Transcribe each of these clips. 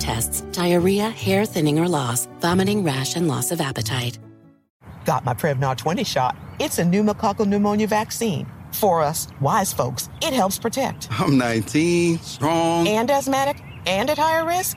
tests, diarrhea, hair thinning or loss, vomiting, rash, and loss of appetite got my Prevnar 20 shot. It's a pneumococcal pneumonia vaccine. For us, wise folks, it helps protect. I'm 19, strong. And asthmatic, and at higher risk.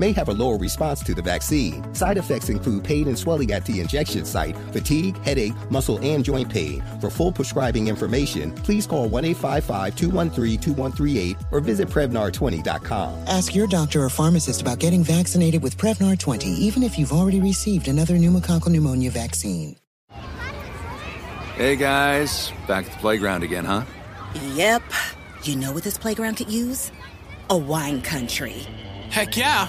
may have a lower response to the vaccine. Side effects include pain and swelling at the injection site, fatigue, headache, muscle, and joint pain. For full prescribing information, please call 1 855 213 2138 or visit Prevnar20.com. Ask your doctor or pharmacist about getting vaccinated with Prevnar 20, even if you've already received another pneumococcal pneumonia vaccine. Hey guys, back at the playground again, huh? Yep. You know what this playground could use? A wine country. Heck yeah!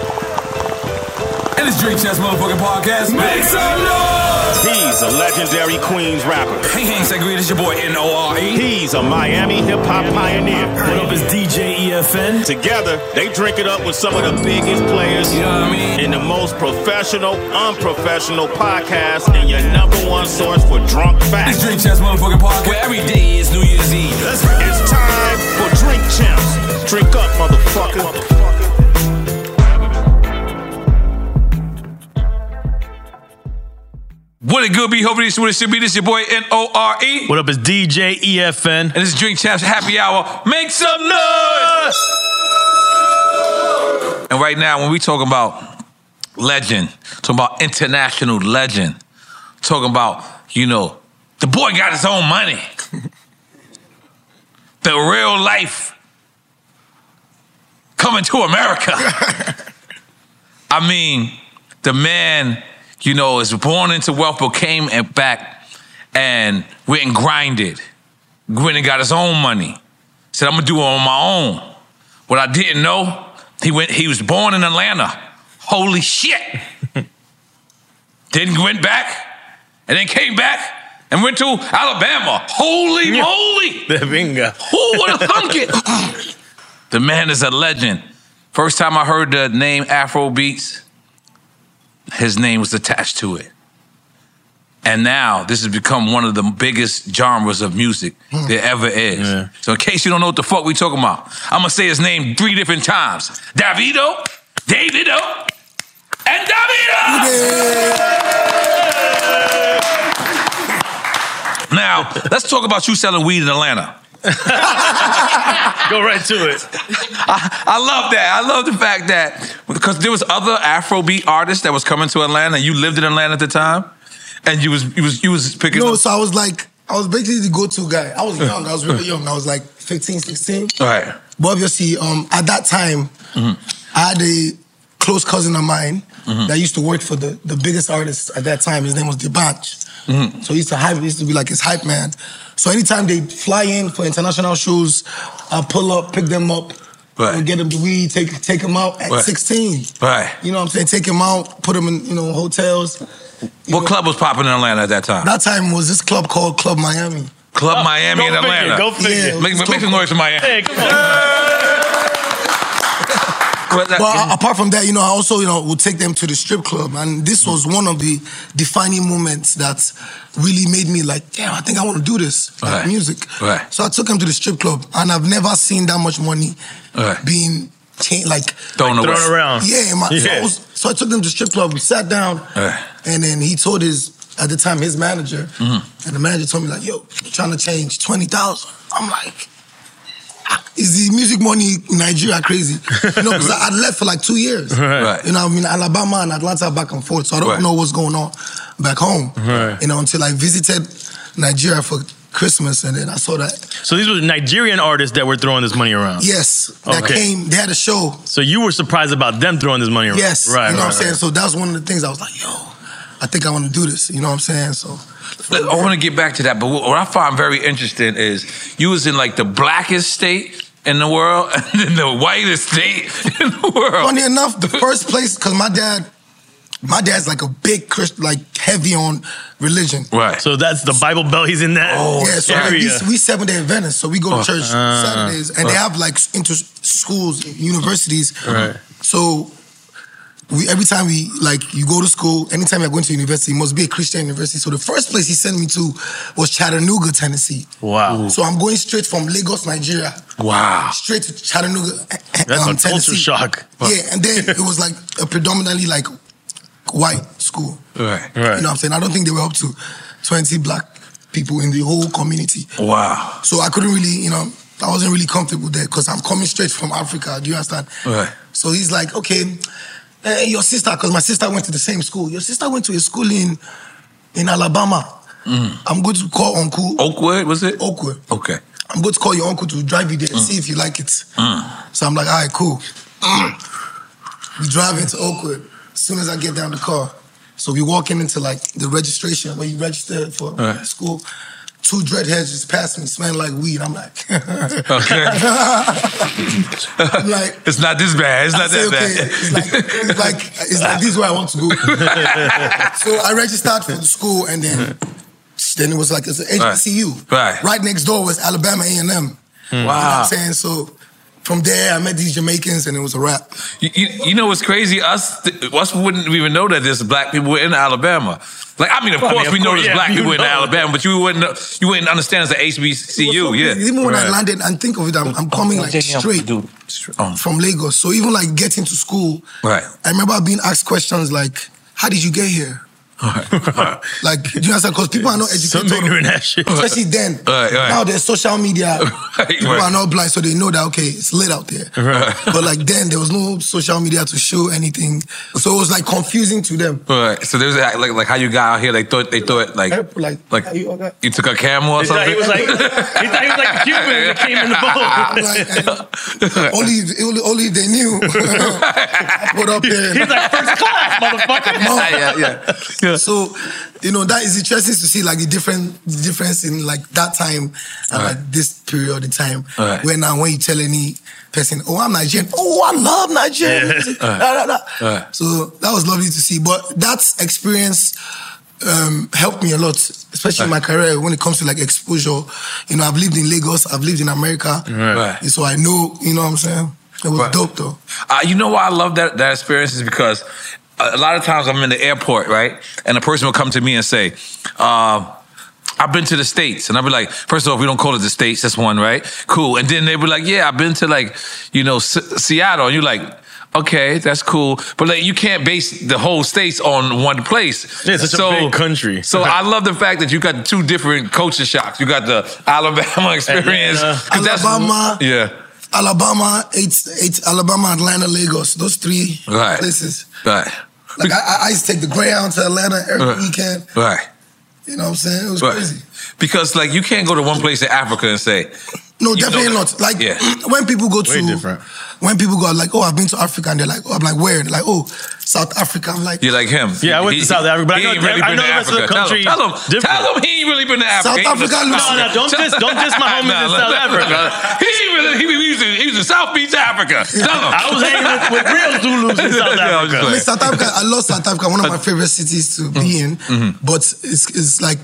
And it's Drink Chess Motherfucking Podcast. Make some noise! He's a legendary Queens rapper. Hey, hey, Segre, this your boy N-O-R-E. He's a Miami hip hop pioneer. What up, it's DJ EFN. Together, they drink it up with some of the biggest players. You know what I mean? In the most professional, unprofessional podcast, and your number one source for drunk It's facts. Drink Chess Motherfucking Podcast, where every day is New Year's Eve. Let's go. It's time for Drink Champs. Drink up, motherfucker. What it good be? Hoping this is what it should be. This your boy N-O-R-E. What up, it's E DJ EFN. E. And this is Drink Champs Happy Hour. Make some noise! And right now, when we talking about legend, talking about international legend, talking about, you know, the boy got his own money. the real life coming to America. I mean, the man, you know, is born into wealth, but came and back and went and grinded went and got his own money. Said, I'm gonna do it on my own. What I didn't know, he went, he was born in Atlanta. Holy shit. then went back and then came back and went to Alabama. Holy moly! The Bingo. Who would have thunk it? the man is a legend. First time I heard the name Afro Beats, his name was attached to it. And now this has become one of the biggest genres of music there ever is. So in case you don't know what the fuck we talking about, I'm gonna say his name three different times. Davido, Davido, and Davido! Now, let's talk about you selling weed in Atlanta. Go right to it. I love that. I love the fact that because there was other Afrobeat artists that was coming to Atlanta. You lived in Atlanta at the time, and you was you was you was picking. No, up. so I was like, I was basically the go-to guy. I was young. I was really young. I was like 15, 16. All right. Mm-hmm. But obviously, um, at that time, I had a close cousin of mine Mhm. that used to work for the, the biggest artist at that time. His name was Debach. Mhm. So he used to hype. He used to be like his hype man. So anytime they fly in for international shows, I pull up, pick them up, Right. and get them the weed, take take them out at Right. sixteen. Right. You know what I'm saying? Take them out, put them in you know hotels. What club was popping in Atlanta at that time? That time was this club called Club Miami. Club Miami Oh, go in figure, Atlanta. go figure. Yeah, Make, it's make some noise for Miami. But that- But a- apart from that, you know, I also, you know, would take them to the strip club. And this was one of the defining moments that really made me like, damn, I think I want to do this, like Right. music. Right. So I took him to the strip club, and I've never seen that much money Right. being cha- like Thrown Like away. thrown around. Yeah, my, So, Yeah. I was- so I took them to the strip club. We sat down, Right. and then he told his at the time his manager, Mhm. and the manager told me like, "Yo, you're trying to change twenty thousand. I'm like, "Ah, "Is the music money in Nigeria crazy?" You know, because I I'd left for like two years. Right. Right. You know, I mean, Alabama and Atlanta back and forth, so I don't Right. know what's going on back home. Right. You know, until I visited Nigeria for Christmas, and then I saw that. So these were Nigerian artists that were throwing this money around. Yes, that came. They had a show. So you were surprised about them throwing this money around. Yes. Right. You know right, what I'm saying? right. So that's one of the things I was like, yo, I think I want to do this. You know what I'm saying? So Let- I want to get back to that, but what what I find very interesting is you was in like the blackest state in the world and then the whitest state in the world. funny enough, the first place, because my dad, my dad's like a big Christian, like heavy on religion. Right. So that's the Bible Belt. He's in that Oh, yeah, so like area. we, we seven day Adventists, so we go Oh. to church Ah. Saturdays, and they Right. have like inter schools, universities. Right. So we every time we like you go to school, anytime you're going to university, it must be a Christian university. So the first place he sent me to was Chattanooga, Tennessee. Wow. So I'm going straight from Lagos, Nigeria. Wow. Straight to Chattanooga. eh, eh, That's a culture Tennessee. shock. Yeah, and then it was like a predominantly like white school. Right. You know what I'm saying? I don't think they were up to 20 black people in the whole community. Wow. So I couldn't really, you know, I wasn't really comfortable there because I'm coming straight from Africa. Do you understand? Right. So he's like, okay, eh, your sister, because my sister went to the same school. Your sister went to a school in in Alabama. 嗯 I'm going to call uncle. Oakwood, was it? Oakwood. Okay. I'm going to call your uncle to drive you there and see if you like it. Mm. So I'm like, all right, cool. we drive into Oakwood. As soon as I get down the car, so we walking into like the registration where you register for Right. school. Two dreadheads just passed me, smelling like weed. I'm like, Okay. I'm like, it's not this bad. It's I not say, that okay, It's like, it's like, it's like this is where I want to go. so I registered for the school, and then then it was like it's an Right. HBCU. Right. Right next door was Alabama A and M. You know what Wow. I'm saying so. From there, I met these Jamaicans, and it was a wrap. You, you, you know what's crazy? Us th- us wouldn't even know that there's black people in Alabama. Like I mean, of Well, I course mean, of we know course, there's yeah, black you people in know. Alabama, but you wouldn't know, you wouldn't understand it's the HBCU. yeah. Even when I landed, and think of it, I'm, I'm coming like straight from Lagos. So even like getting to school, Right. I remember being asked questions like, "How did you get here?" Like, do you understand? Because people are not educated. Some ignorant ass shit. Especially then. Right, right. Now there's social media. people right. are not blind, so they know that, okay, it's lit out there. Right. But like then, there was no social media to show anything. So it was like confusing to them. Right. So there's like, like like how you got out here. They thought they thought like like like you took a camel or He thought something. he was like- he thought he was like the Cuban that came in the boat. Only, if- only, only if they knew. what up there? He's like first class, motherfucker. yeah, yeah, So, you know, that is interesting to see like the different the difference in like that time and Alright. like this period of time. Alright. Where now when you tell any person, oh, I'm Nigerian. Oh, I love Nigerian. Yeah. music." Alright. Da, da, da. Alright. So that was lovely to see. But that experience um, helped me a lot, especially in my career when it comes to like exposure. You know, I've lived in Lagos, I've lived in America. Right. Right. So I know, you know what I'm saying? It was dope though. Uh, you know why I love that that experience is because a a lot of times I'm in the airport, right, and a person will come to me and say. Uh, I've been to the states, and I'll be like, first of all, we don't call it the states. That's one, right? Cool. And then they be like, yeah, I've been to like, you know, S- Seattle, and you're like, okay, that's cool, but like, you can't base the whole states on one place. Yeah, it's such a big country. So I love the fact that you got two different culture shocks. You got the Alabama experience, uh, 'cause that's- Alabama. yeah, Alabama, eight, eight, Alabama, Atlanta, Lagos. Those three Right. places. right, Like I, I- I used to take the Greyhound to Atlanta every Right. weekend. right. You know what I'm saying? It was Right. crazy. Because like you can't go to one place in Africa and say You know No, definitely that. not. Like Yeah. when people go Way to different. when people go out, like, oh, I've been to Africa, and they're like, oh, I'm like, where? They're like, oh, South Africa. I'm like, You like him? Yeah, I went He- to South Africa, but he I ain't know, really I been know to the rest of the Africa. Tell him, country. tell him, tell him he ain't really been to South Africa. He was Africa in looks- No, no, don't diss- don't diss my homies in South Africa. He ain't really, he, he, was in, he was in South Beach, Africa. Tell him. I was hanging with- with real Zulus in South No, I'm just Africa. I mean, playing. South Africa. I love South Africa. One of my favorite cities to be in, but it's it's like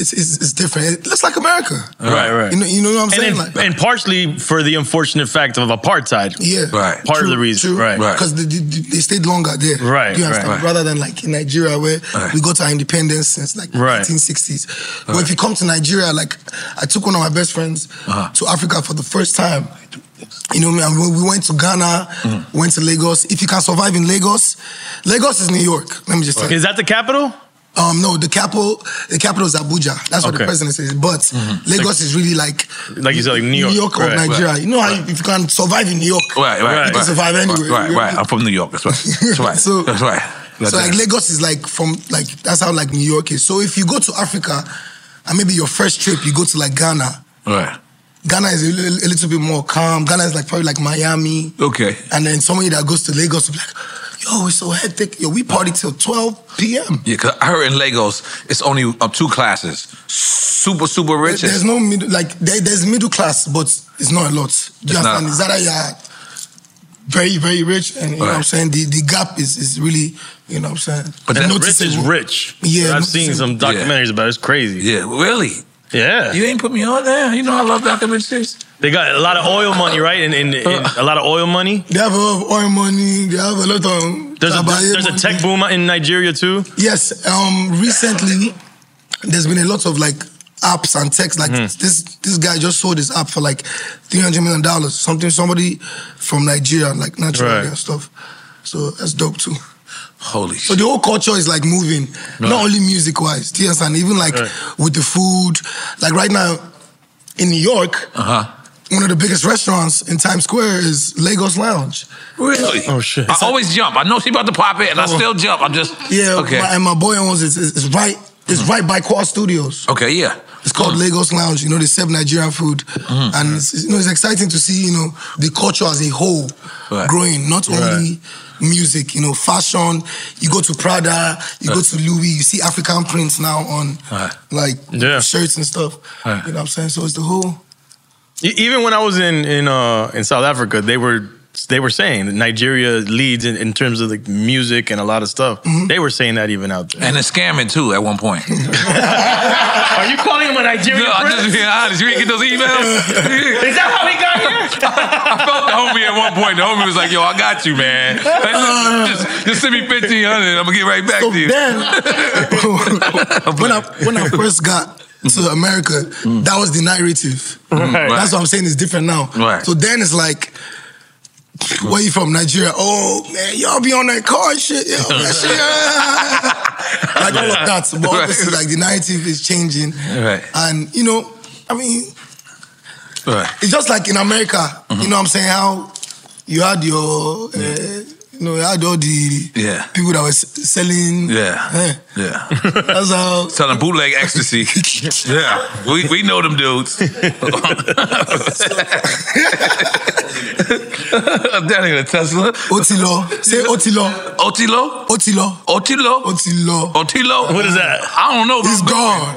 it's, it's it's different. It looks like America. Right, right. You know, you know what I'm saying? and, like, in- and partially for the unfortunate fact of apartheid. Yeah. Right. Part of the reason. Right. Because they, they, they stayed longer there. Right, Do you understand? right. Rather than like in Nigeria where Right. we got our independence since like Right. 1960s. But if you come to Nigeria, like I took one of my best friends Ah. Uh-huh. to Africa for the first time. You know, man, we we went to Ghana, Mm. went to Lagos. If you can survive in Lagos, Lagos is New York. Let me just tell you. Is that the capital? Um, no, the capital, the capital is Abuja. That's what the Okay. president says. But Lagos is really like Like you said, like New York. New York or right. Nigeria. You know how you, if you can survive in New York, Right, right, you right. can survive anywhere. Right, You know? right. I'm from New York. That's right. That's right. So- that's right. So like Lagos is like from like that's how like New York is. So if you go to Africa, and maybe your first trip you go to like Ghana. right. Ghana is a little, a little bit more calm. Ghana is like probably like Miami, Okay. and then somebody that goes to Lagos will be like, "Yo, it's so hectic. Yo, we party till 12 p.m. Yeah, cause I heard in Lagos it's only uh, two classes: super, super rich. There's no middle like there, there's middle class, but it's not a lot. Do It's you not. understand? Is that you're very very rich, and you know what I'm Right. saying the the gap is is really you know what I'm saying. But that And rich rich is noticeable. rich. Yeah, I've seen some noticeable. documentaries about it. It's crazy. yeah, really. Yeah. You ain't put me on there. You know I love documentaries. They got a lot of oil money, right? And, and, and Uh. a lot of oil money. They have a lot of oil money. They have a lot of. There's a, Tabaye there's a money. tech boom in Nigeria too. Yes. Um. Recently, there's been a lot of like apps and texts. Like Hmm. this, this guy just sold his app for like three hundred million dollars. Something somebody from Nigeria, like natural Right. and stuff. So that's dope too. Holy So shit! the whole culture is like moving, not only music wise. Do you understand? Even like Right. with the food. Like right now, in New York, Uh huh. one of the biggest restaurants in Times Square is Lagos Lounge. Really? Oh, shit. I always jump. I know she about to pop it, and I still jump. I'm just Oh. Yeah, Okay. my, and my boy owns it. It's, it's right. It's right by Quad Studios. okay. Yeah. It's called Oh. Lagos Lounge. You know, they serve Nigerian food, Mm-hmm. and it's, it's- you know it's exciting to see you know the culture as a whole Right. growing. Not only music, you know, fashion. You go to Prada, you go Right. to Louis. You see African prints now on Right. like Yeah. shirts and stuff. Right. You know what I'm saying? So it's the whole. E- Even when I was in in uh, in South Africa, they were they were saying that Nigeria leads in, in terms of like music and a lot of stuff. Mm-hmm. They were saying that even out there. And it's scamming too at one point. Are you calling him a Nigerian? No, I'm just being honest. You ain't get those emails? Is that how he got here? I felt the homie at one point. The homie was like, "Yo, I got you, man. Uh. Just, just send me fifteen hundred. I'm gonna get right back So to you." then, when I when I first got Mm. to America, that was the narrative. Right. That's what I'm saying. It's different now. Mm. Right. So then it's like. Where you from, Nigeria? Oh man, y'all be on that car and shit, yo, that shit, ah. like all of that. But Right. obviously, like the narrative is changing, Right. and you know, I mean, Right. it's just like in America. Mm-hmm. You know what I'm saying? How you had your, uh, you know, you had all the Yeah. people that were s- selling, Yeah. Eh. Yeah. That's how. Selling bootleg ecstasy. Yeah. We we know them dudes. that ain't a Tesla. Otilo. Say Otilo. Otilo? Otilo. Otilo? Otilo. Otilo? What is that? I don't know. He's gone.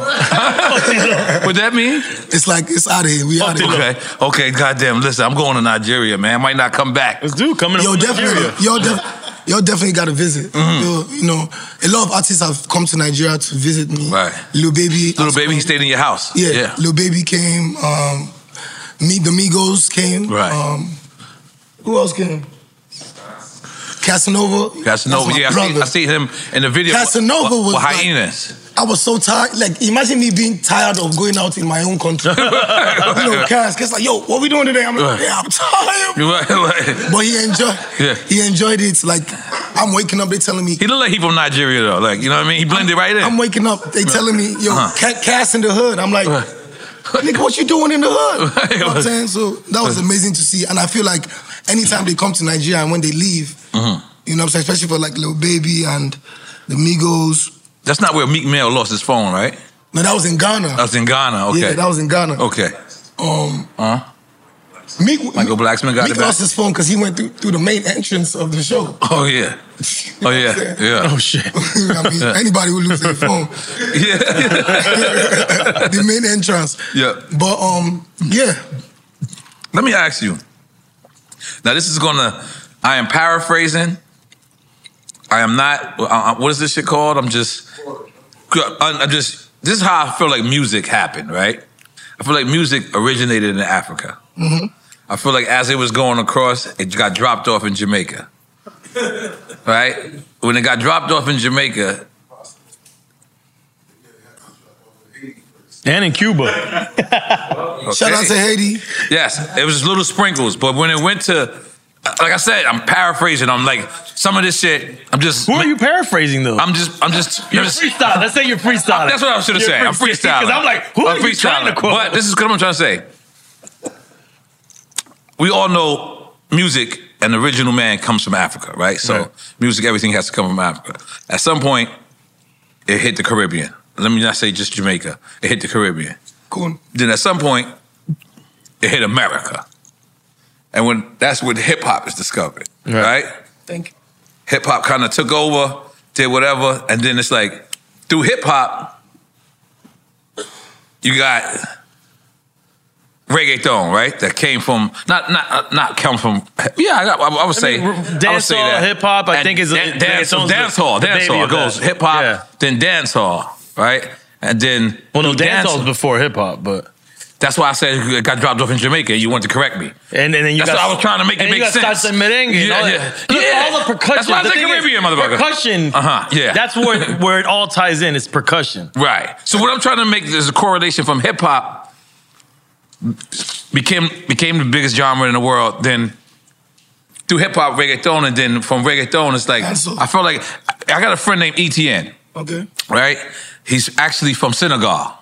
What that mean? It's like it's out of here. We out of here. Okay. Okay, goddamn. Listen, I'm going to Nigeria, man. I might not come back. This dude coming Yo, from definitely. Nigeria. Yo, def- yo, definitely got to visit. Mm-hmm. Yo, you know, a lot of artists have come to Nigeria to visit me. Right. Lil baby. Little baby, he stayed in your house. Yeah. Yeah. Lil baby came. Um, Meet the Migos came. Right. Um, who else came? Casanova. Casanova. That's my Yeah, I see, brother. I see him in the video. Casanova with, was with like- hyenas. I was so tired. Like, imagine me being tired of going out in my own country. you know, Cass, Cass like, yo, what we doing today? I'm like, Right. yeah, I'm tired. Right, right. But he enjoyed. Yeah. He enjoyed it. Like, I'm waking up. They telling me. He looked like he from Nigeria though. Like you know what I mean? He blended right in. I'm waking up. They telling me, yo, Uh-huh. Ca- Cass in the hood. I'm like, Right. nigga, what you doing in the hood? Right. You know what I'm saying? So that was amazing to see. And I feel like anytime they come to Nigeria and when they leave, Mm-hmm. you know what I'm saying? Especially for like Lil Baby and the Migos. That's not where Meek Mill lost his phone, right? No, that was in Ghana. That's in Ghana. Okay. Yeah, that was in Ghana. okay. um, Huh? Meek, Michael Blacksman got Meek it back. lost his phone because he went through, through the main entrance of the show. Oh yeah. Oh yeah. Yeah. Oh shit. I mean, anybody would lose their phone. the main entrance. Yeah. But um, yeah, Let me ask you. Now this is gonna. I am paraphrasing. I am not. I- I- What is this shit called? I'm just. I'm just. This is how I feel like music happened, right? I feel like music originated in Africa. Mm-hmm. I feel like as it was going across, it got dropped off in Jamaica. right? When it got dropped off in Jamaica, And in Cuba. Shout out to Haiti. Yes, it was little sprinkles, but when it went to, like I said, I'm paraphrasing. I'm like some of this shit. I'm just. Who are you paraphrasing though? I'm just. I'm just. You're freestyle. Let's say you're freestyling. That's what I should have You're said. I'm freest- freestyling. 'cause I'm like, who I'm are you trying to freestyling. quote? But this is what I'm trying to say. We all know music and the original man comes from Africa, right? So music, everything has to come from Africa. At some point, it hit the Caribbean. Let me not say just Jamaica. It hit the Caribbean. Cool. Then at some point, it hit America. And when that's when hip hop is discovered, right? Thank you. Hip hop kind of took over, did whatever, and then it's like through hip hop, you got reggaeton, right? That came from not not uh, not come from yeah. I, I, I would say I would say dancehall, that. hip-hop, I And think is- dan- dance, reggaeton's the- dance hall, the dance baby hall of goes that. hip hop, then dance hall, right? And then well, no, dance hall's before hip hop, but that's why I said it got dropped off in Jamaica. You wanted to correct me. And, and then you That's got, what I was trying to make it and make you got sense. salsa and merengue and Yeah, all that. yeah. Look, Yeah. all the percussion. That's why I the said thing is, Caribbean, uh, motherfucker. Percussion. Uh-huh, yeah. That's where where it all ties in. It's percussion. Right. So what I'm trying to make is a correlation from hip hop became became the biggest genre in the world. Then through hip hop, reggaeton, and then from reggaeton, it's like I felt like I got a friend named E ETN. Okay. Right. He's actually from Senegal.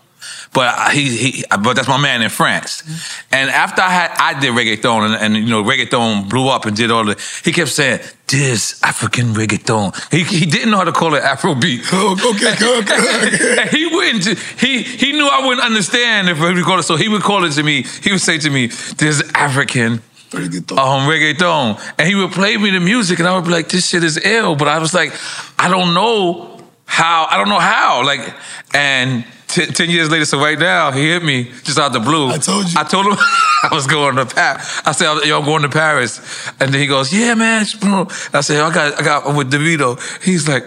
But I- he, he, but that's my man in France. Mm-hmm. And after I had, I did reggaeton, and, and you know reggaeton blew up and did all the. He kept saying this African reggaeton. He, he didn't know how to call it Afrobeat. Okay, And he wouldn't. He he knew I wouldn't understand if he called it. So he would call it to me. He would say to me, "This is African." Um, reggaeton, and he would play me the music, and I would be like, "This shit is ill," but I was like, "I don't know how. I don't know how." Like, and t- ten years later, so right now, he hit me just out the blue. I told you. I told him I was going to Paris. I said, "Yo, I'm going to Paris," and then he goes, "Yeah, man." I said, "I got, I got I'm with DeVito." He's like,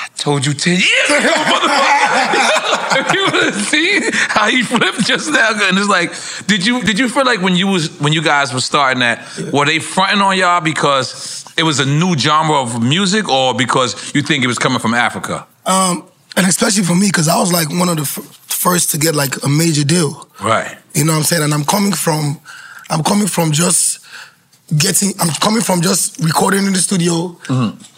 "I told you ten years ago, motherfucker." if you would have seen how he flipped just now, and it's like, did you did you feel like when you was when you guys were starting that, were they fronting on y'all because it was a new genre of music, or because you think it was coming from Africa? Um, and especially for me because I was like one of the f- first to get like a major deal. Right. You know what I'm saying? And I'm coming from, I'm coming from just getting, I'm coming from just recording in the studio,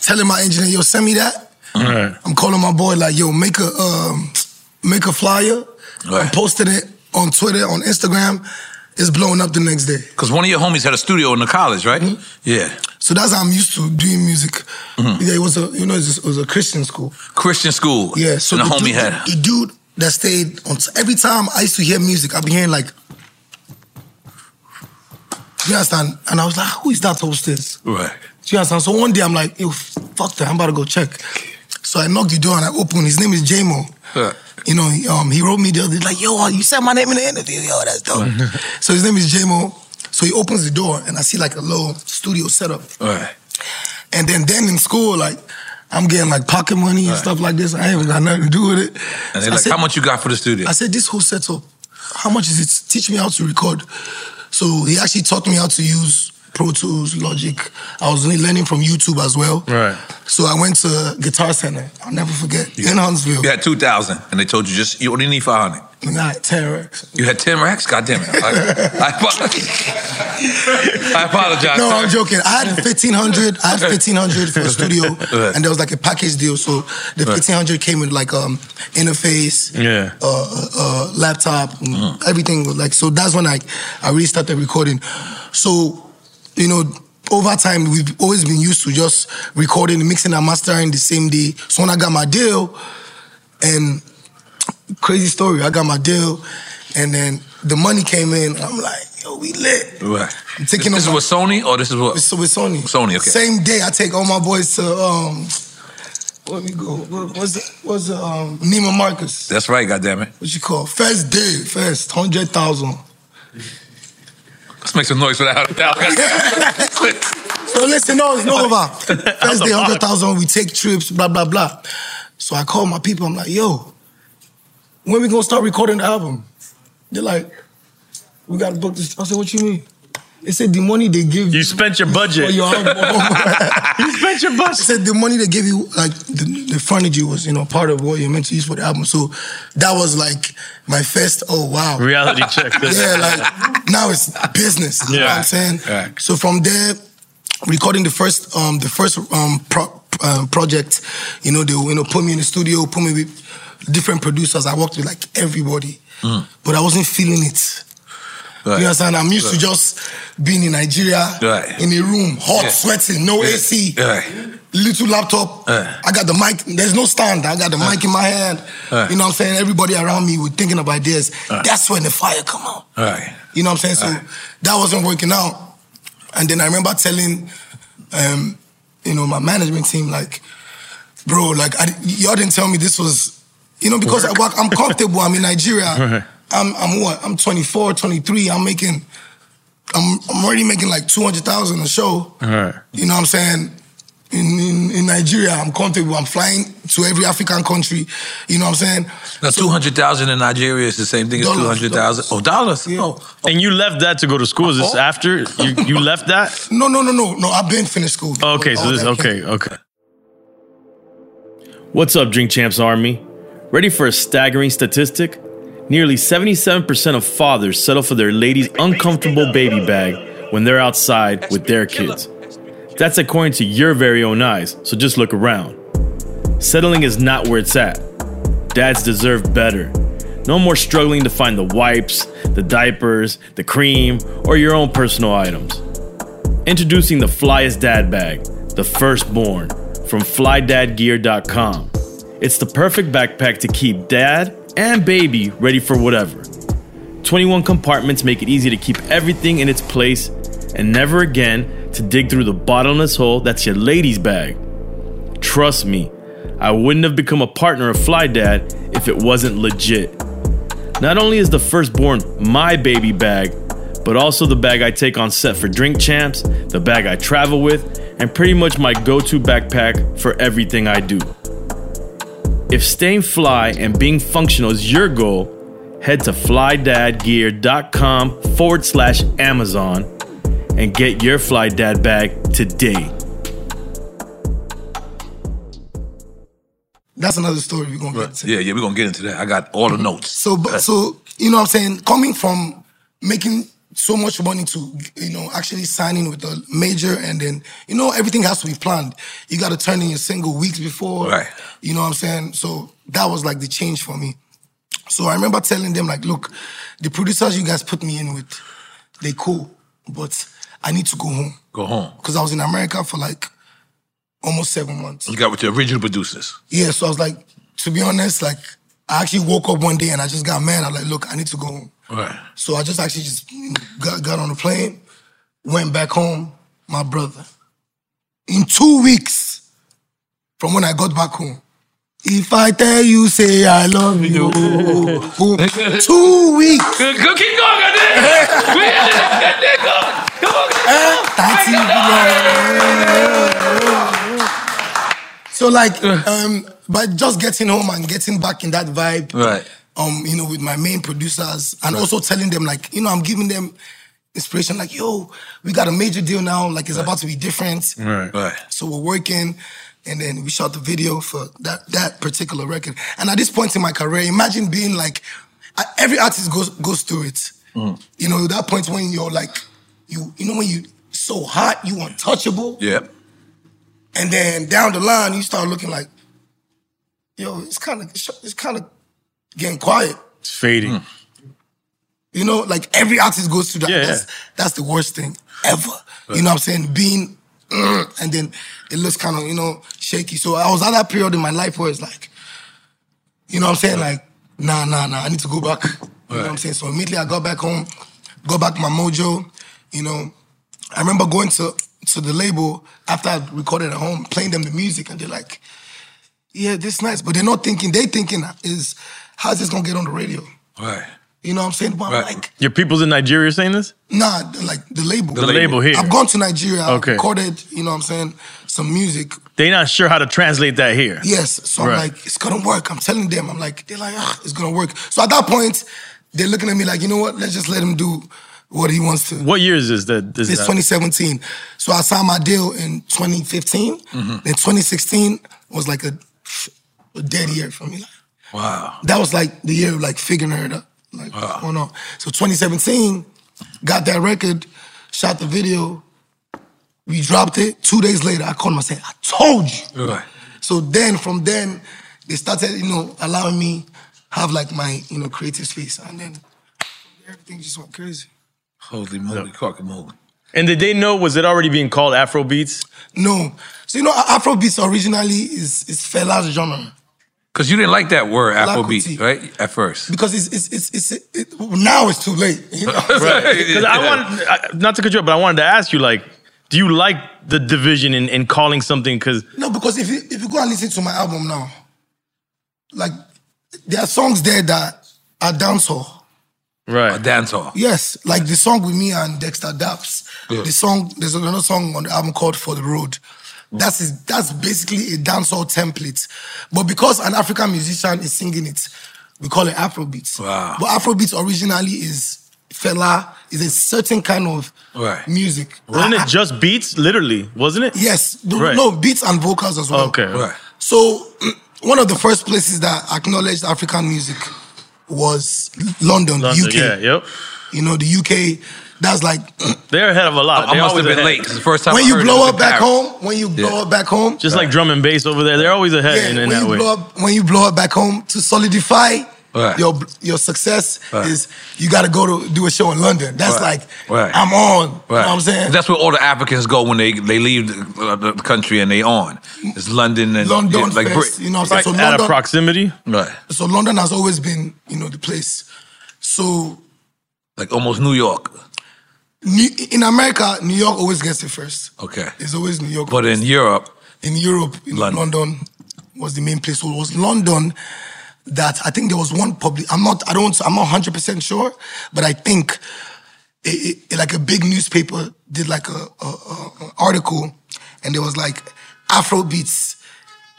telling my engineer, yo, send me that. I'm calling my boy like, yo, make a, um, make a flyer. I'm posting it on Twitter, on Instagram. It's blowing up the next day. Because one of your homies had a studio in the college, right? Mm-hmm. Yeah. So that's how I'm used to doing music. Mhm. Yeah, it was a, you know, it was a, it was a Christian school. Christian school. Yeah, so and the, the homie dude- had. The dude that stayed on t- every time I used to hear music, I'd be hearing like, you understand? And I was like, who is that upstairs? Right. Do you understand? So one day I'm like, yo, fuck that, I'm about to go check. So I knocked the door and I opened. His name is J-Mo. You know, he, um, he wrote me the other day, like, yo, you said my name in the interview, yo, that's dope. so his name is J-Mo. So he opens the door and I see like a little studio setup. Right. And then then in school, like, I'm getting like pocket money and stuff like this. I ain't even got nothing to do with it. And So they're I like, said- how much you got for the studio? I said, this whole setup, how much is it? Teach me how to record. So he actually taught me how to use Pro Tools, Logic. I was learning from YouTube as well. Right. So I went to Guitar Center. I'll never forget. In Huntsville. You had 2,000, and they told you just, you only need 500. And I had 10 racks. You had 10 racks? God damn it. I, I, apo- I apologize. No, Sorry. I'm joking. I had 1500 I had 1500 for the studio, and there was like a package deal. So the Right. 1500 came with like um interface, Yeah. uh, uh, laptop, and everything. was Like so, that's when I I really started recording. So you know, over time we've always been used to just recording, mixing, and mastering the same day. So when I got my deal, and crazy story, I got my deal, and then the money came in. I'm like, yo, we lit. Right. I'm taking this, this is over- with Sony or this is what? So with Sony. Sony, okay. Same day, I take all my boys to um. Let me go. What- What's the, what's the, um Neiman Marcus? That's right, goddammit. What you call first day? First hundred thousand. Let's make some noise for that. so listen, no, it's no over. First day, hundred thousand. We take trips, blah blah blah. So I call my people. I'm like, yo, when we gonna start recording the album? They're like, we gotta book this. I said, what you mean? They said the money they give you spent your budget. for your album. you spent your budget. said the money they gave you, like the, the furniture was, you know, part of what you're meant to use for the album. So that was like my first. Oh wow, Reality check. yeah, like now it's business. You know what Yeah. I'm saying? Right. So from there, recording the first um the first um pro- um, project, you know, they you know put me in the studio, put me with different producers. I worked with like everybody, Mm. but I wasn't feeling it. Right. You understand? I'm used to Right. just being in Nigeria, Right. in a room, hot, Yeah. sweating, no Yeah. AC, Right. little laptop, Right. I got the mic. There's no stand. I got the mic in my hand. Right. You know what I'm saying? Everybody around me were thinking of ideas. That's when the fire come out. All right. You know what I'm saying? So that wasn't working out. And then I remember telling, um, you know, my management team, like, bro, like, I, y'all didn't tell me this was, you know, because I work, I'm comfortable. I'm in Nigeria. I'm, I'm what? I'm 24, 23. I'm making, I'm, I'm already making like 200,000 a show. All right. You know what I'm saying? In, in, in Nigeria, I'm comfortable. I'm flying to every African country. You know what I'm saying? Now, 200,000 in Nigeria is the same thing as Dollars, 200,000. Oh, dollars. Oh, And you left that to go to school. Is this after you, you left that? Oh. No, no, no, no, no. I've been finished school. Okay, so All this that okay, came- okay. What's up, Drink Champs Army? Ready for a staggering statistic? Nearly 77% of fathers settle for their lady's uncomfortable baby bag when they're outside with their kids. That's according to your very own eyes, so just look around. Settling is not where it's at. Dads deserve better. No more struggling to find the wipes, the diapers, the cream, or your own personal items. Introducing the Flyest Dad Bag, the firstborn, from flydadgear.com. It's the perfect backpack to keep dad and baby ready for whatever. 21 compartments make it easy to keep everything in its place and never again to dig through the bottomless hole that's your lady's bag. Trust me, I wouldn't have become a partner of Fly Dad if it wasn't legit. Not only is the firstborn my baby bag, but also the bag I take on set for Drink Champs, the bag I travel with, and pretty much my go to backpack for everything I do. If staying fly and being functional is your goal, head to flydadgear.com forward slash Amazon and get your Fly Dad bag today. That's another story we're gonna get. Yeah, yeah, we're going to get into that. I got all the notes. So, but, so you know what I'm saying? Coming from making so much money to you know actually signing with a major, and then you know everything has to be planned. You got to turn in your single weeks before. Right. You know what I'm saying? So that was like the change for me. So I remember telling them like, look, the producers you guys put me in with, they cool, but I need to go home Go home. because I was in America for like almost seven months. You got with your original producers. Yeah, so I was like, to be honest, like I actually woke up one day and I just got mad. I'm like, look, I need to go home. All right. So I just actually just got, got on the plane, went back home. My brother, in two weeks from when I got back home, if I tell you, say I love you. two weeks. Good, good, keep going, goddamn. We in it, goddamn. Come on, Eh, that's it, yeah. So like, Uh. um, by just getting home and getting back in that vibe, Right. um, you know, with my main producers and also telling them like, you know, I'm giving them inspiration, like, yo, we got a major deal now, like it's about to be different. Right. Right. So we're working, and then we shot the video for that that particular record. And at this point in my career, imagine being like, I- every artist goes goes through it. You know, that point when you're like, you you know when you so hot, you untouchable, Yep. and then down the line you start looking like, yo, it's kind of it's kind of getting quiet. It's fading. Hmm, You know, like every artist goes through that. Yeah, that's, that's the worst thing ever. You know what I'm saying? Being, mm, and then it looks kind of, you know, shaky. So I was at that period in my life where it's like, you know what I'm saying? Like, nah, nah, nah, I need to go back. You know what I'm saying? So immediately I got back home, got back my mojo. You know, I remember going to to the label after I recorded at home, playing them the music, and they're like, "Yeah, this nice," but they're not thinking. They thinking is, "How's this gonna get on the radio?" Right. You know what I'm saying? But I'm Right. like, Your people's in Nigeria saying this? Nah, the- like the label. The The label label. here. I've gone to Nigeria. I've Okay. recorded, you know what I'm saying, some music. They not sure how to translate that here. Yes. So I'm Right. like, it's gonna work. I'm telling them. I'm like, they're like, ah, it's gonna work. So at that point, they're looking at me like, you know what? Let's just let him do what he wants to. What year is this? That is It's that? 2017. So I signed my deal in 2015. Mm-hmm. Mhm. Then 2016 was like a, a dead year for me. Like, Wow. that was like the year of like figuring her out. Like what's going on. So 2017, got that record, shot the video, we dropped it. Two days later, I called him and said, I told you. Right. So then from then, they started, you know, allowing me have like my, you know, creative space. And then everything just went crazy. Holy moly, guacamole. And did they know? Was it already being called Afro beats? No. So you know, Afrobeats originally is is Fela's genre. Because you didn't like that word, Afrobeat, right? At first. Because it's it's it's, it's it, now it's too late. You know? Because I wanted, I, not to cut you up, but I wanted to ask you, like, do you like the division in, in calling something? Because No, because if you if you go and listen to my album now, like there are songs there that are dancehall. right, a dance hall. Yes, like the song with me and Dexter Daps. Yeah. The song there's another song on the album called For the Road. That's is that's basically a dancehall template, but because an African musician is singing it, we call it Afrobeats. Wow. But Afrobeats originally is fella is a certain kind of Right. music. wasn't it just beats? Literally, wasn't it? Yes, the- no beats and vocals as well. Okay, So, one of the first places that acknowledged African music was London, London, UK. Yeah, yep. You know, the UK. That's like They're ahead of a lot. I They're must always have been ahead. late, 'cause the first time When I you heard it blow was in up back Paris. home, when you blow up back home, just like drum and bass over there, they're always ahead in, in when that you way. blow up when you blow up back home to solidify Right. your your success Right. is you got to go to do a show in London. That's Right. like Right. I'm on. You know what I'm saying? That's where all the Africans go when they, they leave the, uh, the country and they on. It's London and London yeah, like first, Brit- you know what I'm saying? Right, So out of London- proximity. Right. So London has always been, you know, the place. So Like almost New York. New, in America, New York always gets it first. Okay. It's always New York. But in Europe, in Europe, in London. London. was the main place. So it was London that I think there was one public. I'm not. I don't. I'm not 100 percent sure, but I think it, it, like a big newspaper did like a, a, a a article, and there was like Afrobeats,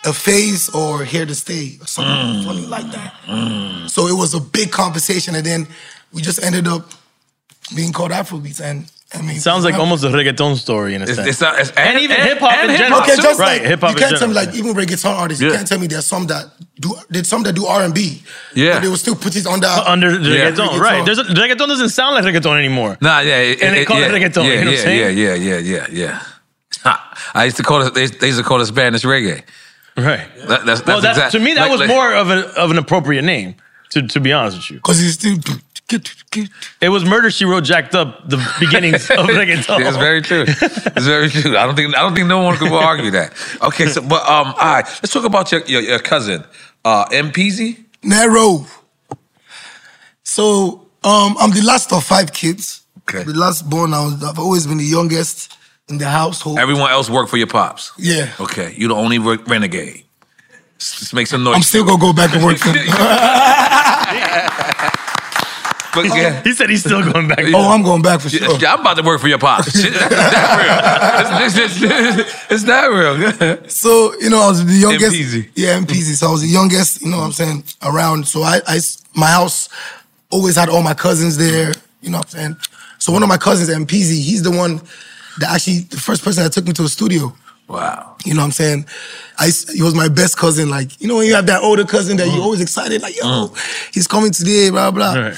a phase or here to stay or something funny like that. So it was a big conversation, and then we just ended up being called Afrobeats, and I mean, Sounds like Afro- almost a reggaeton story in a It's- sense. it's not- it's- and, and- even and- hip hop and in hip general. hop, too. just right, like, hip hop You in can't general. tell me like even reggaeton artists. You Yeah. can't tell me there's some that do there's some that do R and B. Yeah. but they will still put it under under the reggaeton, right? There's a, reggaeton doesn't sound like reggaeton anymore. Nah, yeah, it- And they it- call yeah, it reggaeton, Yeah, you know what I'm yeah, saying? yeah, yeah, yeah, yeah, yeah. I used to call it. They, they used to call it Spanish reggae. Right. That, that's, that's well, that's, exact- to me that like- was like- more of an of an appropriate name. To, to be honest with you, because it's still it was murder. She wrote jacked up the beginnings of reggaeton. it's very true. It's very true. I don't think I don't think no one could argue that. Okay, so but um, all right, let's talk about your your, your cousin, uh, MPZ. narrow. So um, I'm the last of five kids. Okay. The last born. I was, I've always been the youngest in the household. Everyone else worked for your pops. Yeah. Okay, you the only re- renegade. Let's let's make some noise. I'm still gonna go back and work for. But, yeah. He said he's still going back. oh, I'm going back for sure. Yeah, I'm about to work for your pops. Shit, that's not real. It's, it's, it's- it's not real. So, you know, I was the youngest. MPZ. Yeah, MPZ. So I was the youngest, you know what I'm saying, around. So I, I s- my house always had all my cousins there, you know what I'm saying? So one of my cousins, MPZ, he's the one that actually, the first person that took me to the studio. Wow. You know what I'm saying? I, s- he was my best cousin. Like, you know, when you have that older cousin Mm. that you're always excited, like, yo, he's coming today, blah, blah.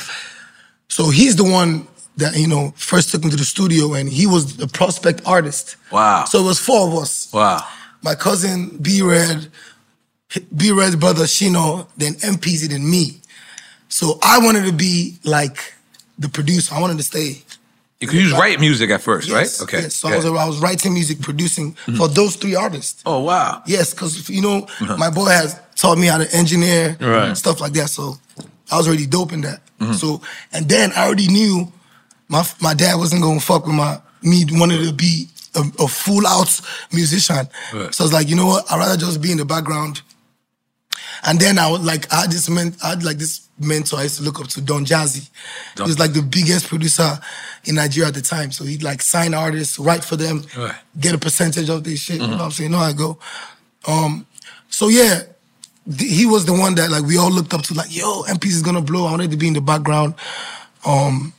So he's the one that, you know, first took me to the studio and he was the prospect artist. Wow. So it was four of us Wow. my cousin B Red, B Red's brother Shino, then MPZ, then me. So I wanted to be like the producer. I wanted to stay. You you just write music at first, Yes, right? Okay. yes. So I, Yeah. Mm-hmm. was, I was writing music, producing for those three artists. Oh wow. Yes, because you know Uh-huh. my boy has taught me how to engineer, Right. Mm-hmm. stuff like that. So I was already dope in that. So, and then I already knew my my dad wasn't gonna fuck with my me wanted to be a, a full out musician. Right. So I was like, you know what? I'd rather just be in the background. And then I was like, I had this men, I had like this mentor I used to look up to, Don Jazzy. Don- He was like the biggest producer in Nigeria at the time. So he'd like sign artists, write for them, Right. get a percentage of their shit. You know Mhm. what I'm saying? You know how I go. Um, so yeah, th- he was the one that like we all looked up to, like, yo, MPs is gonna blow. I wanted to be in the background. Um,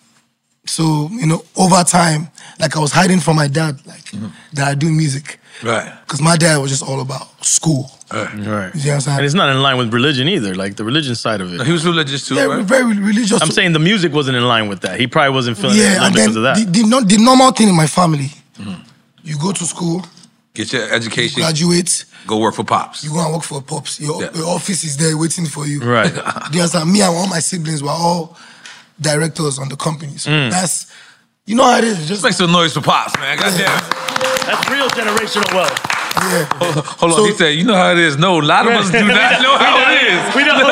so, you know, over time, like I was hiding from my dad, like that I do music. Right. Because my dad was just all about school. Right. Right. You know what I'm saying? And it's not in line with religion either, like the religion side of it. He was religious too, Yeah, right? very religious. I'm saying the music wasn't in line with that. He probably wasn't feeling it yeah, alone and then because of that. the, the, no- the normal thing in my family, Mm-hmm. you go to school, Get your education. Graduate. Go work for pops. you go and work for Pops. Your, Yeah. your office is there waiting for you. Right. Do you understand? Me and all my siblings were all directors on the company. So Mm. that's, you know how it is. Just Make some noise for pops, man. Goddamn. That's real generational wealth. Hold, hold on. he said, "You know how it is." No, a lot of us do not know how it is. We don't.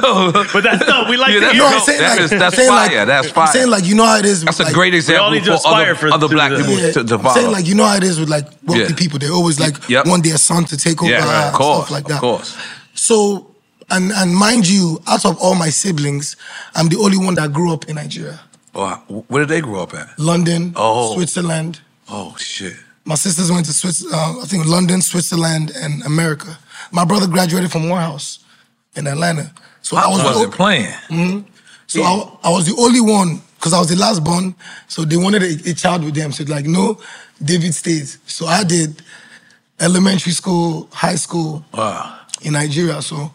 no, but that's not. We like yeah, to that's, hear dope. it. Saying That like- is- that's saying fire. like- that's I'm fire. saying like, you know how it is with, That's a like- great example for other, other black people Yeah. to, to I'm saying follow. like, you know how it is with like wealthy Yeah. people. They always like want their son to take over yeah, right, of and course, stuff like that. of course. So, and, and mind you, out of all my siblings, I'm the only one that grew up in Nigeria. Wow. Oh, Where did they grow up at? London, Oh. Switzerland. Oh shit. My sisters went to Swiss, uh, I think London, Switzerland, and America. My brother graduated from Morehouse in Atlanta. So I was Pops wasn't playing. Mhm. So I, I was the only one because I was the last born. So they wanted a, a child with them. So like, no, David stays. So I did elementary school, high school Wow. in Nigeria. So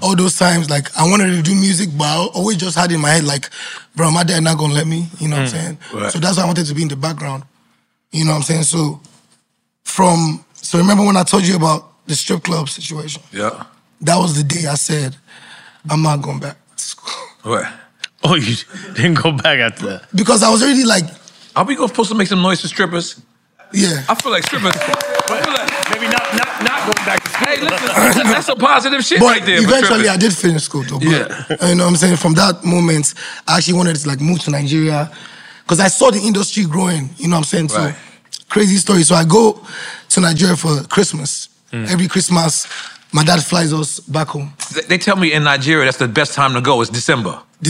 all those times, like I wanted to do music, but I always just had in my head, like, bro, my dad not gonna let me. You know what I'm Mm, saying? right. So that's why I wanted to be in the background. You know what I'm saying? So from so remember when I told you about the strip club situation? Yeah. That was the day I said, I'm not going back. What? Oh, you didn't go back after that. Because I was already like Are we gonna supposed to make some noise to strippers? Yeah. I feel like strippers. I feel like maybe not not not going back to Hey, listen, that's, that's some positive shit but right there. for eventually strippers. I did finish school though. But, Yeah. You know what I'm saying? From that moment, I actually wanted to like move to Nigeria. Because I saw the industry growing, you know what I'm saying? So Right. crazy story. So I go to Nigeria for Christmas. Mm. Every Christmas, my dad flies us back home. They- They tell me in Nigeria that's the best time to go. It's December.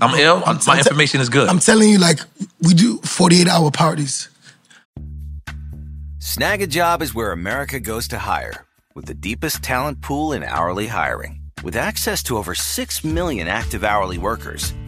I'm ill. I'm- my information is good. I'm telling you, like, we do 48 hour parties. Snag a job is where America goes to hire, with the deepest talent pool in hourly hiring. With access to over 6 million active hourly workers,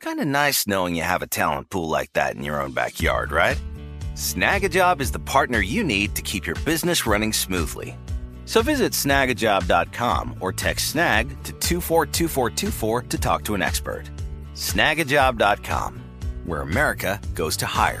Kind of nice knowing you have a talent pool like that in your own backyard, right? Snagajob is the partner you need to keep your business running smoothly. So visit snagajob.com or text snag to 242424 to talk to an expert. Snagajob.com, where America goes to hire.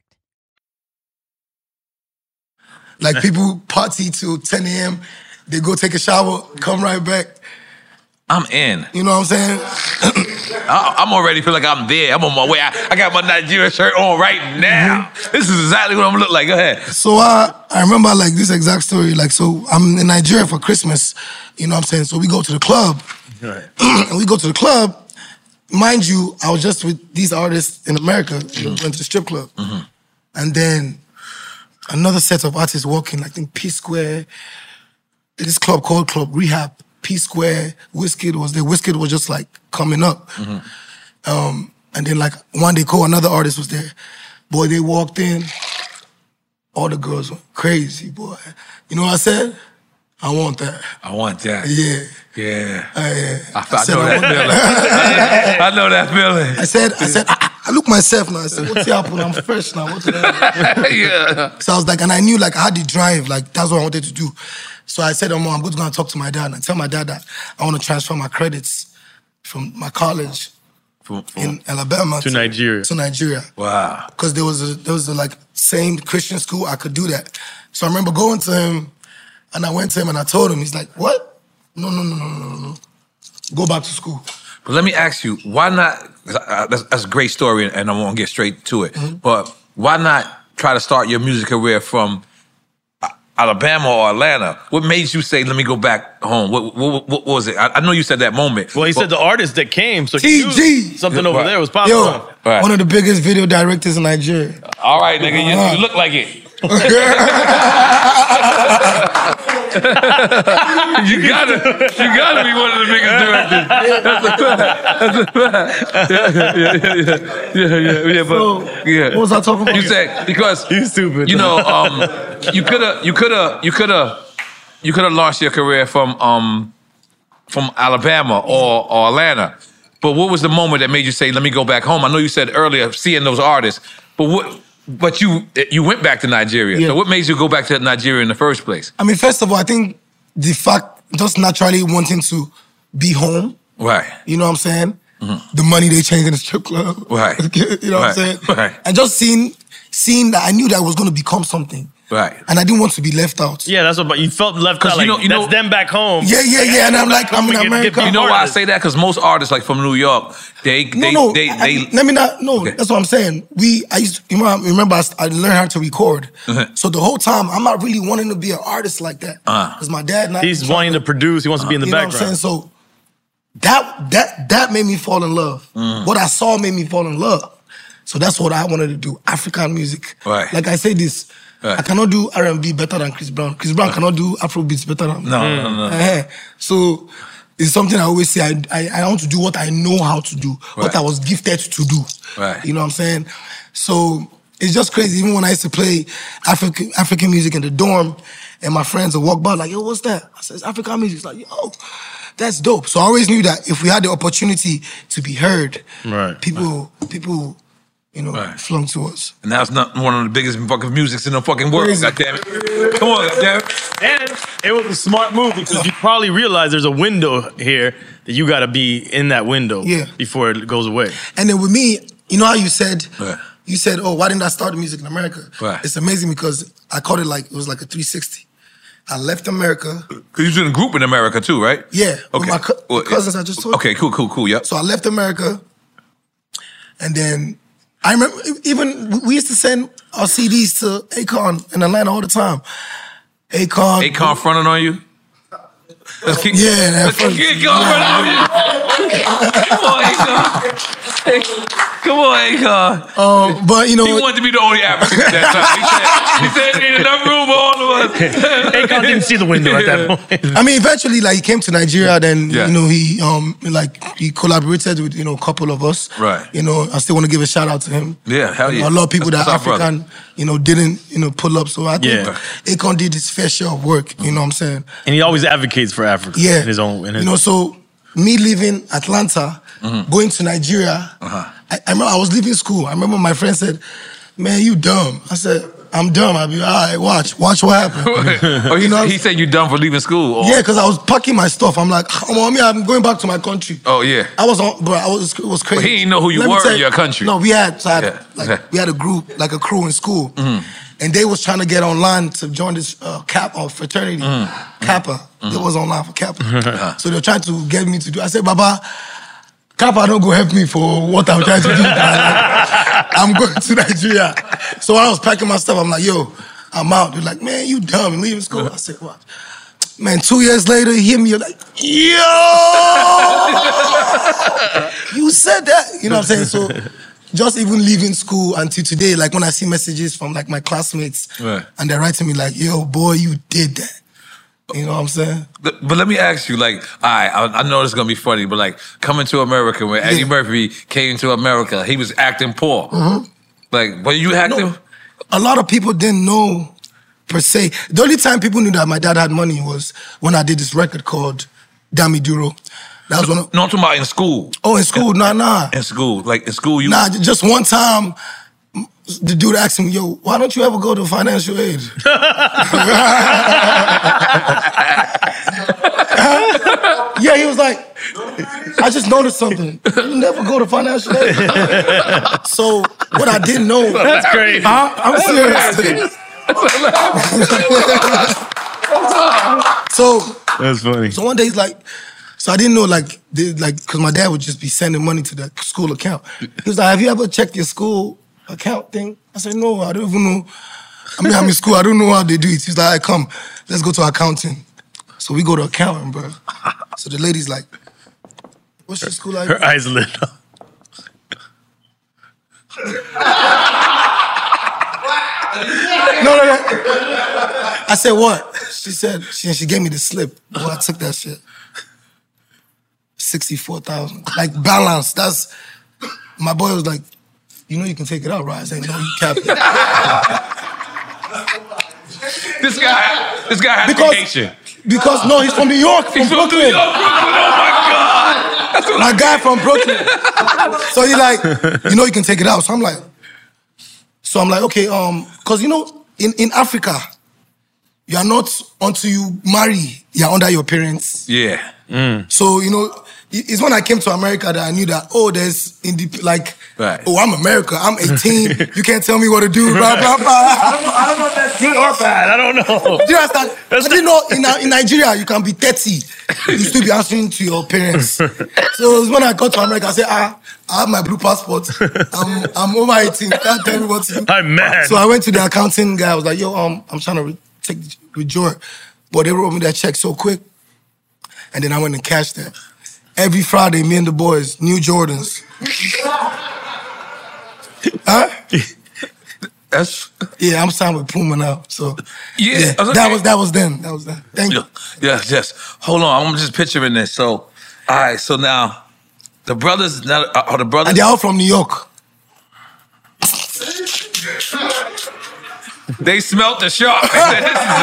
Like people party till 10 a.m. They go take a shower, come right back. I'm in. You know what I'm saying? I, I'm already feel like I'm there. I'm on my way. I, I got my Nigerian shirt on right now. Mm-hmm. This is exactly what I'm gonna look like. Go ahead. So I I remember like this exact story. Like so I'm in Nigeria for Christmas. You know what I'm saying? So we go to the club. and we go to the club. Mind you, I was just with these artists in America. and we Went to the strip club. Mm-hmm. And then another set of artists walking, I think P Square, this club called Club Rehab, P Square, Whiskey was there. Whiskey was just like coming up. Mm-hmm. Um, and then like one day Cole, another artist was there. Boy, they walked in. All the girls went crazy, boy. You know what I said? I want that. I want that. Yeah. Yeah. Uh, yeah. I, I know that feeling. I know that feeling. I said, I said, I, I- I look myself now. I said, what's happened? I'm fresh now. What's yeah. So I was like, and I knew like I had the drive, like that's what I wanted to do. So I said, oh, mom, I'm going to go and talk to my dad and I tell my dad that I want to transfer my credits from my college From- in Alabama To Nigeria. To Nigeria. Wow. Because there was a, there was a, like same Christian school I could do that. So I remember going to him and I went to him and I told him, he's like, what? No, no, no, no, no, no, no. Go back to school. But let me ask you, why not? 'cause I- I- That's, that's a great story, and I won't get straight to it. Mm-hmm. But why not try to start your music career from A- Alabama or Atlanta? What made you say, "Let me go back home"? What what, what was it? I, I know you said that moment. Well, he said the artist that came, so he knew TG. something over there was popping. Yo, one of the biggest video directors in Nigeria. All right, nigga, you, Uh-huh. you look like it. you gotta, you gotta be one of the biggest directors. That's a fact. That's a fact. Yeah, yeah, yeah, yeah, yeah, yeah. But yeah, what was I talking about? You said because you stupid. You know, um, you coulda, you coulda, you coulda, you coulda launched your career from um, from Alabama or, or Atlanta. But what was the moment that made you say, "Let me go back home"? I know you said earlier seeing those artists, but what? But you you went back to Nigeria. So what made you go back to Nigeria in the first place? I mean, first of all, I think the fact just naturally wanting to be home, Right. you know what I'm saying? The money they change in the strip club. Mm-hmm. Right. you know what I'm Right. saying? Right. And just seeing seeing that I knew that I was gonna become something. Right. And I didn't want to be left out. Yeah, that's what. But you felt left 'Cause out. you Like, know- you that's know- them back home. Yeah, yeah, yeah, and I'm like, I'm in Get- get America. beat You know why I artists. say that? Because most artists, like from New York, they they no, no, they, I- I- they let me not. No, that's what I'm saying. We, I used, to, you know, I remember I, s- I learned how to record. So the whole time, I'm not really wanting to be an artist like that Uh. Uh-huh. because my dad. Not He's wanting to produce. He wants to be in the you background. Know what I'm saying? So that that that made me fall in love. Mm. What I saw made me fall in love. So that's what I wanted to do. African music. Right. Like I say this. Right. I cannot do R&B better than Chris Brown. Chris Brown cannot do Afrobeats better than me. No, no, no. Eh, So it's something I always say. I, I, I want to do what I know how to do, what Right. I was gifted to do. Right. You know what I'm saying? So it's just crazy. Even when I used to play African African music in the dorm, and my friends would walk by like, "Yo, what's that?" I said, "It's African music." It's like, "Yo, that's dope." So I always knew that if we had the opportunity to be heard, Right. people people you know flung to us. and that's not one of the biggest fucking musics in the fucking world. God damn it! Come on, God damn it! And it was a smart move because you probably realize there's a window here that you got to be in that window Yeah. before it goes away. And then with me, you know how you said you said, "Oh, why didn't I start music in America?" Right. It's amazing because I called it like it was like a 360. I left America. Because you was in a group in America too, right? Yeah, with Okay. my cou- Well, cousins I just told you. Okay, cool, cool, cool. Yep. So I left America, and then I remember even we- we used to send our CDs to Akon in Atlanta all the time. Akon, Akon fronting on you. Let's keep, Yeah, that let's front- keep going on you. Come on, Akon. Come on, Akon. Um, but you know, he wanted to be the only African at that time. He said, he said "Ain't enough room for all of us." Akon didn't see the window at that point. I mean, eventually, like he came to Nigeria. Then Yeah. you know he um like he collaborated with you know a couple of us. Right. You know, I still want to give a shout out to him. Yeah, hell You know, yeah. A lot of people That's that what's up, brother. African, you know, didn't you know pull up. So I think Yeah. Akon did his fair share of work. You know what I'm saying? And he always advocates for Africa. Yeah. In his own. In his You know, so me leaving Atlanta, Mm-hmm. going to Nigeria. Uh-huh. I, I remember I was leaving school. I remember my friend said, "Man, you dumb." I said, "I'm dumb." I'll be all right. Watch, watch what happened. oh, he, You know- he said you done for leaving school. Or, Yeah, because I was packing my stuff. I'm like, oh, mommy, I'm going back to my country. Oh yeah. I was on, bro. I was it was crazy. But he didn't know who you me were tell in your country. No, we had, so I had Yeah. Mm-hmm. like we had a group, like a crew in school, and they was trying to get online to join this uh, Cap or fraternity, Mm-hmm. Kappa. It was online for Kappa. Uh-huh. Ah. So they're trying to get me to do. I said, Baba, Kappa don't go help me for what I'm trying to do. I'm going to Nigeria. So when I was packing my stuff, I'm like, yo, I'm out. They're like, man, you dumb, you leaving school. I said, watch. Man, two years later, he hit me like, yo, you said that. You know what I'm saying? So just even leaving school until today, like when I see messages from like my classmates Right. and they're writing me like, yo, boy, you did that. You know what I'm saying? But but let me ask you, like, all right, I, I know this is gonna be funny, but like, coming to America, when Eddie Murphy came to America, he was acting poor. Mhm. Like, were you acting? a lot of people didn't know per se. The only time people knew that my dad had money was when I did this record called Dami Duro. That was one of No, I'm talking about in school. Oh, in school, nah, nah. In school, like in school, you Nah, j- just one time the dude asked me, yo, why don't you ever go to financial aid? yeah, he was like, I just noticed something. You never go to financial aid. so what I didn't know. That's crazy. I, I'm That's serious. crazy. so That's funny. so one day he's like, so I didn't know like they, like because my dad would just be sending money to the school account. He was like, have you ever checked your school account thing? I said, no, I don't even know. I mean, I'm in school. I don't know how they do it. He's like, all right, come, let's go to accounting. So we go to accounting, bro. So the lady's like, what's your school like? Her eyes lit up. no, no, no. I said, what? She said, she, she gave me the slip. Boy, I took that shit. 64,000. Like balance. That's, my boy was like, you know you can take it out, right? I said, no, you capped it. this guy, this guy has Because- vacation. Because, no, he's from New York, from Brooklyn. my guy from Brooklyn. So he like, you know, you can take it out. So I'm like, so I'm like, okay, um, cause you know, in, in Africa, you are not until you marry, you're under your parents. Yeah. So you know, it- it's when I came to America that I knew that oh, there's indep- like Right. oh, I'm America, I'm 18, you can't tell me what to do, blah blah I blah. don't know- I don't know if that's good or bad. I don't know. Do you understand? I didn't know in, uh, in Nigeria you can be 30, you still be answering to your parents. So it's when I got to America, I said, ah, I have my blue passport. I'm I'm over 18. Can't tell me what to do. I'm mad. So I went to the accounting guy. I was like, yo, um, I'm trying to re- take withdraw, but they wrote me that check so quick, and then I went and cashed that. Every Friday, me and the boys, new Jordans. huh? That's yeah. I'm signed with Puma now, so Yeah, okay. that was that was then. That was then. Thank you. Yes, yes. Hold on, I'm just picturing this. So, all right, so now the brothers, now are the brothers? And they're all from New York. They smelt the shark. They said, this, is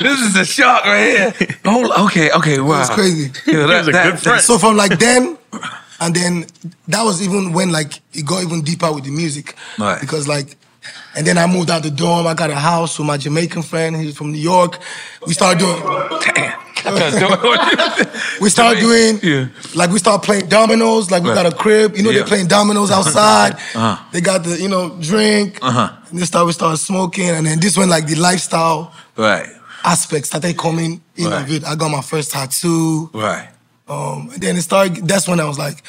a, this is a shark right here. Oh, okay, okay, wow. It's crazy. Yeah, that- that- So from like then, and then that was even when like it got even deeper with the music. Right. Because like, and then I moved out the dorm. I got a house with my Jamaican friend. He's from New York. We started doing. we started doing like we started playing dominoes. Like we Right. got a crib. You know Yeah. they're playing dominoes outside. Uh-huh. They got the you know drink. Uh-huh. And this time we started smoking, and then this when like the lifestyle Right, aspects started coming in Right. of it. I got my first tattoo. right. Um, and then it started. That's when I was like,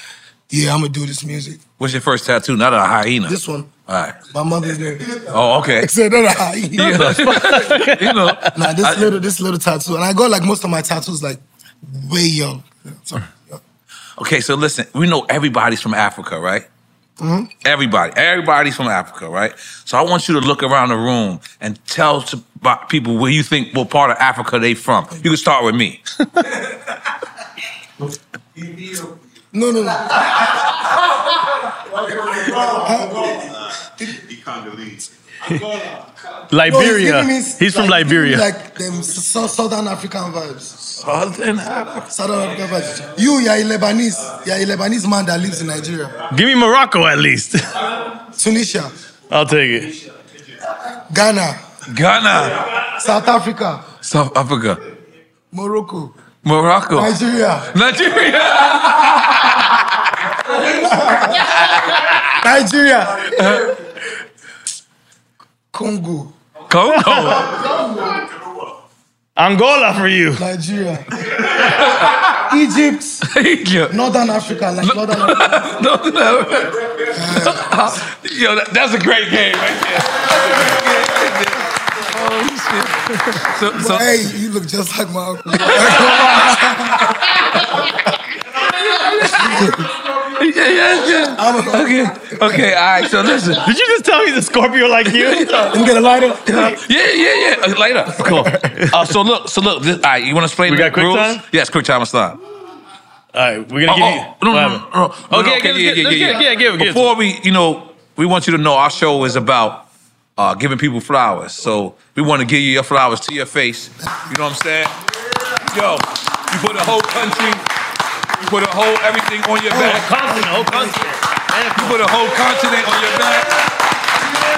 "Yeah, I'm gonna do this music." What's your first tattoo? Not a hyena. This one. All right. My mother's name. Oh, okay. I said, "No, no, I- you know. Nah, this little, this little tattoo, and I got like most of my tattoos like way young. So, Okay, so listen, we know everybody's from Africa, right? mhm. Everybody, everybody's from Africa, right? So I want you to look around the room and tell to, by, people where you think what part of Africa they from. You can start with me. No, no, no. Liberia. He's from Liberia. Like them sou- Southern African vibes. Southern Africa. Southern African vibes. You, you're a Lebanese. You're a Lebanese man that lives in Nigeria, Give me Morocco at least. Tunisia, I'll take it. Ghana, Ghana, South Africa, South Africa, Morocco, Morocco, Nigeria, Nigeria. Nigeria, Congo. Coco. Angola for you. Nigeria. Egypt. Egypt. Northern Africa. Like Northern Africa. Don't do that. Yo, that- that's a great game right there. So, so- But hey, you look just like my uncle. yeah, yeah, yeah. Okay, okay, all right. So listen. Did you just tell me the Scorpio like you? and get a lighter? Yeah, yeah, yeah. Later. Cool. Uh, so look, so look. This, all right, you want to explain We the got quick rules? time? Yes, quick time. It's time. All right, we're gonna give you. no, no, What no, no, no, Okay, no, okay, let's get- let's get- yeah, give it, give it. Before we, you know, we want you to know our show is about uh, giving people flowers. So we want to give you your flowers to your face. You know what I'm saying? Yo, you put a whole country, you put a whole everything on Oh, your back. continent, whole continent. You put a whole continent on your back.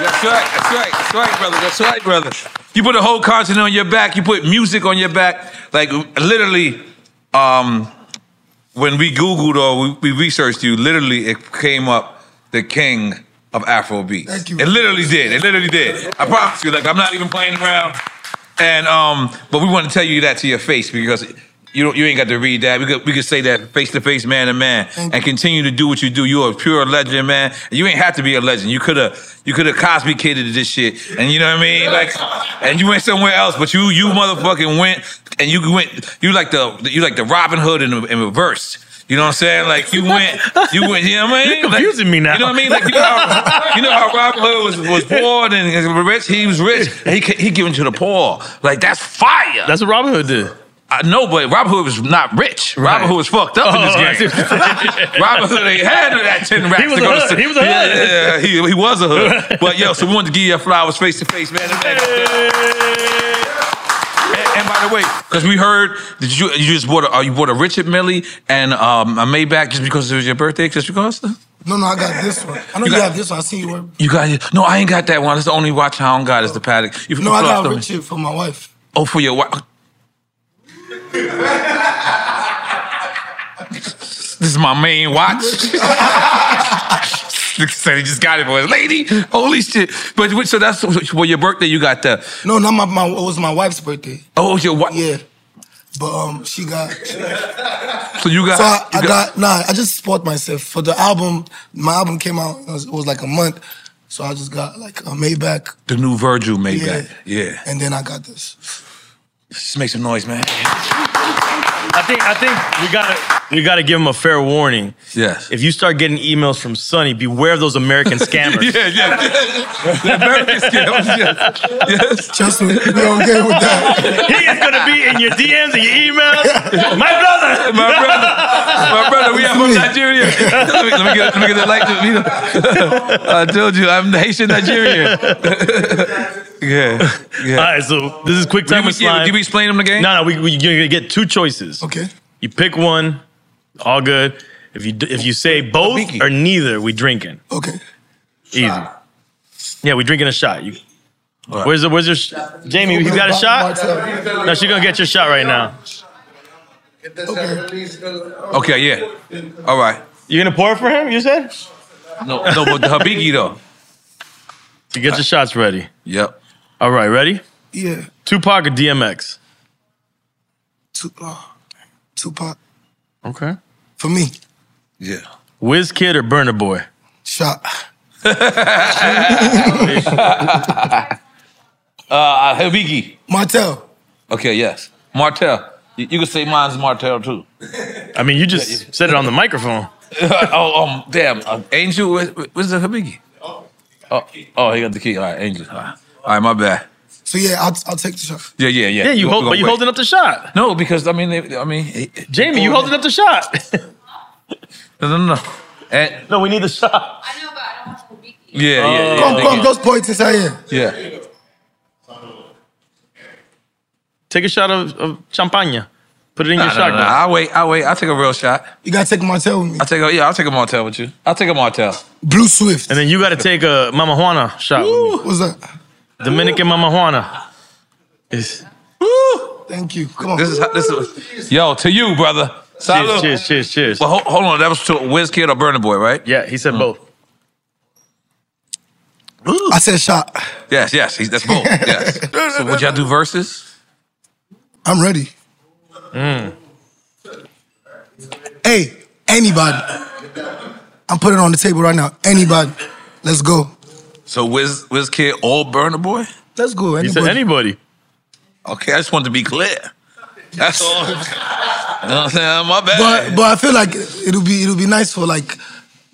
That's right, that's right, that's right, brother. That's right, brother. You put a whole continent on your back. You put music on your back. Like literally, um, when we Googled or we, we researched you, literally it came up the king of Afrobeat. Thank you. It literally did. It literally did. I promise you. Like I'm not even playing around. And um, but we want to tell you that to your face because you don't, you ain't got to read that. We could we could say that face to face, man to man, and continue to do what you do. You're a pure legend, man. You ain't have to be a legend. You could have you could have Cosby kidded this shit, and you know what I mean, like, and you went somewhere else, but you you motherfucking went and you went you like the you like the Robin Hood in, in reverse. You know what I'm saying? Like you went, you went. You know what I mean? You're confusing me now. You know what I mean? Like you know how, you know how Robin Hood was, was poor and, and rich. He was rich. And he ca- he giving to the poor. Like that's fire. That's what Robin Hood did. I know, but Robin Hood was not rich. Robin Hood was fucked up Oh, I in see this game. Robin Hood ain't had none of that ten racks. He was to a go to hood. sleep. He was a hood. Yeah, yeah, he, he was a hood. But yo, so we wanted to give you flowers face to face, man. And, and by the way, because we heard that you you just bought a uh, you bought a Richard Millie and um, a Maybach just because it was your birthday, just because. No, no, I got this one. I know you, have this one. I seen you wear. You got no, I ain't got that one. That's the only watch I don't got is the paddock. You No, I got Florida- Richard for my wife. Oh, for your wife. this is my main watch. Said he just got it for his lady. Holy shit! But what- so that's for your birthday. You got the No, not my, my. It was my wife's birthday. oh your wife. Yeah, but um, she got. So you got so I, you I got nah. I just spoiled myself for the album. My album came out. It was, it was like a month, so I just got like a Maybach, the new Virgil Maybach. Yeah. and then I got this. Just make some noise, man. I think I think we gotta we gotta give him a fair warning. Yes. If you start getting emails from Sonny, beware of those American scammers. Yeah, yeah. The American scams, yes. yes. Trust me, we don't get with that. He is gonna be in your DMs and your emails. My brother. My brother, my brother, we are from Nigeria. let, me, let me get, let me get the light. To, you know. I told you, I'm Haitian Nigerian. yeah, yeah. All right, so this is quick Did time we, with yeah, slime. did we explain them the game? no, no, we, we, you're gonna get two choices. Okay. You pick one, all good. If you d- if you say both Biki. or neither, we drinking. Okay. Easy. Yeah, we drinking a shot. You, right. Where's the where's your sh- Jamie? You got a shot? Martell. No, she's gonna get your shot right now. Okay. Okay, yeah. All right. You gonna pour for him? You said. No, no, but the Habiki though. You get your shots ready. Yep. All right, ready? Yeah. Tupac or DMX? Tup- oh, Tupac. Okay. For me, Yeah. Whiz Kid or Burner Boy? shot. Uh, Habiki. Martel. Okay, yes. Martel. You, you can say mine's Martel too. I mean, you just said it on the microphone. oh, um, damn. Uh, Angel, where, where's the Habiki? Oh, oh, he got the key. All right, Angel. All right, All right my bad. So yeah, I'll, I'll take the shot. Yeah, yeah, yeah. Yeah, you We- hold, we but you gonna holding up the shot. No, because I mean, they, I mean, it- it- Jamie, you holding up the shot. no, no, no. And, no, we need the shot. Oh. I know, but I don't have to yeah, yeah, yeah, Come, they come, get- those points inside here. yeah. Take a shot of, of champagne. Put it in Nah, your nah, shot nah, nah. glass. I wait, I wait. I will take a real shot. You gotta take Martel with me. I will take a yeah. I'll take a Martel with you. I'll take a Martel. Blue Swift. And then you got to take a Mama Juana shot. With me. What's that? Dominican Mama Juana. It's- Thank you. Come on. This is how, this is yo to you, brother. cheers, Salute. cheers, cheers, cheers. Well, hold, Mm. hold on. That was to Wiz Kid or Burner Boy, right? Yeah, he said both. I said shot. Yes, yes. He's, that's bold. Yes. so would y'all do verses? I'm ready. Hey, anybody. I'm putting it on the table right now. Anybody. Let's go. So Wiz, Wiz Kid all burner boy? Let's go. Anybody. anybody. Okay, I just wanted to be clear. That's all. you know what I'm saying? My bad. But but I feel like it'll be it'll be nice for like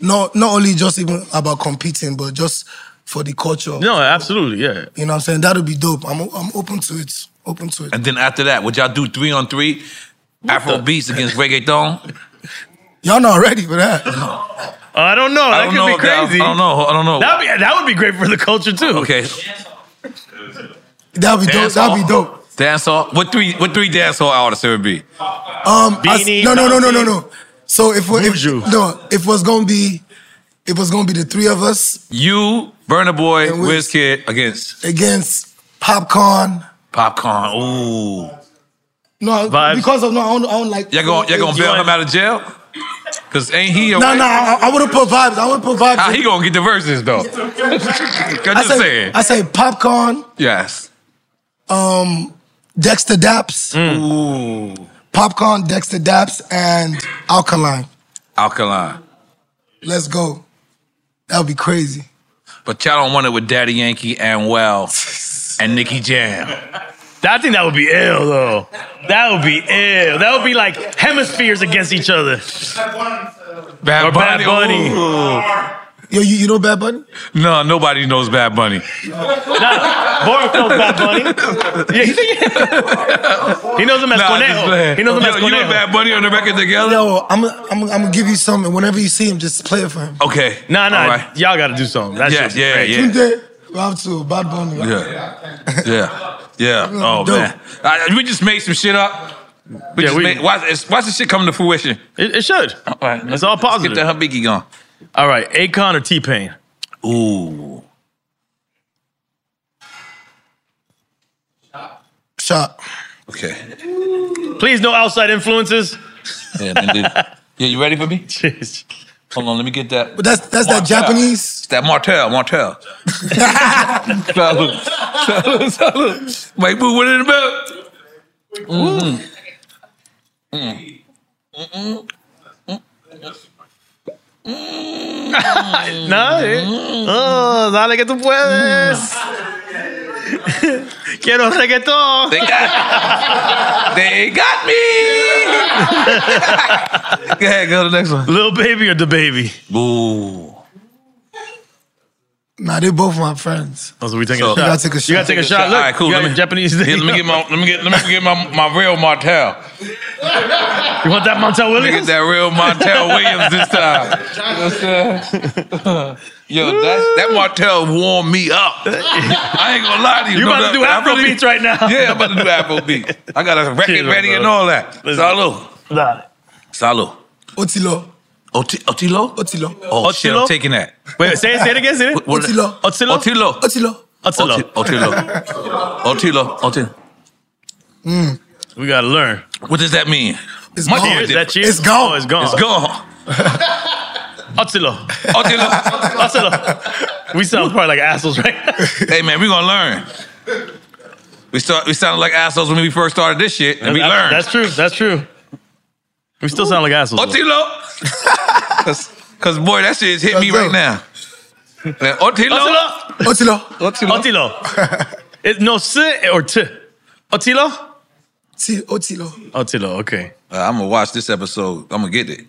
not not only just even about competing, but just for the culture. No, absolutely, yeah. You know what I'm saying? That'll be dope. I'm I'm open to it. Open to it. and then after that, would y'all do three on three? Afro beats against reggaeton? Y'all not ready for that. Um, I don't know. That don't could know be if that- crazy. I don't know. I don't know. That'd be, that would be great for the culture too. Okay. That'd be dope. That'd be dope. Dance hall. What three? What three dance hall artists it would be? Um, I s- Beanie, no, no, no, no, no, Bounty. no. So if we if no, if it was gonna be, if it was gonna be the three of us You, Burner Boy, Wizkid against against popcorn. Popcorn. Ooh. Oh. No, Vibes. because of no, I don't, I don't like. Y'all gonna y'all gonna bail him out of jail? Cause ain't he? No, a no, I, I wouldn't put vibes. I wouldn't put vibes. How he gonna get the verses though? I'm just say, saying. I say popcorn. Yes. Um, Dexter Daps. Mm. Ooh. Popcorn, Dexter Daps, and Alkaline. Alkaline. Let's go. That would be crazy. But y'all don't want it with Daddy Yankee and Well and Nicky Jam. I think that would be ill though. That would be ill. That would be like hemispheres against each other. Bad Or Bad Bunny. Yo, you, you know Bad Bunny? No, nobody knows Bad Bunny. Boris knows Bad Bunny. Yeah, he, he knows him as Nah, just Conejo. playing. He knows him Yo, as you and Conejo. Bad Bunny on the record together? Yo, I'm gonna I'm, I'm gonna give you something. Whenever you see him, just play it for him. Okay. Nah, nah. All right. Y'all got to do something. That's Yeah, just yeah, crazy. yeah. Tunde, Round two, Bad Bunny. Yeah. Yeah. Yeah. Oh Dope. man. Uh, we just made some shit up. We Yeah, just we- made, watch, it's- watch this shit come to fruition. It, it should. All right. It's all positive. Get that Habiki gone. All right, Akon or T Pain? Ooh. Shot. Okay. Please, no outside influences. Yeah, man, dude. yeah, you ready for me? Hold on, let me get that. But that's that's that Japanese. It's that Martel, Martel. Salute. Salute, salute. Mike Boo, what it about? Mm-hmm. Mm. Mm-hmm. Mm-mm. No, eh. oh, dale que tú puedes. Quiero reggaeton. They got, they got me. go ahead, go to the next one. Little baby or the baby? Ooh. Nah, they both my friends. Oh, so we taking So- a You shot. gotta take a shot. You gotta take a shot. Look, All right, cool. You Let got me- Japanese. Yeah, let me get my let me get let me get my, my real Martel. You want that Let Montel me get Williams? that real Martel Williams this time. You know what I'm saying? Yo, that's, that Martel warmed me up. I ain't gonna lie to you. You No, about that- to do I Afro really- beats right now? Yeah, I'm about to do Afro beats. I got a record Chill, ready bro. and all that. Listen. Salud. Nah. Salud. Otilo. Oti- Otilo? Otilo. Oh, shit, I'm Otilo? taking that. Wait, say it, say it again. Say it. What- what- Otilo. Otilo? Otilo. Otilo. Otilo. Otilo. Otilo. Otilo. Otilo. Mm, We gotta learn. What does that mean? It's My gone. dear, Is that you? It's gone. Oh, it's gone. It's gone. Otilo. Otilo. Otilo. We sound probably like assholes, right? hey man, we gonna learn. We start. We sounded like assholes when we first started this shit, and we That's- learned. That's true. That's true. We still sound like assholes. though. Otilo. Cause, 'cause, boy, that shit is hit me That's right it. now. Like, Otilo. Otilo. Otilo. Otilo. Otilo. It's no s or t. Otilo. T- Otilo. Otilo. Okay. Uh, I'm gonna watch this episode. I'm gonna get it.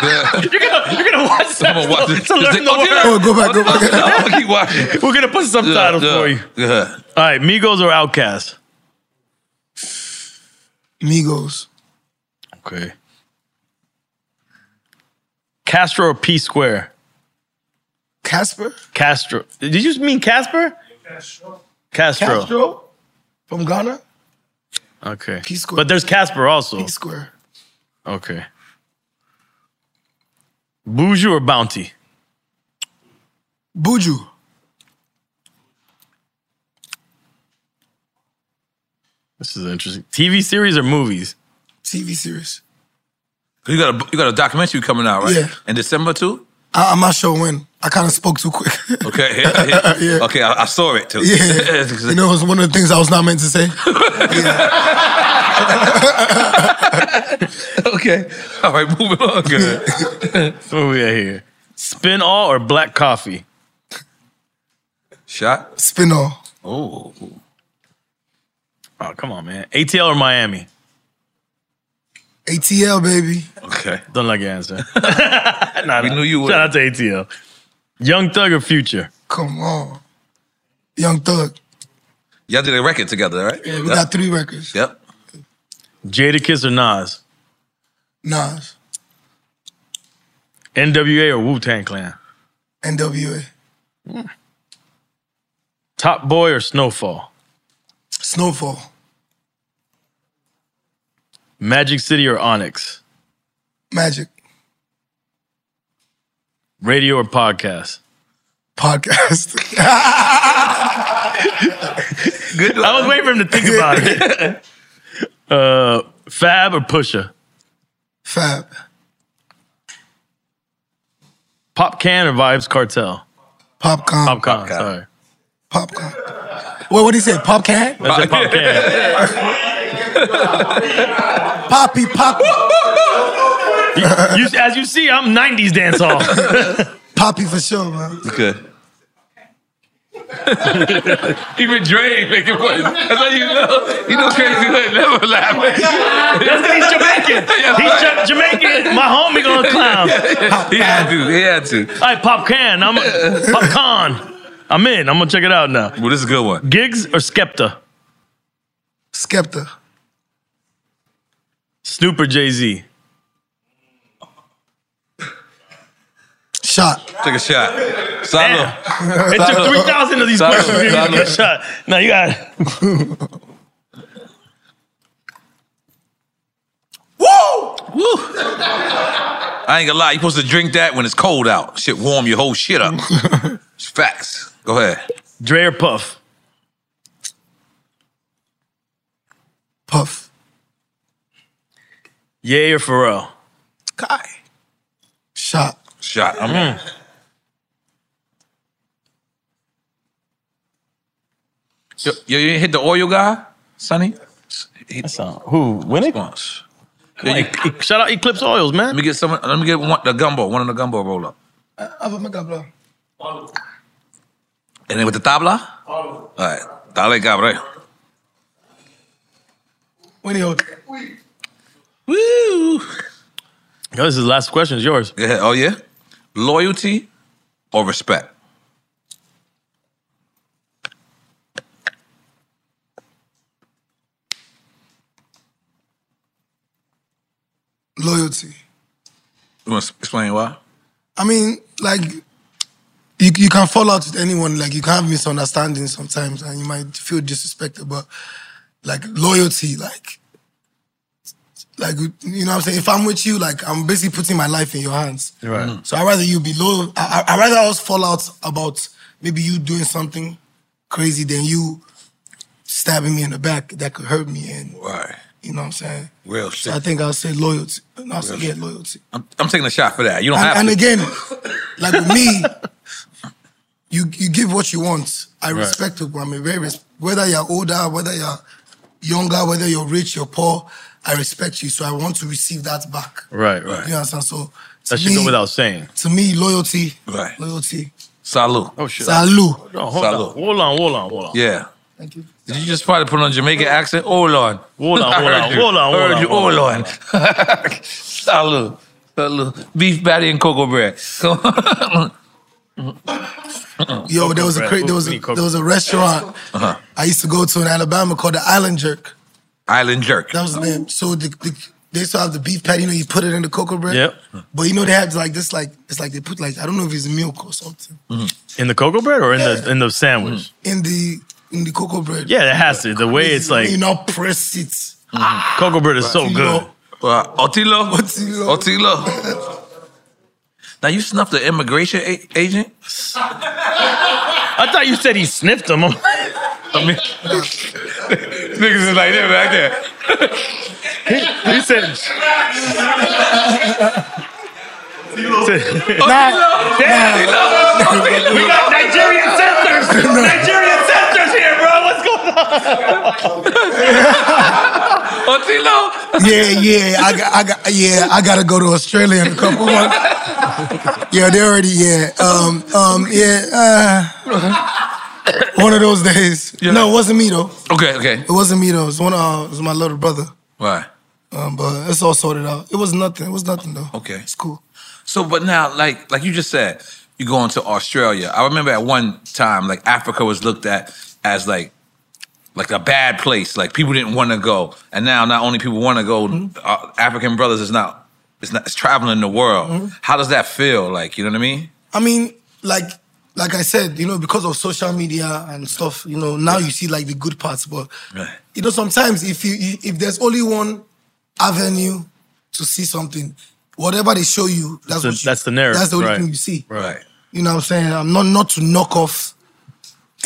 You're gonna you're gonna watch that I'm gonna watch this. to Is learn it the Otilo? word. Oh, go back, go back. No, I'm gonna keep watching. We're gonna put subtitles for you. Yeah. All right, Migos or Outcast? Migos. Okay. Castro or P Square? Casper. Castro. Did you mean Casper? Castro. Castro. From Ghana. Okay. P Square. But there's Casper also. P Square. Okay. Buju or Bounty? Buju. This is interesting. TV series or movies? TV series. You got a you got a documentary coming out right Yeah. in December too. I, I'm not sure when. I kind of spoke too quick. Okay, yeah, yeah. okay, I, I saw it too. yeah, you know, it was one of the things I was not meant to say. okay. All right, moving on. Good. what we at here? Spin all or black coffee? Shot. Spin all. Oh. Oh, come on, man. ATL or Miami? ATL, baby. Okay. Don't like your answer. nah, we knew you would. Shout out to ATL. Young Thug or Future? Come on. Young Thug. Y'all did a record together, right? Yeah, we got three records. Yep. Jadakiss or Nas? Nas. NWA or Wu Tang Clan? NWA. Top Boy or Snowfall? Snowfall. Magic City or Onyx? Magic. Radio or podcast? Podcast. Good I was waiting for him to think about it. uh, Fab or Pusha? Fab. Pop Can or Vibes Cartel? Popcorn. Popcorn, sorry. Popcorn. Wait, what did he say? Pop can? That's a Pop Can. Poppy, poppy. You- you- as you see, I'm 90s dance hall. Poppy for sure, man. Good. Even Dre making fun. That's how you know. You know crazy hood never laughing. That's 'cause he's Jamaican. He's Ja- Jamaican. My homie gonna clown. He had to. He had to. All right, Pop Can. I'm Pop Con. I'm in. I'm gonna check it out now. Well, this is a good one. Gigs or Skepta? Skepta. Snoop or Jay Z? Shot. Take a shot. Salo. It took 3,000 of these Solid, questions to even solid. get shot. Now you got it. Woo! I ain't gonna lie. You supposed to drink that when it's cold out. Shit, warm your whole shit up. it's facts. Go ahead. Dre or Puff? Puff. Yay or Pharrell? Kai. Shot. Shot. I'm Mm. in. Yo, yo, you hit the oil guy, Sonny? That's all. Who? Winnick? Response. Come on, E- E- shout out Eclipse Oils, man. Let me get some. Let me get one, the gumbo. One of the gumbo roll up, Abba Magabla. and then with the tabla. All right, dale cabre. Winnie Hope. Woo! Yo, this is the last question. It's yours. Go ahead. Oh yeah, loyalty or respect? Loyalty. You want to explain why? I mean, like, you, you can fall out with anyone. Like, you can have misunderstandings sometimes, and you might feel disrespected. But like loyalty, like, like you know what I'm saying. If I'm with you, like, I'm basically putting my life in your hands. Right. So I rather you be loyal. I I I'd rather us fall out about maybe you doing something crazy than you stabbing me in the back that could hurt me. And Right. you know what I'm saying. Real So shit. I think I'll say loyalty. No, I'll say yeah, loyalty. I'm, I'm taking a shot for that. You don't have And, and to. again, like with me, you you give what you want. I respect people. I'm a very res- whether you're older, whether you're younger, whether you're rich, you're poor. I respect you, so I want to receive that back. Right, You right. understand? So to That should me, go without saying. to me, loyalty, Right. loyalty. Salud. Oh, shit. Salud. No, hold Salud. on. Hold on, hold on, hold on. Yeah. Thank you. Did you just probably put on a Jamaican accent? Hold on. Hold on, I hold heard on, you. hold on, hold Heard on, you. hold Hold on. on. Salud. Salud. Beef patty and cocoa bread. Come on. Yo, there was a cra- there was a, there was a restaurant Uh-huh. I used to go to in Alabama called the Island Jerk. Island jerk. That was the name. So the, the, they used to have the beef patty. You know, you put it in the cocoa bread. Yep. But you know they had like this, like it's like they put like I don't know if it's milk or something Mm. In the cocoa bread or in the in the sandwich? in the in the cocoa bread. Yeah, it has to. The way it's like Mm. Mm-hmm. you know press it. cocoa bread is so You good. know, Uh, Otilo. Otilo. Otilo. Now you snuffed the immigration a- agent? I thought you said he sniffed them. I mean, niggas is like that back there. Oh, he said Nah. We got Nigerian censors. Nigerian censors here, bro. What's going on? yeah, yeah, I got, I got, yeah, I gotta go to Australia in a couple months. Yeah, they already, yeah, um, um, yeah, uh, one of those days. No, it wasn't me though. Okay, okay. It wasn't me though. It was one, uh, it was my little brother. Why? Um, but it's all sorted out. It was nothing. It was nothing though. Okay. It's cool. So, but now, like, like you just said, you're going to Australia. I remember at one time, like, Africa was looked at as like, like a bad place. Like people didn't want to go, and now not only people want to go, Mm-hmm. uh, African brothers is not, it's not, it's traveling the world. Mm-hmm. How does that feel? Like, you know what I mean? I mean, like like I said, you know, because of social media and stuff, you know, now you see like the good parts. But Right. you know, sometimes if you you- if there's only one avenue to see something, whatever they show you, that's the, what you, that's the narrative. That's the only right. thing you see. Right. You know what I'm saying? I'm not not to knock off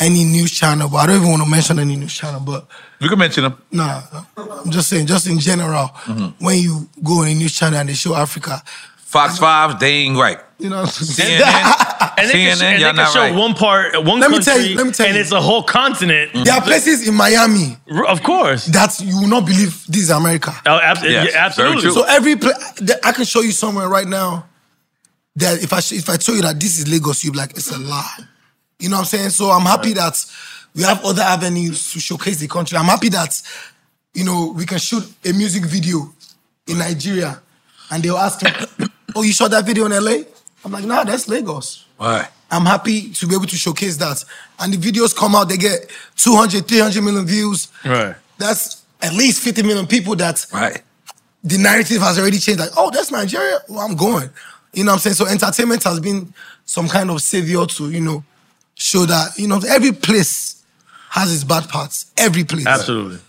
any news channel, but I don't even want to mention any news channel. But You can mention them. nah, I'm just saying, just in general, Mm-hmm. when you go on a news channel and they show Africa, Fox Five, they ain't right. you know, CNN, And they can, CNN, and y'all they can not show right. one part, one Let me country, tell you, let me tell and you. it's a whole continent. There are places in Miami, of course, that you will not believe this is America. Oh, abs- yeah, absolutely. So every pla- that I can show you somewhere right now that if I sh- if I show you that this is Lagos, you'll be like, it's a lie. You know what I'm saying? So I'm happy that we have other avenues to showcase the country. I'm happy that you know we can shoot a music video in Nigeria, and they'll ask me, "Oh, you shot that video in LA?" I'm like, "Nah, that's Lagos." All right. I'm happy to be able to showcase that. And the videos come out, they get 200, 300 million views. Right. That's at least 50 million people that right. the narrative has already changed. Like, oh, that's Nigeria. Well, I'm going. You know what I'm saying? So entertainment has been some kind of savior to, you know, show that, you know, every place has its bad parts. Every place. Absolutely.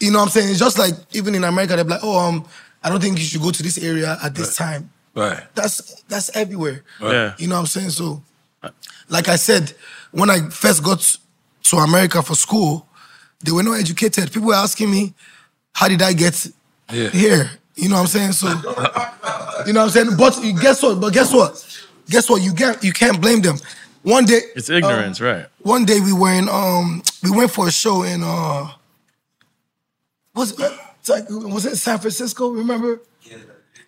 You know what I'm saying? It's just like even in America, they're like, oh, um, I don't think you should go to this area at this time. Right. That's that's everywhere. Right. Yeah. You know what I'm saying? So, like I said, when I first got to America for school, they were not educated. People were asking me, how did I get Yeah. here? You know what I'm saying? So, you know what I'm saying? But you- guess what? But guess what? Guess what? You can't you can't blame them. One day It's um, ignorance, right? one day we were in um we went for a show in uh was it, it's like, was it San Francisco? Remember?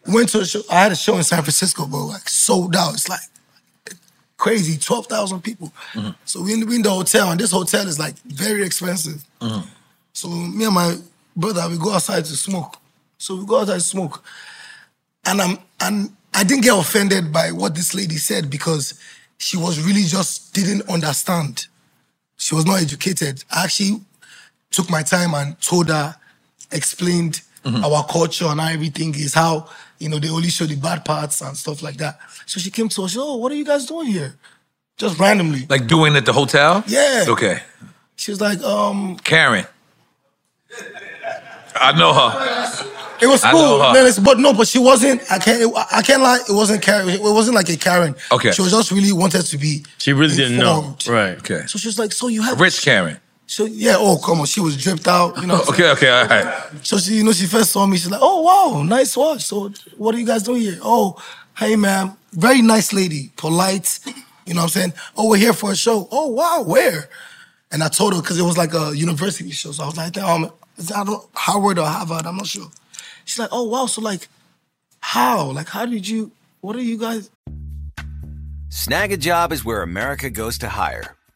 Went to a show. I had a show in San Francisco, bro. Like sold out. It's like crazy. Twelve thousand people. So we in, we in the hotel, and this hotel is like very expensive. Mm. So me and my brother, we go outside to smoke. So we go outside to smoke, and I'm and I didn't get offended by what this lady said because she was really just didn't understand. She was not educated. I actually took my time and told her, explained our culture and how everything is, how you know they only show the bad parts and stuff like that. So she came to us. Oh, what are you guys doing here? Just randomly. Like doing it at the hotel. Yeah. Okay. She was like, um, Karen. I know her. It was I cool, know her. no, it's- but no, but she wasn't. I can't. I can't lie. It wasn't Karen. It wasn't like a Karen. Okay. She was just really wanted to be. She really didn't know. informed. Right. Okay. So she was like, "So you have Rich Karen. So yeah. Oh come on. She was dripped out. You know. what I'm Okay. Okay. All right. saying? So she, you know, she first saw me. She's like, "Oh wow, nice watch. So what are you guys doing here? Oh, hey ma'am, very nice lady, polite. You know what I'm saying? Oh, we're here for a show. Oh wow, where? And I told her because it was like a university show. So I was like, um, is that Howard or Harvard? I'm not sure. She's like, oh wow, so like, how? Like, how did you? What are you guys? Snag a job is where America goes to hire,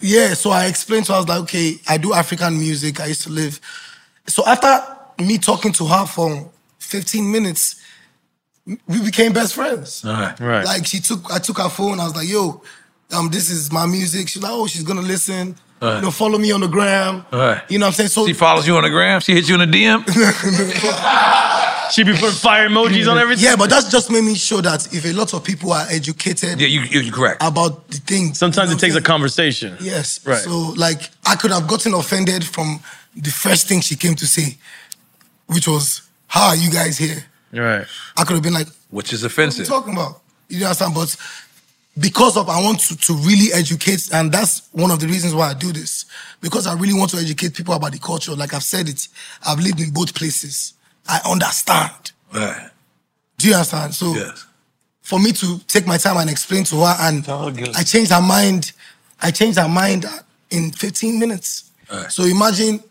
Yeah, so I explained to her, I was like, okay, I do African music. I used to live. So after me talking to her for 15 minutes, we became best friends. Right. Right. Like she took, I took her phone. I was like, yo, um, this is my music. She's like, oh, she's gonna listen. Right. You know, follow me on the gram. All right. You know what I'm saying? So She follows you on the gram. She hits you in the DM. she be putting fire emojis on everything. Yeah, but that's just made me show that if a lot of people are educated you, you're correct. about the thing, Sometimes it takes a conversation. Yes. Right. So like I could have gotten offended from the first thing she came to say, which was, How are you guys here? Right. I could have been like, Which is What are you offensive. talking about? You understand? But because of I want to, to really educate, and that's one of the reasons why I do this. Because I really want to educate people about the culture. Like I've said it, I've lived in both places. I understand. Right. Do you understand? So for me to take my time and explain to her and good. I changed her mind. I changed her mind in 15 minutes. Alright. So imagine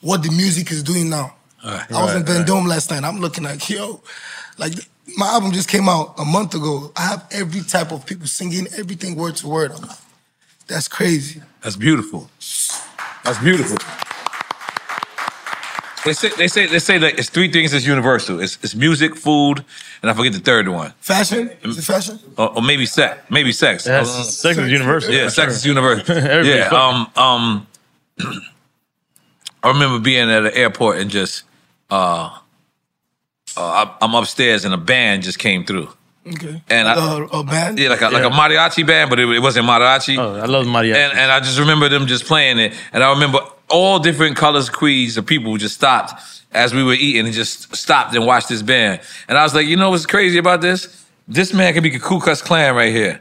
what the music is doing now. Alright. I was in Right, Vendome right. Dome last night. I'm looking like, yo, like my album just came out a month ago. I have every type of people singing everything word to word. I'm like, that's crazy. That's beautiful. That's beautiful. They say they say they say that it's three things that's universal. It's it's music, food, and I forget the third one. Fashion? Mm. Is it fashion? Or, or maybe sex. Maybe sex. Yes, Uh, sex is universal. Yeah, For sex sure. is universal. Everybody yeah. fuck. Um. Um. I remember being at an airport and just uh, uh I- I'm upstairs and a band just came through. Okay. And I, Uh, a band? yeah, like a, like a mariachi band, but it, it wasn't mariachi. Oh, I love mariachi. And, and I just remember them just playing it, and I remember all different colors, creeds of people just stopped as we were eating and just stopped and watched this band. And I was like, you know what's crazy about this? This man could be a Ku Klux Klan right here.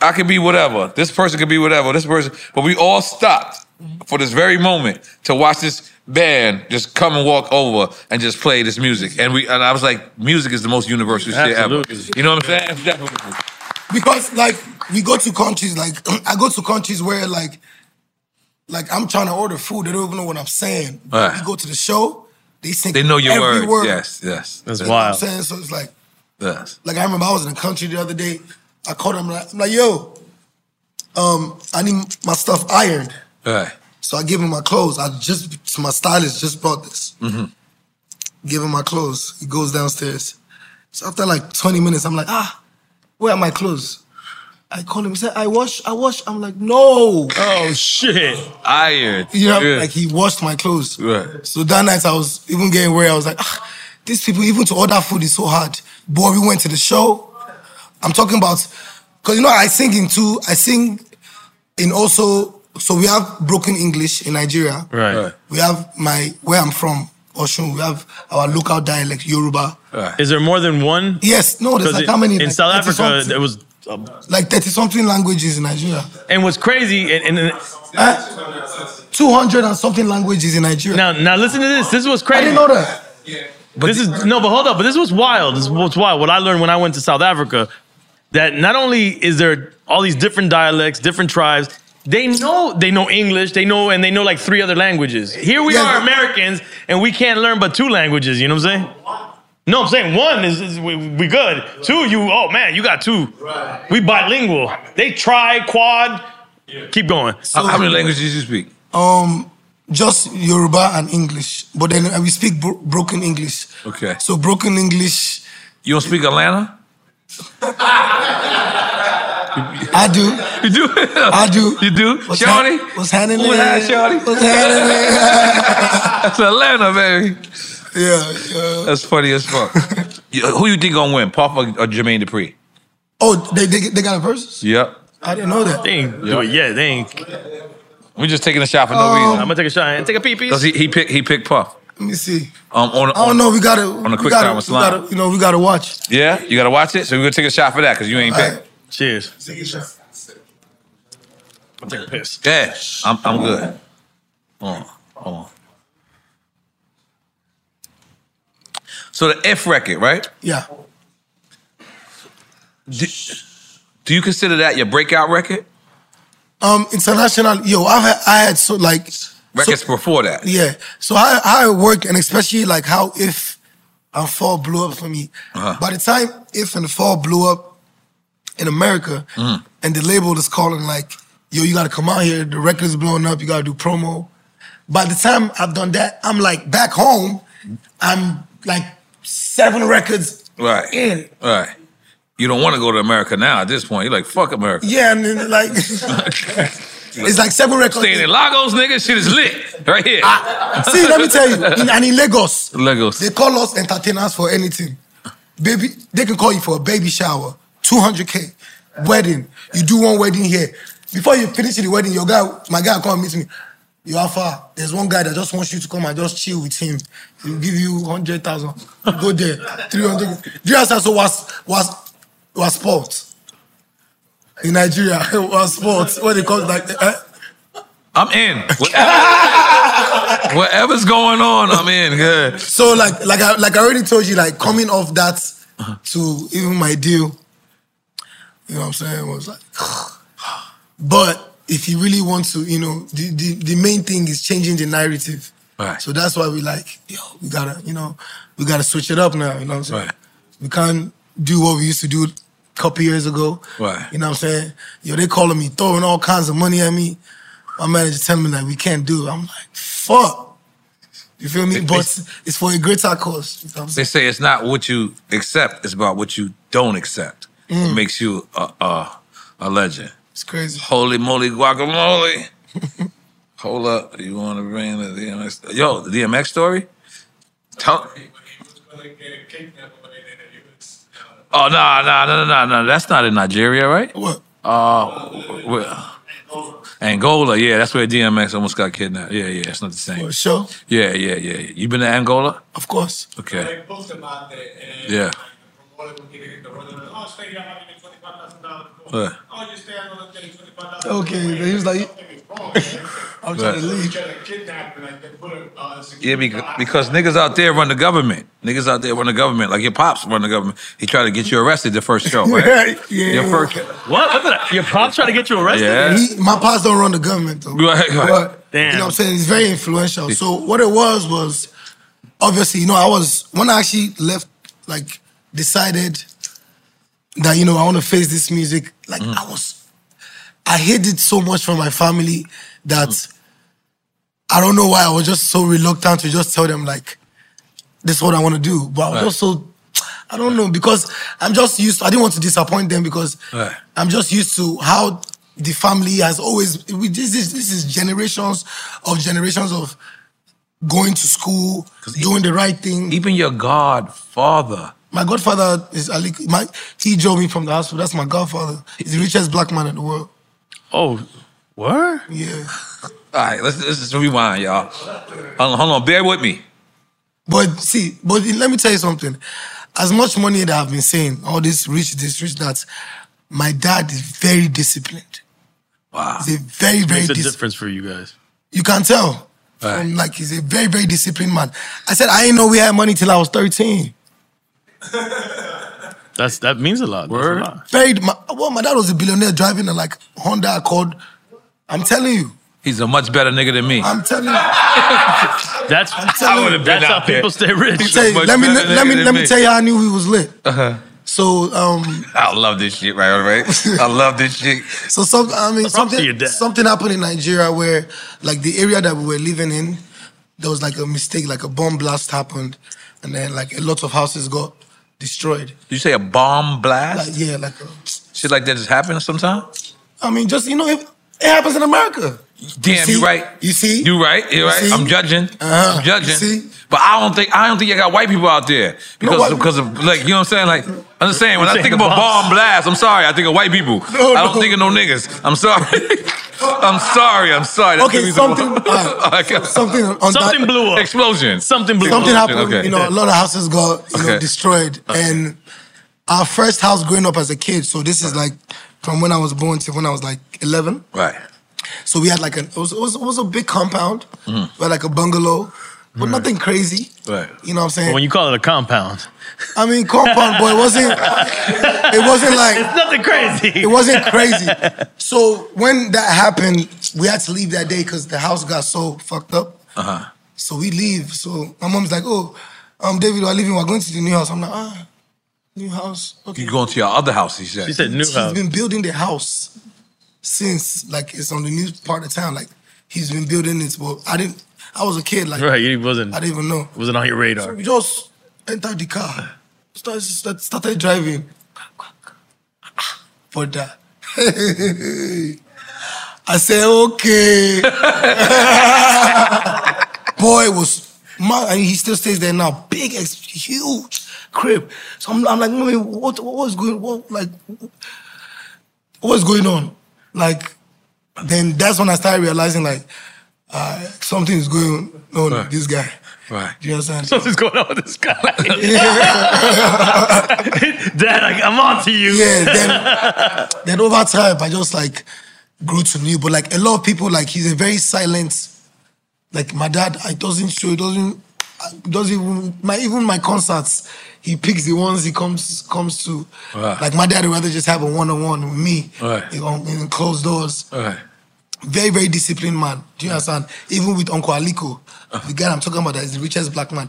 I could be whatever. This person could be whatever. This person, but we all stopped for this very moment to watch this band just come and walk over and just play this music. And we and I was like, music is the most universal shit ever. Absolutely. You know what I'm saying? Definitely. because like we go to countries like I go to countries where like like I'm trying to order food, they don't even know what I'm saying. Right. You go to the show, they sing. They know your every words. Word. Yes, yes. That's You know what I'm saying so. It's like Yes. like I remember I was in the country the other day. I called him like I'm like yo, um, I need my stuff ironed. Right. So I give him my clothes. I just so my stylist just bought this. Mm-hmm. Give him my clothes. He goes downstairs. So after like 20 minutes, I'm like ah, where are my clothes? I call him. He said I wash. I wash. I'm like no. Oh shit. Iron. You know, Yeah. like he washed my clothes. Right. So that night I was even getting worried. I was like, ah, these people, even to order food is so hard. Boy, we went to the show. I'm talking about, because you know, I sing in two, I sing in also, so we have broken English in Nigeria. Right. Right. We have my, where I'm from, Oshun, we have our local dialect, Yoruba. Is there more than one? Yes, no, there's 'Cause like it- how many? In Like South 30 Africa, something. there was. Like 30 something languages in Nigeria. And what's crazy, and, and, and 200 and something languages in Nigeria. Now, now listen to this. This was crazy. I didn't know that. this is no, but hold up. But this was wild. This was wild. What I learned when I went to South Africa, that not only is there all these different dialects, different tribes. They know they know English. They know and they know like three other languages. Here we Yeah. are, Americans, and we can't learn but two languages. You know what I'm saying? No, I'm saying one is, is we, we good. Two, you oh man, you got two. We bilingual. They try quad. Keep going. So- How many languages you speak? Um, just Yoruba and English, but then we speak bro- broken English. Okay. So broken English. You don't speak Atlanta? I do. You do? I do. You do? What's Shorty? hap- what's happening? What's happening, Shorty? What's happening? That's Atlanta, baby. yeah, yeah. That's funny as fuck. You- Who you think gonna win, Papa or Jermaine Dupri? Oh, they, they they got a versus? Yep. I didn't know that. They ain't do it yet. They ain't. We just taking a shot for no Um, reason. I'm gonna take a shot and take a pee pee. Does he he pick he pick Puff? Let me see. Um, on, I don't know. We gotta on a we quick gotta, time with we slime. gotta- you know, we gotta watch. Yeah, you gotta watch it. So we're gonna take a shot for that because you ain't picked. Cheers. Take a shot. I'm taking a piss. Yeah, I'm I'm good. Hold on, hold on. So the F record, right? Yeah. Do, do you consider that your breakout record? Um, international. Yo, I've had, I had so like Records before that. yeah. So I I work and especially like how if and fall blew up for me. Uh-huh. By the time if and fall blew up in America, Mm. and the label is calling like, yo, you gotta come out here. The record is blowing up. You gotta do promo. By the time I've done that, I'm like back home. I'm like seven records. Right. In. Right. You don't want to go to America now at this point. You're like, fuck America. Yeah, and then like it's like seven records. Staying in Lagos, nigga, shit is lit. Right here. See, let me tell you, in, and in Lagos, Lagos. they call us entertainers for anything. Baby, they can call you for a baby shower, 200k, wedding. You do one wedding here. Before you finish the wedding, your guy, my guy, come and meet me. You are far. There's one guy that just wants you to come and just chill with him. He'll give you hundred thousand. Go there, three hundred. Do you understand? So was was was sport in Nigeria? Was sport? What they call it, like? eh? I'm in. Whatever- Whatever's going on, I'm in. Good. So like like I like I already told you, like coming off that to even my deal, you know what I'm saying, was like But if you really want to, you know, the, the, the main thing is changing the narrative. Right. So that's why we like, yo, we gotta, you know, we gotta switch it up now, you know what I'm saying? We can't do what we used to do a couple years ago. Right. You know what I'm saying? Yo, they calling me, throwing all kinds of money at me. My manager telling me that we can't do it. I'm like, fuck. You feel me? But it's for a greater cause. You know what I'm saying? They say it's not what you accept, it's about what you don't accept. It Mm. makes you a, a, a legend. It's crazy. Holy moly guacamole. Hold up. You want to bring the DMX? Yo, the DMX story? Tell- oh, no, no, no, no, no. That's not in Nigeria, right? What? Uh, well, Angola, yeah, that's where DMX almost got kidnapped. Yeah, yeah, it's not the same. For sure. Yeah, yeah, yeah. You been to Angola? Of course. Okay. Yeah. Yeah. Okay, he was like, I'm trying to Right. leave. Yeah, because, because niggas out there run the government. Niggas out there run the government. Like your pops run the government. He tried to get you arrested the first show, right? Yeah. Your first. What? What the- Your pops trying to get you arrested? Yeah. He, my pops don't run the government though. Right, right. But Damn. you know what I'm saying? He's very influential. So what it was was obviously, you know, I was when I actually left, like decided that, you know, I want to face this music, like Mm. I was I hated so much from my family that Mm. I don't know why I was just so reluctant to just tell them like this is what I want to do. But I was Right. just so I don't know because I'm just used. I didn't want to disappoint them because Right. I'm just used to how the family has always. We, this is this is generations of generations of going to school, doing the right thing. Even your godfather. My godfather is Ali. My, he drove me from the hospital. That's my godfather. He's the richest black man in the world. Oh, what? Yeah. All right, let's, let's just rewind, y'all. Hold on, hold on, bear with me. But see, but let me tell you something. As much money that I've been saying, all this rich, this rich, that my dad is very disciplined. Wow. He's a very, very Makes a disciplined. difference for you guys. You can tell. Right. From, like he's a very, very disciplined man. I said I didn't know we had money till I was 13. That's that means a lot. That's a lot. Very my, well, my dad was a billionaire driving a like Honda Accord. I'm telling you. He's a much better nigga than me. I'm telling you. That's telling you. that's how out there. people stay Let me rich. tell you, much let me better let nigga me than let me me. tell you how I knew he was lit. Uh-huh. So um I love this shit, right? Right? I love this shit. So some, I mean, your something dad. something happened in Nigeria where, like, the area that we were living in, there was like a mistake, like a bomb blast happened, and then like a lot of houses got destroyed. You say a bomb Like, blast? yeah, like a, Shit like that just happens sometimes. I mean, just you know, it, it happens in America. Damn, you, right. You see, you right. You right. see? I'm judging. Uh-huh. I'm judging. You see? But I don't think I don't think I got white people out there because white- because of like you know what I'm saying. Like I'm just saying when You're I saying think about bombs. bomb blast, I'm sorry. I think of white people. No, I don't no. think of no niggas. I'm sorry. I'm sorry. I'm sorry. That's Okay, the reason why- something- Okay. something on something blew up. Explosion. Something Something happened. You know, a lot of houses got you Okay. know destroyed, and our first house growing up as a kid. So this is like from when I was born to when I was like eleven. Right. So we had like an it was it was, it was a big compound, we had like a bungalow, but nothing crazy. Right. You know what I'm saying? When you call it a compound, I mean, compound, but it wasn't. It wasn't like It's nothing crazy. It wasn't crazy. So when that happened, we had to leave that day because the house got so fucked up. Uh huh. So we leave. So my mom's like, "Oh, um, David, we're leaving. We're going to the new house." I'm like, "Ah, new house." Okay. You going to your other house? He said. She said He's been building the house since like it's on the new part of town. Like he's been building it. Well, I didn't. I was a kid. Like right? You wasn't. I didn't even know. Wasn't on your So radar. we just entered the car, started, started driving. For that. I said, okay. Boy was, my, and he still stays there now. Big, ex- huge crib. So I'm, I'm like, mommy, what, what was going, what, like, what's going on? Like, then that's when I started realizing, like, uh, something is going on with this guy. Right. Do you understand? Something's going on with this guy. Dad, I, I'm on to you. Yeah, then, then over time, I just like grew to new. But like a lot of people, like he's a very silent. Like my dad, I doesn't show, he doesn't, I- doesn't even my even my concerts, he picks the ones he comes comes to. Right. Like my dad would rather just have a one on one with me, Right. you know, in closed doors All right. very, very disciplined man. Do you understand? Even with Uncle Aliko, the guy I'm talking about that is the richest black man.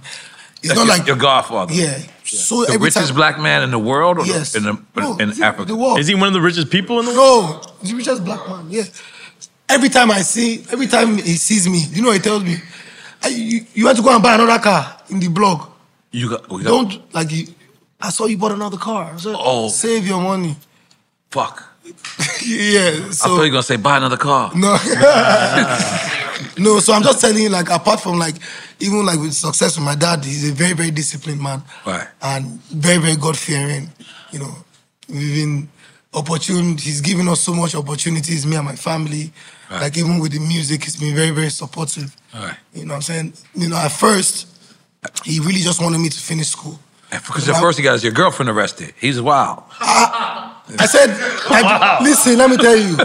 It's That's not your, like your godfather. yeah. So the every richest time, black man in the world, or the- Yes. in, the, in Africa. the world. Is he one of the richest people in the world? No, the richest black man. Yes. Every time I see, every time he sees me, you know, he tells me, "Ah, you, you have to go and buy another car in the block. You got, we got Don't like you. I saw you bought another car. I said, Oh. save your money. fuck. yeah. I thought So you were gonna say buy another car. no. No, so I'm just telling you, like, apart from like, even like with success with my dad, he's a very, very disciplined man Right. and very, very God fearing. You know, we've been opportune. He's given us so much opportunities, me and my family. Right. Like even with the music, he's been very, very supportive. All right. You know what I'm saying? You know, at first, he really just wanted me to finish school. Eh, Because at first he got your girlfriend arrested. He's wild. I said, like, listen, let me tell you,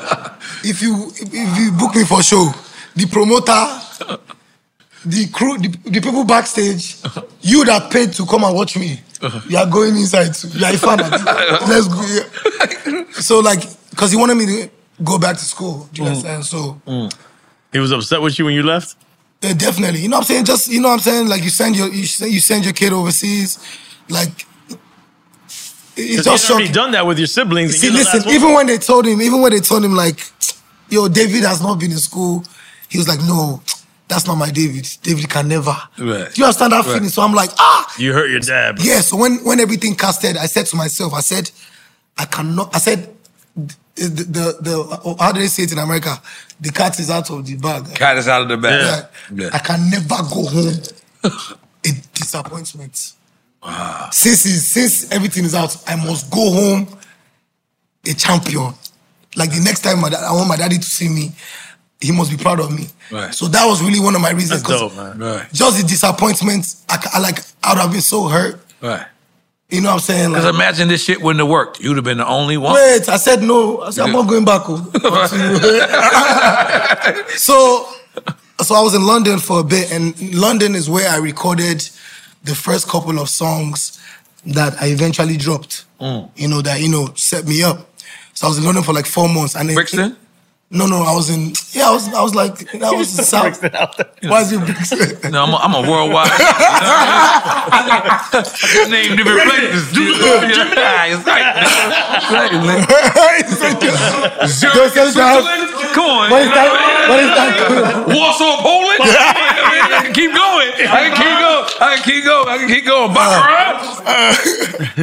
if you if you book me for show, the promoter, the crew, the, the people backstage, you that paid to come and watch me, you are going inside. Too. You are a fan. of it. Let's go. yeah. So like, cause he wanted me to go back to school. Mm. Do you understand? So He was upset with you when you left. yeah, definitely. You know what I'm saying? Just you know what I'm saying? Like you send your you send, you send your kid overseas, like. It's 'Cause just he'd already shocking. done that with your siblings. and See, you're the listen, last one. even when they told him, even when they told him, like, yo, David has not been in school, he was like, no, that's not my David. David can never. Right. Do you understand that Right. feeling? So I'm like, ah, you hurt your dad. bro. yeah. So when, when everything casted, I said to myself, I said, I cannot, I said, the, the, the, how do they say it in America? The cat is out of the bag. Cat is out of the bag. Yeah. I can never go home. A disappointment. Since it's- since everything is out, I must go home a champion. Like the next time my dad, I want my daddy to see me, he must be proud of me. Right. So that was really one of my reasons. That's 'cause dope, man. Right. Just the disappointment, I, ca- I like I would have been so hurt. Right. You know what I'm saying? Because Like, imagine this shit wouldn't have worked. You'd have been the only one. wait, I said no. I said I'm not going back. oh. so so I was in London for a bit, and London is where I recorded the first couple of songs that I eventually dropped. You know that you know set me up. So I was in London for like four months, and then- Brixton? No, no, I was in. Yeah, I was. I was like, I was in South. Why is it Brixton? No, I'm a, I'm a worldwide. Name different places. Yeah, it's right. It's right, man. Zurich, Don't say that. Switzerland? Come on. What is that? What is that? Warsaw, Poland? I can keep going. I can keep going. I can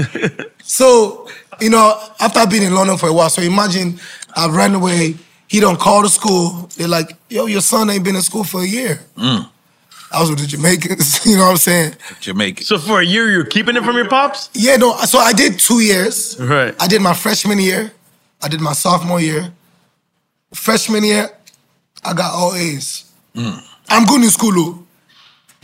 keep going. I can keep going. Baccarat? So you know, after I've been in London for a while, so imagine I ran away. He don't call the school. They're like, yo, your son ain't been in school for a year. Mm. I was with the Jamaicans. You know what I'm saying? Jamaican. So for a year, you're keeping it from your pops? Yeah, no. So I did two years. Right. I did my freshman year. I did my sophomore year. Freshman year, I got all A's. Mm. I'm good in school, though.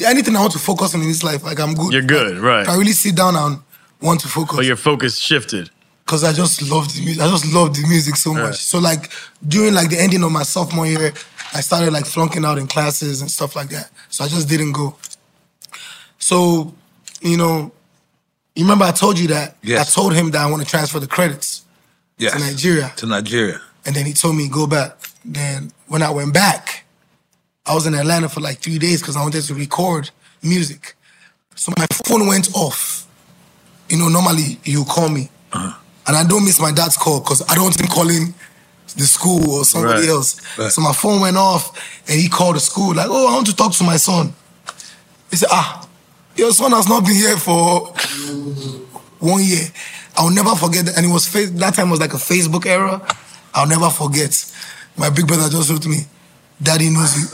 Anything I want to focus on in this life, like I'm good. You're good, right. If I really sit down and want to focus. But your focus shifted. because I just loved the music. I just loved the music so much. Right. So like during like the ending of my sophomore year, I started like flunking out in classes and stuff like that. So I just didn't go. So, you know, you remember I told you that Yes. I told him that I want to transfer the credits Yes. to Nigeria, To Nigeria. and then he told me go back. Then when I went back, I was in Atlanta for like three days because I wanted to record music. So my phone went off. You know, normally you call me. Uh-huh. And I don't miss my dad's call because I don't think calling the school or somebody Right, else. right. So my phone went off and he called the school, like, oh, I want to talk to my son. He said, ah, your son has not been here for one year. I'll never forget that. And it was fa- that time was like a Facebook era. I'll never forget. My big brother just wrote me, Daddy knows you.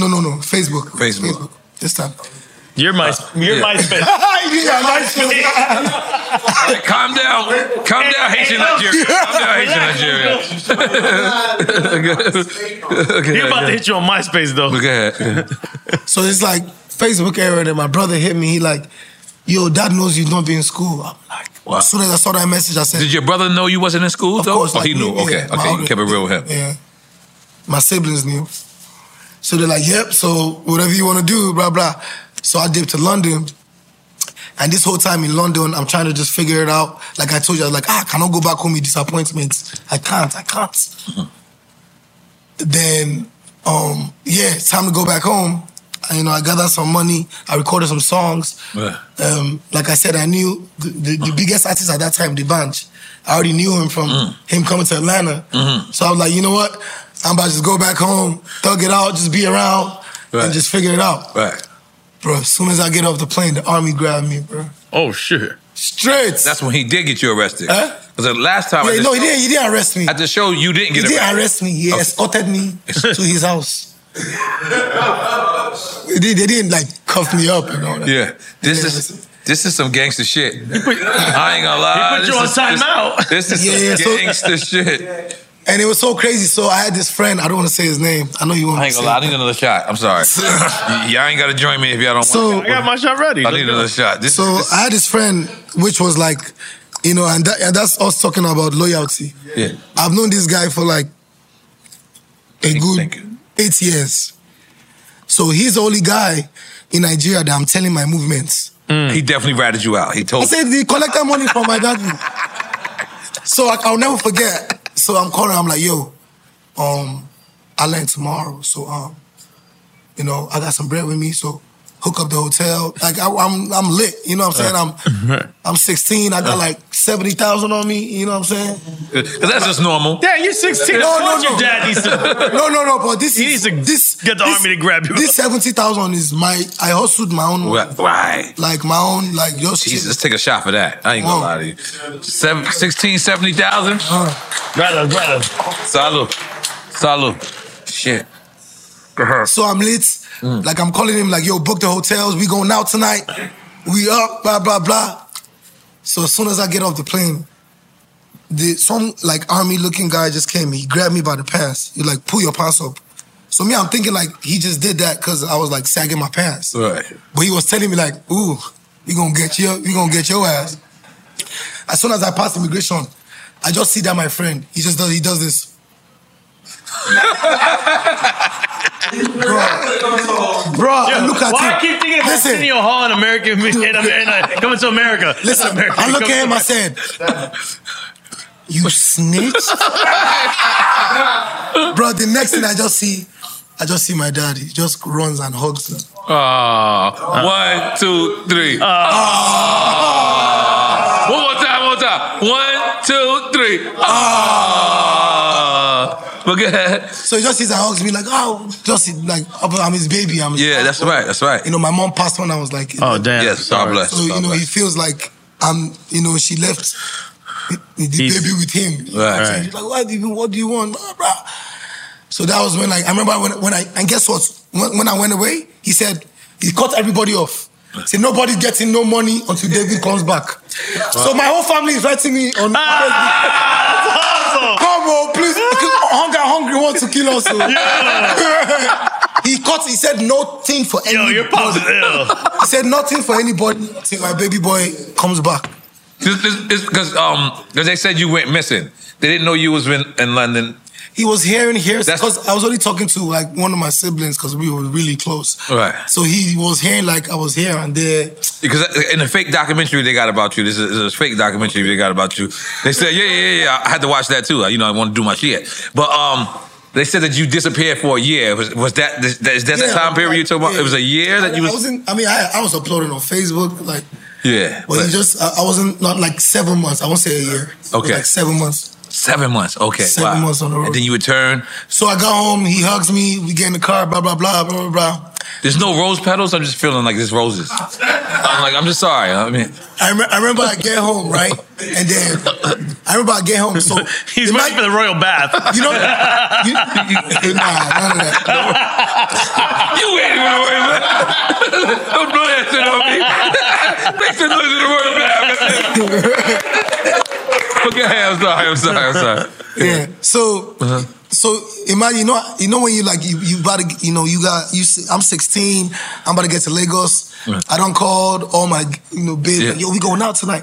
No, no, no. Facebook. Facebook. This time. You're my, you're yeah. my spin. Yeah, MySpace. Hey, calm down. Calm down, Haitian Nigeria. Calm down, Haitian Nigeria. You're about to hit you on MySpace, though. So it's like Facebook era that my brother hit me. He like, yo, dad knows you don't be in school. I'm like, Wow. as soon as I saw that message, I said, Did your brother know you wasn't in school, though? oh, he knew. okay, my okay. You older- kept it real with him. yeah, my siblings knew. So they're like, yep, so whatever you want to do, blah, blah. So I dipped to London. And this whole time in London, I'm trying to just figure it out. Like I told you, I was like, ah, I cannot go back home with disappointments. I can't, I can't. Then, um, yeah, it's time to go back home. And, you know, I gathered some money. I recorded some songs. Yeah. Um, like I said, I knew the, the, the biggest artist at that time, The Bunch. I already knew him from him coming to Atlanta. Mm-hmm. Mhm. So I was like, you know what? I'm about to just go back home, thug it out, just be around, Right. and just figure it out. Right. Bro, as soon as I get off the plane, the army grabbed me, bro. Oh, shit. Straight. That's when he did get you arrested. Because the last time I Yeah, just, no, he didn't, he didn't arrest me. At the show, you didn't He get didn't arrested. arrest me. He escorted me to his house. they, they didn't like cuff me up and all that. Yeah, this is this is some gangster shit. I ain't gonna lie. He put you this on is- timeout. This, this Yeah, yeah, is so- some gangster shit. And it was so crazy. So I had this friend. I don't want to say his name. I know you want I to ain't say. gonna lie. I need another shot. I'm sorry. Y- y'all ain't gotta join me if y'all don't So- want. I got my shot ready. I need another shot. This, so I had this friend, which was like, you know, and, that, and that's us talking about loyalty. yeah. I've known this guy for like a good eight years. So he's the only guy in Nigeria that I'm telling my movements. He definitely ratted you out. He I told. said they collected money from my daddy. So I, I'll never forget. So I'm calling. I'm like, yo, um, I land tomorrow. So um, you know, I got some bread with me. So hook up the hotel. Like I, I'm, I'm lit. You know what I'm saying? I'm, I'm 16. I got like 70,000 on me. You know what I'm saying? Because that's just normal. Yeah, you're 16. No, That's no, what no. your dad needs to- no, no, no. But this He needs is to this. get the this- army to grab you. This 70,000 is my. I hustled my own. Why? Why? Like my own. Like your shit. Jesus, let's take a shot for that. I ain't gonna Whoa. lie to you. Seven, 16, 70,000? Brother, brother. Salud. Salud. Shit. Uh-huh. So I'm late. Like I'm calling him, like, yo, book the hotels. We going out tonight. We up, blah, blah, blah. So as soon as I get off the plane, the some like army looking guy just came. He grabbed me by the pants. He like, pull your pants up. So me, I'm thinking like he just did that because I was like sagging my pants. Right. But he was telling me like, ooh, we gonna get your we gonna get your ass. As soon as I pass immigration, I just see that my friend, he just does he does this. Bro, I look at why him. I keep thinking of Listen. Arsenio Hall in American, in America, uh, coming to America. Listen, America, I look coming at him, to I said, You snitch? Bro, the next thing I just see, I just see my dad. He just runs and hugs him. Ah, one, two, three. Ah. One more time, one more time. One, two, three. Ah. But go ahead. So he just sees and hugs me like, oh, just like I'm his baby. I'm his Yeah, that's right. That's right. You know, my mom passed when I was like, Oh damn. Yes, God bless. so you God know, bless. um, he feels like I'm. You know, she left you debut with him. You know what I'm Right. saying? She's like, what do you, what do you want? Blah, blah. So that was when like I remember when, when I and guess what? When, when I went away, he said he cut everybody off. Say nobody's getting no money until David comes back. So my whole family is writing me on. Come on, please. Hunger, hungry wants to kill us. oh." he cut. He said nothing for anybody. he said nothing for anybody until my baby boy comes back. Because um, because they said you went missing. They didn't know you was in, in London. He was here and here because I was only talking to like one of my siblings because we were really close. Right. So he was hearing like I was here and there. Because in the fake documentary they got about you, this is, this is a fake documentary they got about you. They said, yeah, yeah, yeah, yeah. I had to watch that too. You know, I want to do my shit. But um, they said that you disappeared for a year. Was, was that is that, is that, that Yeah, time period you talking about? yeah. It was a year that you I was. wasn't. I mean, I, I was uploading on Facebook like, Yeah. but he just I, I wasn't not like seven months. I won't say a year. It was, Okay. Like seven months. Seven months. Okay. Seven wow. months on the road. And then you return. So I got home. He hugs me. We get in the car. Blah blah blah blah blah. blah. There's no rose petals. I'm just feeling like there's roses. I'm like, I'm just sorry. I mean, I, rem- I remember I get home right, and then I remember I get home. So He's waiting for the royal bath. You know, you, you, nah, none of that. You ain't even worry about it. Don't blow that shit on me. Make the noise of the royal okay, I'm sorry. I'm sorry. I'm sorry. Yeah. So so imagine you know you know when you like you, you about to you know you got you s- I'm 16 I'm about to get to Lagos Yeah. I don't called all my you know babes Yeah. like, yo we going out tonight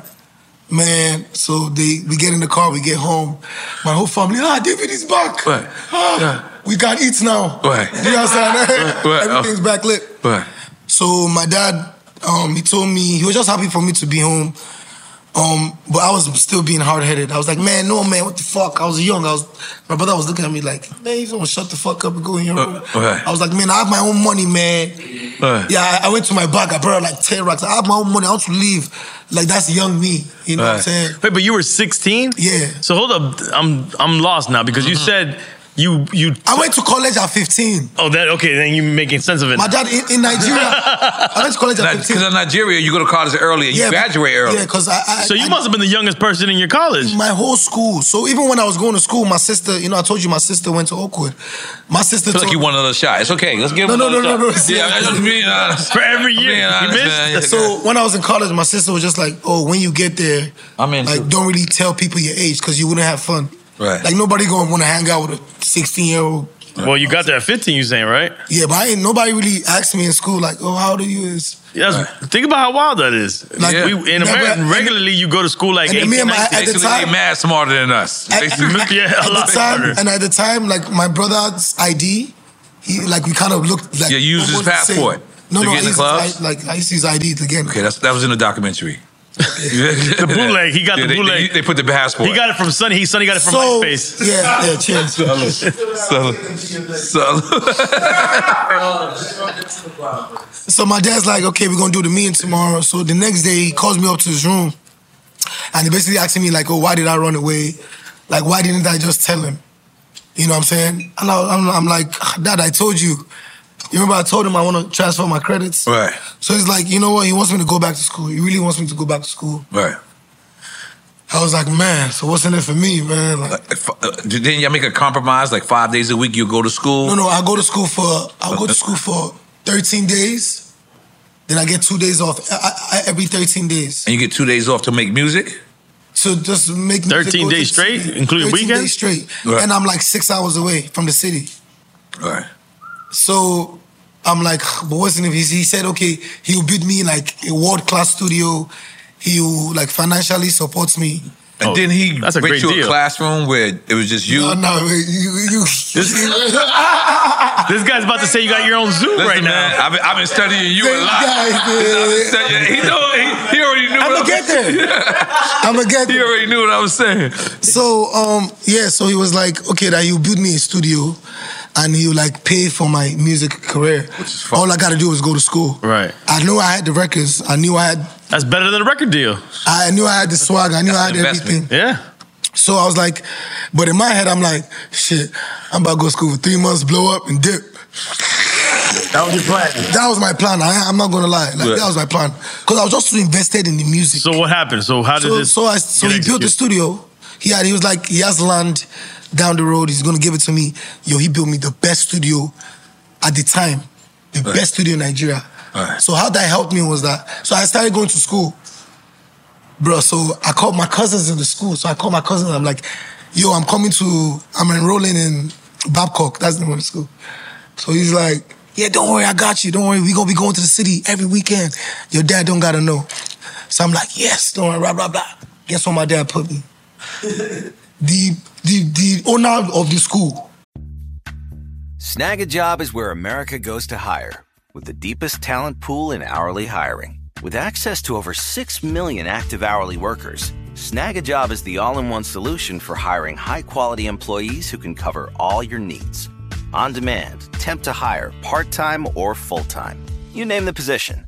man so they we get in the car we get home my whole family ah David is back Right. Ah, Yeah. we got eats now Right. you understand Right, right. everything's back lit But so my dad, um, he told me he was just happy for me to be home. Um, but I was still being hard headed. I was like, man, no, man, what the fuck? I was young. I was my brother was looking at me like, man, you gonna shut the fuck up and go in Uh, your room. right. I was like, man, I have my own money, man. Right. Yeah, I, I went to my bank. I borrowed like ten racks. I have my own money. I want to leave. Like that's young me. You know what I'm saying? Wait, but you were 16? Yeah. So hold up, I'm I'm lost now because you Mm-hmm. said you you. I went to college at 15. Oh, that okay? Then you're making sense of it. My dad in, in Nigeria. I went to college at because 15. in Nigeria you go to college early and you Yeah, but- graduate early. yeah, 'cause I- I- so you must have been the youngest person in your college. My whole school. So even when I was going to school, my sister, you know, I told you my sister went to Oakwood. My sister I feel like told you want another shot. It's okay. Let's give No, him no, another no, shot. no, no. Yeah, I'm just being honest. For every I'm being year, he honest, missed. man. Yeah, so when I was in college, my sister was just like, "Oh, when you get there, I mean, like, don't really tell people your age because you wouldn't have fun. Right. Like nobody gonna want to hang out with a sixteen year old. Well, you got there at 15. You saying right? Yeah, but I ain't nobody really asked me in school like, "Oh, how old are you?" Is Yes. Think about how wild that is. Like, Like we, in Yeah, America, but- regularly you go to school like And 18, then me and my- at the 19. Basically, they time- mad smarter than us. At- at- yeah, at a lot the time, smarter. and at the time, like my brother's ID, he like we kind of looked like Yeah, you used his almost the same. passport No, to no, get in I the used clubs? his, I- like I used his ID to get in. Okay, that's, that was in the documentary. the bootleg, he got the they, bootleg. They, they put the passport. He got it from Sonny. He Sonny got it from So- MySpace. Yeah, yeah, cheers. So my dad's like, okay, we're gonna do the meeting tomorrow. So the next day he calls me up to his room and he basically asking me, like, oh, why did I run away? Like, why didn't I just tell him? You know what I'm saying? And I, I'm, I'm like, Dad, I told you. You remember I told him I wanna transfer my credits? Right, So he's like, you know what? He wants me to go back to school. He really wants me to go back to school. right. I was like, man, so what's in it for me, man? Like, If, uh, didn't y'all make a compromise? Like five days a week, you go to school. No, no, I go to school for I go to school for 13 days. Then I get two days off I, I, I- every 13 days. and you get two days off to make music. So just make 13 days straight, including days weekends? straight, Right. and I'm like six hours away from the city. Right. So I'm like, but what's in it? He he said, okay, he'll build me like a world class studio. He'll like financially support me. And Oh, then he that's a went great to deal. a classroom where it was just you. No, no, wait, you, you. This guy's about to say you got your own zoo right now. I've been, I've been studying you a lot. he, know, he, he already knew. I'ma what get there. I'ma get there. He already knew what I was saying. So um yeah, so he was like, okay, that you build me a studio, and you like pay for my music career. All I gotta do is go to school. Right. I knew I had the records. I knew I had. That's better than a record deal. I knew I had the swag. I knew I had everything. Yeah. So I was like, but in my head, I'm like, shit, I'm about to go to school for three months, blow up and dip. That was your plan. That was my plan. I, I'm not gonna lie. Like, Yeah. That was my plan because I was just too invested in the music. So what happened? So how did so, this? So, I, so get he built the executed? studio. He had. He was like, he has land down the road. He's gonna give it to me. Yo, he built me the best studio at the time, the Right. best studio in Nigeria. Right. So how that helped me was that. So I started going to school, bro. So I called my cousins in the school. So I called my cousins. I'm like, yo, I'm coming to. I'm enrolling in Babcock. That's the name of the school. So he's like, yeah, don't worry, I got you. Don't worry, we gonna be going to the city every weekend. Your dad don't gotta know. So I'm like, yes, don't worry, blah blah blah. Guess what my dad put me? the the the owner of the school. Snag a job is where America goes to hire, with the deepest talent pool in hourly hiring. With access to over 6 million active hourly workers, Snag a job is the all in one solution for hiring high quality employees who can cover all your needs. On demand, temp to hire, part time or full time. You name the position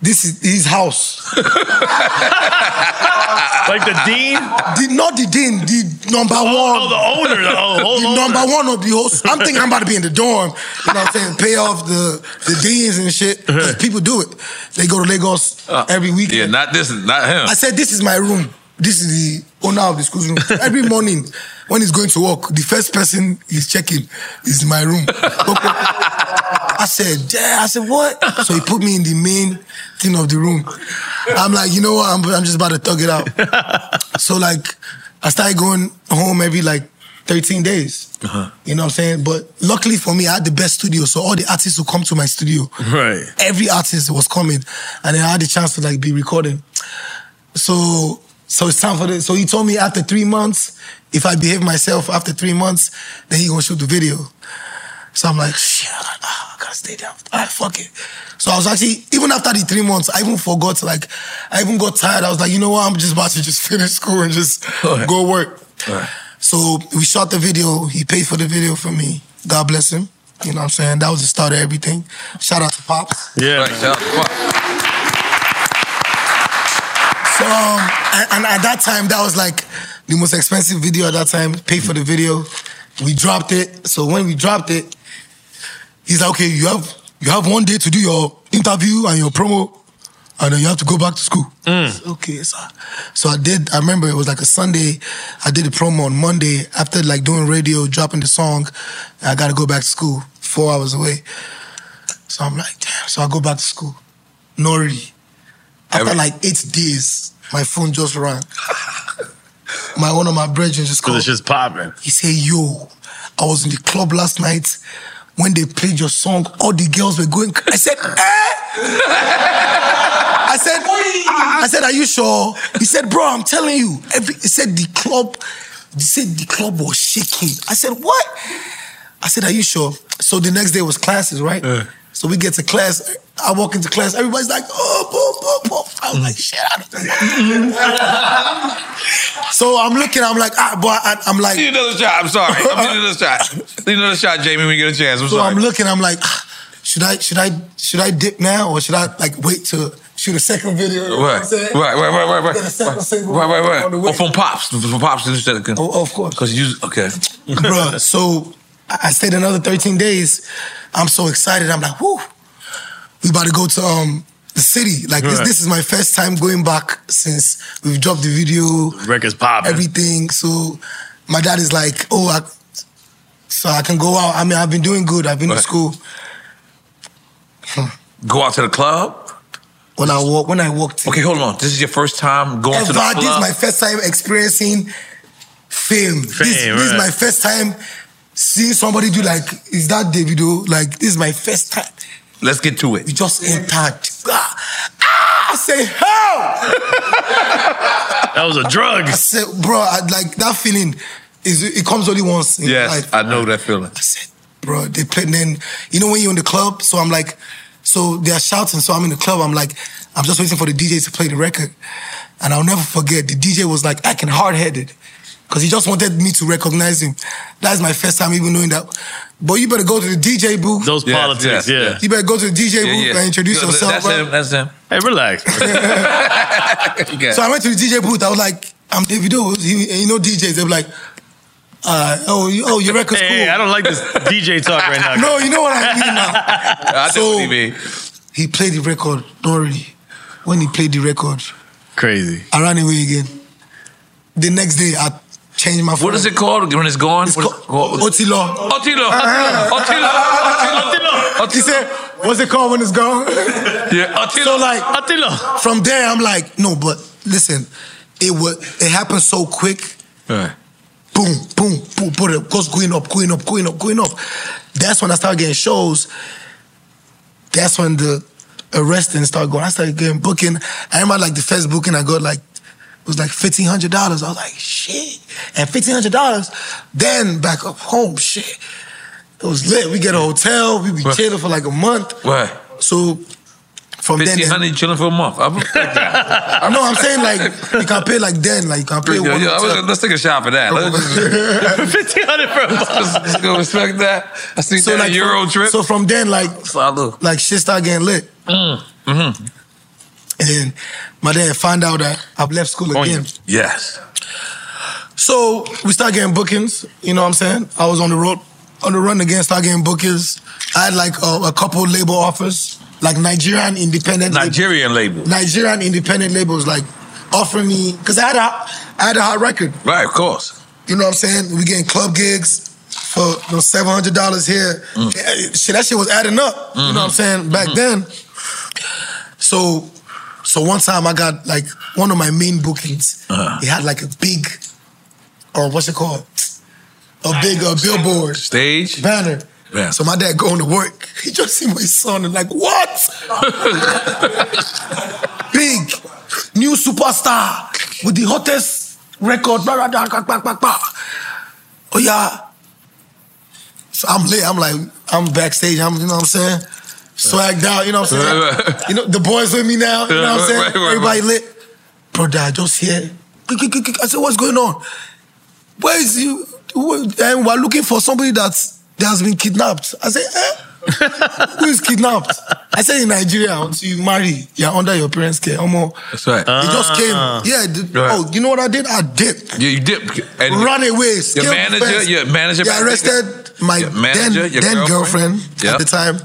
This is his house. like the dean? The, not the dean, the number one. oh, the owner, the- oh, whole the owner. number one of the host. I'm thinking I'm about to be in the dorm. You know what I'm saying? Pay off the, the deans and shit. Uh-huh. 'Cause people do it. They go to Lagos every week. Uh, Yeah, not this, not him. I said, this is my room. This is the owner of the school's room. Every morning when he's going to work, the first person he's checking is my room. I said, yeah. I said, what? So he put me in the main thing of the room. I'm like, you know what? I'm, I'm just about to thug it out. so like, I started going home every like 13 days. You know what I'm saying? But luckily for me, I had the best studio. So all the artists who come to my studio, Right. every artist was coming, and then I had the chance to like be recording. So so it's time for this. So he told me after three months, if I behave myself after three months, then he gonna shoot the video. So I'm like, shit, I gotta, ah, I gotta stay there. All right, fuck it. So I was actually even after the three months, I even forgot. Like, I even got tired. I was like, you know what? I'm just about to just finish school and just go work. So we shot the video. He paid for the video for me. God bless him. You know what I'm saying? That was the start of everything. Shout out to Pops. Yeah. So, um, and, and at that time, that was like the most expensive video at that time. Paid for the video. We dropped it. So when we dropped it, he's like, okay, you have you have one day to do your interview and your promo, and then you have to go back to school. Okay, so, so I did. I remember it was like a Sunday. I did the promo on Monday after like doing radio, dropping the song. I got to go back to school. Four hours away. So I'm like, damn. So I go back to school. Nori. After like eight days, my phone just rang. my one of my brethren just Because called. it's just popping. He said, "Yo, I was in the club last night when they played your song. All the girls were going." I said, "Eh." I said, I I said, are you sure? He said, bro, I'm telling you. Every, he said the club, he said the club was shaking. I said, what? I said, are you sure? So the next day was classes, right? So we get to class. I walk into class. Everybody's like, oh, boom, boom, boom. I was like, shit. I don't so I'm looking. I'm like, ah, boy. I, I'm like, Need another shot. I'm sorry. I'm need another shot. Need another shot, Jamie, when you get a chance. I'm so sorry. I'm looking. I'm like, ah, should I, should I, should I dip now, or should I like wait to shoot a second video? You know what I'm Right, saying? right, right, right, right, right, Get a second right, single right, on right, the right. Or Oh, from pops, from pops and stuff. Oh, of course. Cause you okay. Bruh, so I I stayed another 13 days. I'm so excited. I'm like, whoo, we about to go to um the city. Like this, Right. this is my first time going back since we've dropped the video, Records popping. everything. So my dad is like, oh, I, so I can go out. I mean, I've been doing good. I've been to Right. school. Go out to the club. When I walk, when I walked. Okay, hold on. This is your first time going to the Ever, club. this is my first time experiencing fame. this, Fame, this is right. my first time seeing somebody do like, is that Davido? Like, this is my first time. Let's get to it. We just entered. Ah, ah, I say, how? That was a drug. I said, bro, I, like that feeling is it comes only once in Yes, life, I know that feeling. bro. They play, then you know when you're in the club, so I'm like, so they're shouting, so I'm in the club. I'm like, I'm just waiting for the DJ to play the record, and I'll never forget. The DJ was like acting hard headed. Cause he just wanted me to recognize him. That's my first time even knowing that. But you better go to the DJ booth. Those Yes, politics, yes, yeah. yes. You better go to the DJ booth and introduce No, yourself. That's bro. him. That's him. Hey, relax. Okay. So I went to the DJ booth. I was like, I'm Davido. He- and You know DJs. They were like, uh, oh, you, oh, your record's Hey, I don't like this DJ talk right now. cool. No, you know what I mean now. I So- so, TV. He played the record. Don't worry. When he played the record, Crazy. I ran away again. The next day, I changed my phone. What is it called when it's gone? What is- what- Otilo. Otilo. Uh-huh. Otilo. Otilo. Otilo. He said, what's it called when it's gone? Yeah, Otilo. So like, Otilo. from there, I'm like, no, but listen, it was, it happened so quick. Right. boom, boom, boom, put it goes going up, going up, going up, going up. That's when I started getting shows. That's when the arresting started going. I started getting booking. I remember like the first booking I got like it was like fifteen hundred dollars. I was like, shit. And fifteen hundred dollars, then back up home, shit. It was lit. We get a hotel, we be Right. chilling for like a month. Right. So from then, Fifteen hundred chilling for a month. I'm I know I'm saying like you can pay like then, like you can pay Yeah, one yeah, I was- hotel. let's take a shot for that. Let's, Fifteen hundred for a let's, let's go respect that. I see So, that like, Euro from- trip. So from then, like Salud. like shit started getting lit. Mm, mm-hmm. Mhm. And my dad found out that I've left school again. Yes. So we start getting bookings, you know what I'm saying? I was on the road, on the run again, start getting bookings. I had like a, a couple label offers, like Nigerian independent lab- Nigerian label. Nigerian independent labels like offering me because I had a I had a hot record. Right, of course. You know what I'm saying? We getting club gigs for you know, seven hundred dollars here. Mm. Eh, Shit, that shit was adding up. You know Mm-hmm. what I'm saying? Back then. So, so one time I got like one of my main bookings. Uh-huh. He had like a big, or what's it called? A big uh, billboard Stage. banner. Yeah. So my dad going to work. He just see my son and like, what? Big new superstar with the hottest record. Blah, blah, blah, blah, blah, blah, blah. Oh yeah. So I'm late. I'm like, I'm backstage. I'm, you know what I'm saying? Swagged out, you know what I'm Right, saying? right. You know, the boys with me now, you know what I'm Right, saying? right, right, Everybody right. lit. Bro, dad, I just here. Click, click, click, click. I said, what's going on? Where is you? who- And we're looking for somebody that's, that has been kidnapped. I said, eh? Who is kidnapped? I said, in Nigeria, until you marry, you're under your parents' care. Omo. That's right. Ah. They just came. Ah. Yeah. the- Right. Oh, you know what I did? I dipped. You, you dipped. And Run away. Your scaled manager, fence. your manager. They arrested my Your manager, then, your then girlfriend? girlfriend, Yeah. at the time.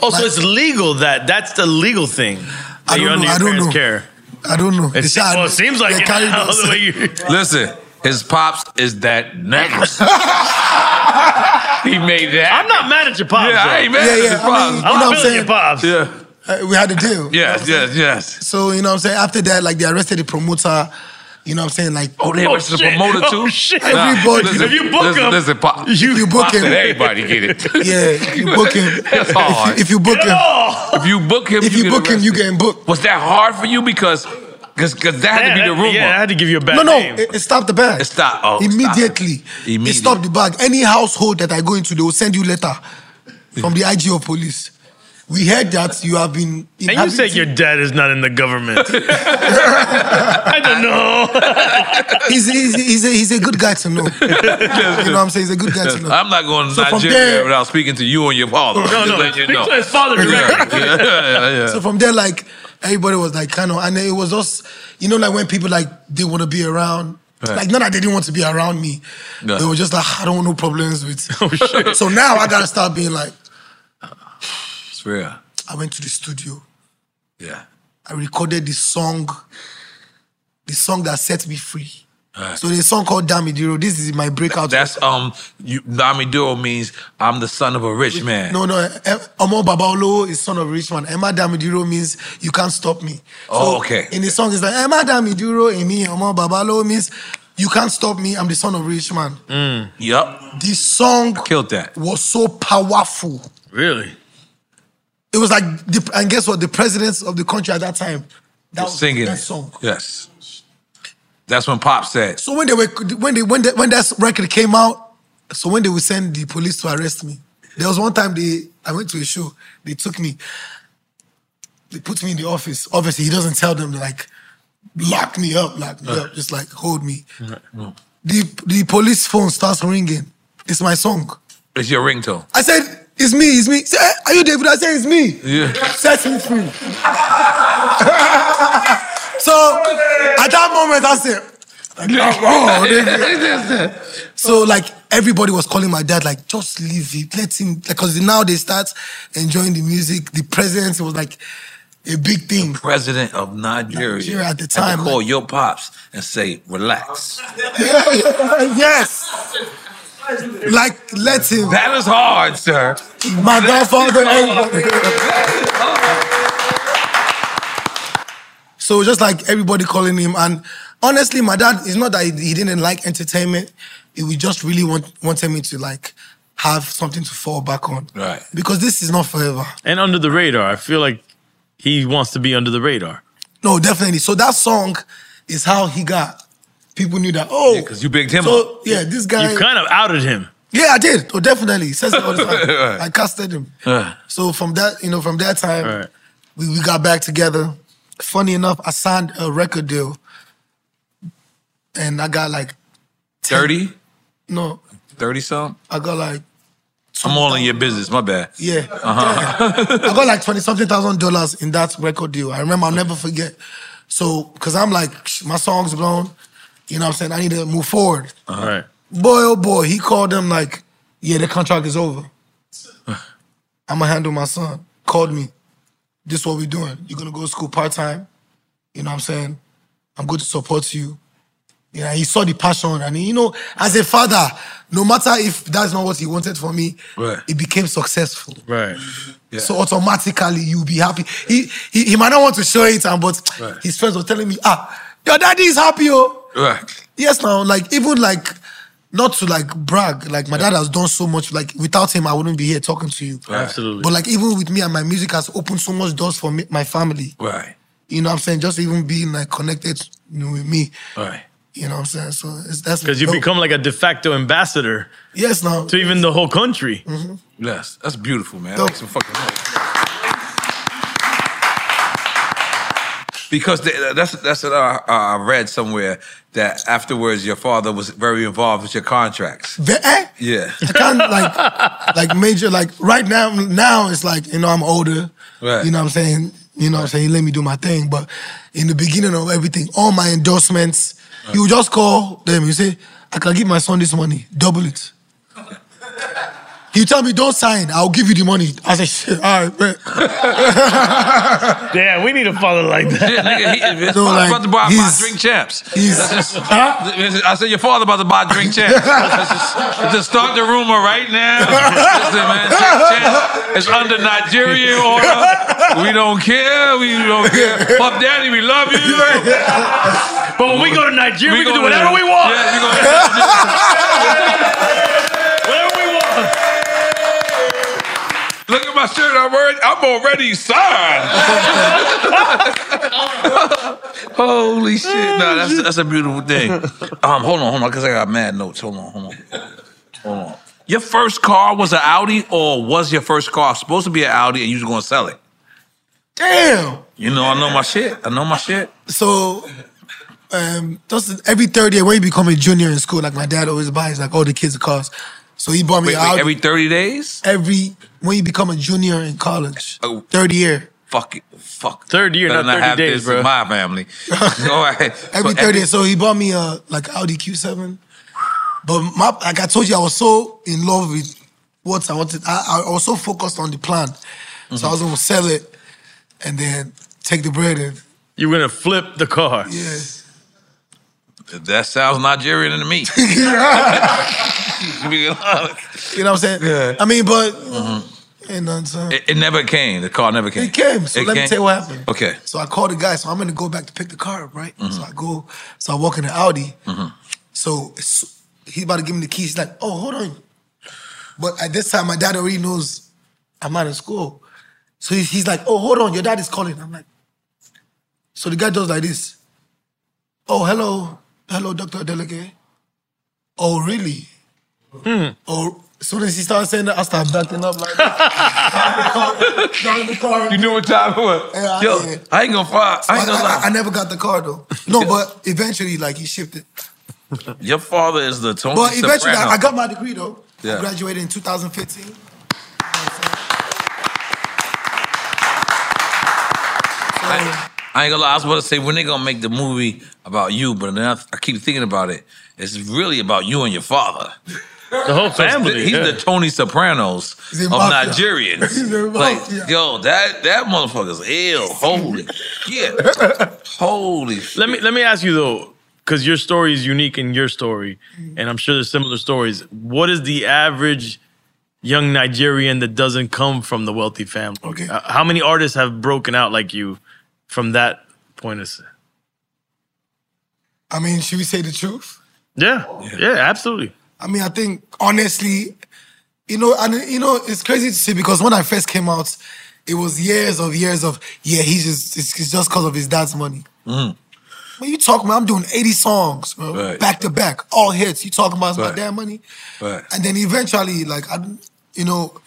Oh, so it's legal that that's the legal thing. That I you're don't under know. your I don't parents' know. care. I don't know. It, The se- shot- well, it seems like they it carried now, us. the way you- Listen, his pops is that nigga. he made that. I'm not mad at your pops. Yeah, I though. ain't mad at Yeah, his yeah, I pops. mean, I'm You know not what I'm feeling your saying? pops. yeah. Uh, we had a deal. Yes, yes, yes. So, you know what I'm saying? After that, like they arrested the promoter. You know what I'm saying? Like, Oh, they Oh, arrested the shit. promoter too. Oh, shit. Nah, Everybody. listen, If you book listen, him, listen, pop. if you book Pop him, said everybody get it. yeah, you book him. That's hard. If, if you book him, If you book him, if you, you get book him, you arrested. getting booked. Was that hard for you because, because, because that had to Yeah, be the that- rumor. Yeah, I had to give you a bad No, no, name. it, it stopped the bag. It stopped- oh, it stopped. immediately. Immediate. It stopped the bag. Any household that I go into, they will send you letter from the IG of police. We heard that you have been. And you said your dad is not in the government. I don't know. he's, he's, he's, a, he's a good guy to know. you know what I'm saying? He's a good guy to know. I'm not going to So from Nigeria there- without speaking to you and your father. No, Just no, letting you speak know. to his father Yeah, yeah, yeah, yeah. So from there, like everybody was like kind of, and it was us, you know, like when people like they want to be around. Right. Like not that they didn't want to be around me. Yeah. They were just like, I don't want no problems with. Oh, So now I gotta start being like, it's real. I went to the studio. Yeah. I recorded the song, the song that set me free. Right. So there's a song called Damidiro. This is my breakout. That's um, you, Nami Duro means I'm the son of a rich man. No, no. eh, Omo Babaolo is son of a rich man. Emma Damiduro means you can't stop me. Oh, okay. In the song, it's like Emma Damiduro, Emi Omo Babaolo means you can't stop me. I'm the son of a rich man. Mm. Yup. This song Killed that. was so powerful. Really? It was like, the, and guess what? The presidents of the country at that time, that was singing that it. song. Yes. That's when Pop said. So when they were, when they, when they, when that record came out, so when they would send the police to arrest me, there was one time they, I went to a show, they took me, they put me in the office. Obviously, he doesn't tell them like, lock me up, lock me up, just like hold me. The the police phone starts ringing. It's my song. It's your ringtone. I said, it's me, it's me. He said, "Eh, are you David? I said, it's me. Yeah. Set me free. so at that moment, I said, oh, David. so like everybody was calling my dad, like, just leave it, let him, because now they start enjoying the music, the presence, it was like a big thing. President of Nigeria, Nigeria at the had to time, call your pops and say, "Relax." yes. Like, let him. That is hard, sir. My godfather, everybody. So just like everybody calling him, and honestly, my dad it's not that he, he didn't like entertainment. He would just really want wanted me to like have something to fall back on Right. because this is not forever. And under the radar. I feel like he wants to be under the radar. No, definitely. So that song is how he got people knew that. Oh, Because you bigged him so up. yeah, this guy. You kind of outed him. yeah, I did. Oh, definitely. He says it all the time. Right. I casted him. Uh, So from that, you know, from that time, we, we got back together. Funny enough, I signed a record deal, and I got like 30? no, 30 something? I got like I'm all in your business. My bad. yeah, Uh-huh. I got like twenty something thousand dollars in that record deal. I remember, I'll never forget. So, cause I'm like, "Shh, my song's blown. You know what I'm saying? I need to move forward. All right. Boy, oh boy, he called them like, yeah, the contract is over. I'ma handle my son. Called me. This what we doing. You're gonna go to school part-time. You know what I'm saying? I'm going to support you. You know, he saw the passion. And you know, as a father, no matter if that's not what he wanted for me, Right. it became successful. Right. So automatically you'll be happy. He, he he might not want to show it, and but Right. his friends were telling me, ah, your daddy is happy, oh. Right. Yes, now, like, even like, not to like brag, like, my dad has done so much. Like, without him, I wouldn't be here talking to you. Right. Absolutely. But like, even with me and my music has opened so much doors for me, my family. Right. You know what I'm saying? Just even being like connected you know, with me. Right. You know what I'm saying? So it's, that's Because you dope. become like a de facto ambassador. Yes, Mm-hmm. now. To even the whole country. Yes. That's beautiful, man. Dope. Make some fucking noise. Because the, that's that's what I, I read somewhere that afterwards your father was very involved with your contracts. Ve- eh? Yeah. I can't like like major like right now now it's like you know I'm older. Right. You know what I'm saying? You know what I'm saying? Let me do my thing. But in the beginning of everything, all my endorsements, you just call them, you say, I can give my son this money, double it. You tell me don't sign, I'll give you the money. I say, shit, all right, man. Damn, we need a father like that. Yeah, nigga, he, his No, father like, about to buy, buy he's- drink champs. he's- That's just- I said your father about to buy drink champs. Let's just, let's just start the rumor right now. Listen, man, drink champs is under Nigerian order. We don't care. We don't care. Puff Daddy, we love you. But when we go to Nigeria, we, can do gonna- whatever we want. Yeah, we Look at my shirt. I'm already, I'm already signed. Holy shit! No, that's that's a beautiful thing. Um, hold on, hold on, because I got mad notes. Hold on, hold on, hold on. Your first car was an Audi, or was your first car supposed to be an Audi, and you was gonna sell it? Damn. You know, I know my shit. I know my shit. So, um, just every third year, when you become a junior in school, like my dad always buys like all the kids cars. So he bought me Wait, an wait, Audi every thirty days. every when you become a junior in college, Oh. third year. Fuck it. Fuck. Third year, Better not 30 have days, this bro. In my family. All right. Every third year. So he bought me a like Audi Q7. But my, like I told you, I was so in love with what I wanted. I, I was so focused on the plan, so I was gonna sell it and then take the bread and You're gonna flip the car. Yeah. That sounds Nigerian to me. you know it, what I'm saying? I mean, but you know what I'm saying. it never came. The car never came. Mm-hmm. It came. So It let me came? tell you what happened. Okay. So I called the guy. So I'm gonna go back to pick the car up, right? So I go. So I walk in the Audi. So it's- he about to give me the keys. He's like, "Oh, hold on." But at this time, my dad already knows I'm out of school. So he- he's like, "Oh, hold on, your dad is calling." I'm like, so the guy does like this. Oh, hello, hello, Doctor Delegate. Oh, really? Oh, as soon as he started saying that, I started backing up like. this. Down in the car. You knew what time it was. Yeah, I Yo, did. I ain't gonna fly. I ain't gonna I, lie. I never got the car though. No, but eventually, like he shipped it. Your father is the Tony But eventually, Soprano. I, I got my degree though. Yeah. I graduated in 2015. I, I ain't gonna lie. I was about to say when they gonna make the movie about you, but then I, I keep thinking about it. It's really about you and your father. The whole family. He's yeah. the Tony Sopranos He's a of mafia. He's a Nigerians. Like, yo, that that motherfucker's ill. Holy shit. Holy Let me let me ask you though, because your story is unique in your story, Mm-hmm. and I'm sure there's similar stories. What is the average young Nigerian that doesn't come from the wealthy family? Okay. how many artists have broken out like you from that point of I mean, should we say the truth? Yeah. Yeah, absolutely. I mean, I think honestly, you know, and you know, it's crazy to see because when I first came out, it was years of years of yeah, he's just it's, it's just because of his dad's money. Mm-hmm. When you talking about, I'm doing 80 songs, bro, Right. back to back, all hits. You talking about it's my Right. dad money? Right. And then eventually, like, I, you know,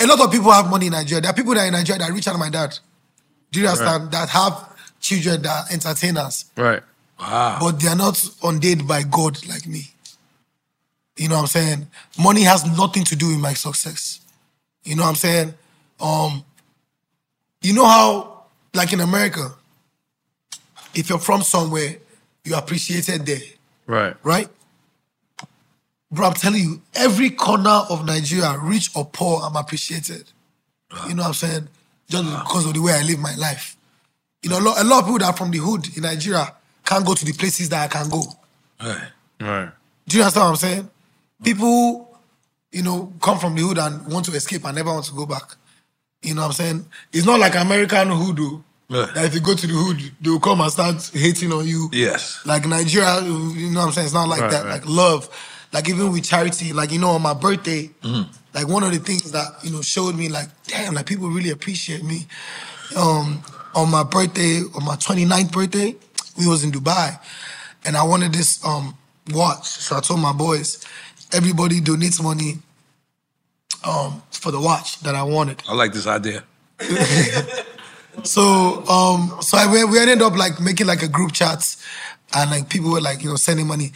a lot of people have money in Nigeria. There are people that are in Nigeria that reach out to my dad. Do you understand? That have children that are entertainers, Right. but they are not ordained by God like me. You know what I'm saying? Money has nothing to do with my success. You know what I'm saying? Um, you know how, like in America, if you're from somewhere, you're appreciated there Right. right? Bro, I'm telling you, every corner of Nigeria, rich or poor, I'm appreciated. You know what I'm saying? Just because of the way I live my life. You know, a lot, a lot of people that are from the hood in Nigeria can't go to the places that I can go. Right. Right. Do you understand what I'm saying? People, who, you know, come from the hood and want to escape and never want to go back. You know what I'm saying? It's not like American hoodoo. That if you go to the hood, they will come and start hating on you. Yes. Like Nigeria, you know what I'm saying? It's not like Right, that. right. Like love, like even with charity, like you know, on my birthday, Mm-hmm. like one of the things that you know showed me, like damn, like people really appreciate me. Um, on my birthday, on my 29th birthday, we was in Dubai, and I wanted this um watch, so I told my boys, everybody donates money um for the watch that I wanted. I like this idea. So um so I, we- we ended up like making like a group chat and like people were like, you know, sending money.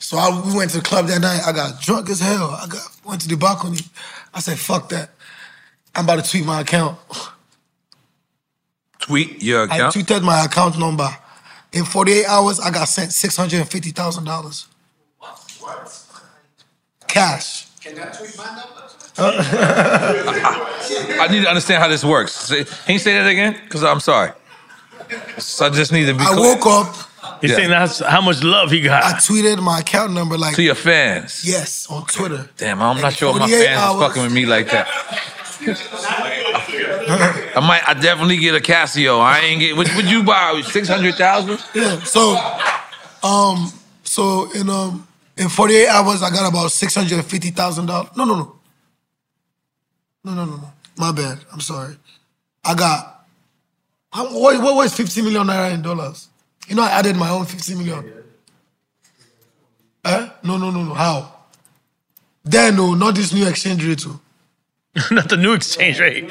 So I we went to the club that night, I got drunk as hell. I got went to the balcony. I said, fuck that. I'm about to tweet my account. Tweet your I account. tweeted my account number. In 48 hours, I got sent six hundred and fifty thousand dollars. Cash. I need to understand how this works. Say- Can you say that again? Because I'm sorry. So I just need to be I clear. woke up. He's Yeah. saying that's how much love he got. I tweeted my account number like to your fans. yes on Twitter. Damn, I'm not sure if my 48 fans hours. is fucking with me like that. I might, I definitely get a Casio. I ain't get. Would, would you buy six hundred thousand? Yeah. So, um, so in um in 48 hours, I got about six hundred and fifty thousand dollars. No, no, no. No, no, no, no. My bad. I'm sorry. I got how, what, what was 50 million naira in dollars? You know, I added my own 50 million. Eh? No, no, no, no. How? Then, no, not this new exchange rate. oh. Not the new exchange rate.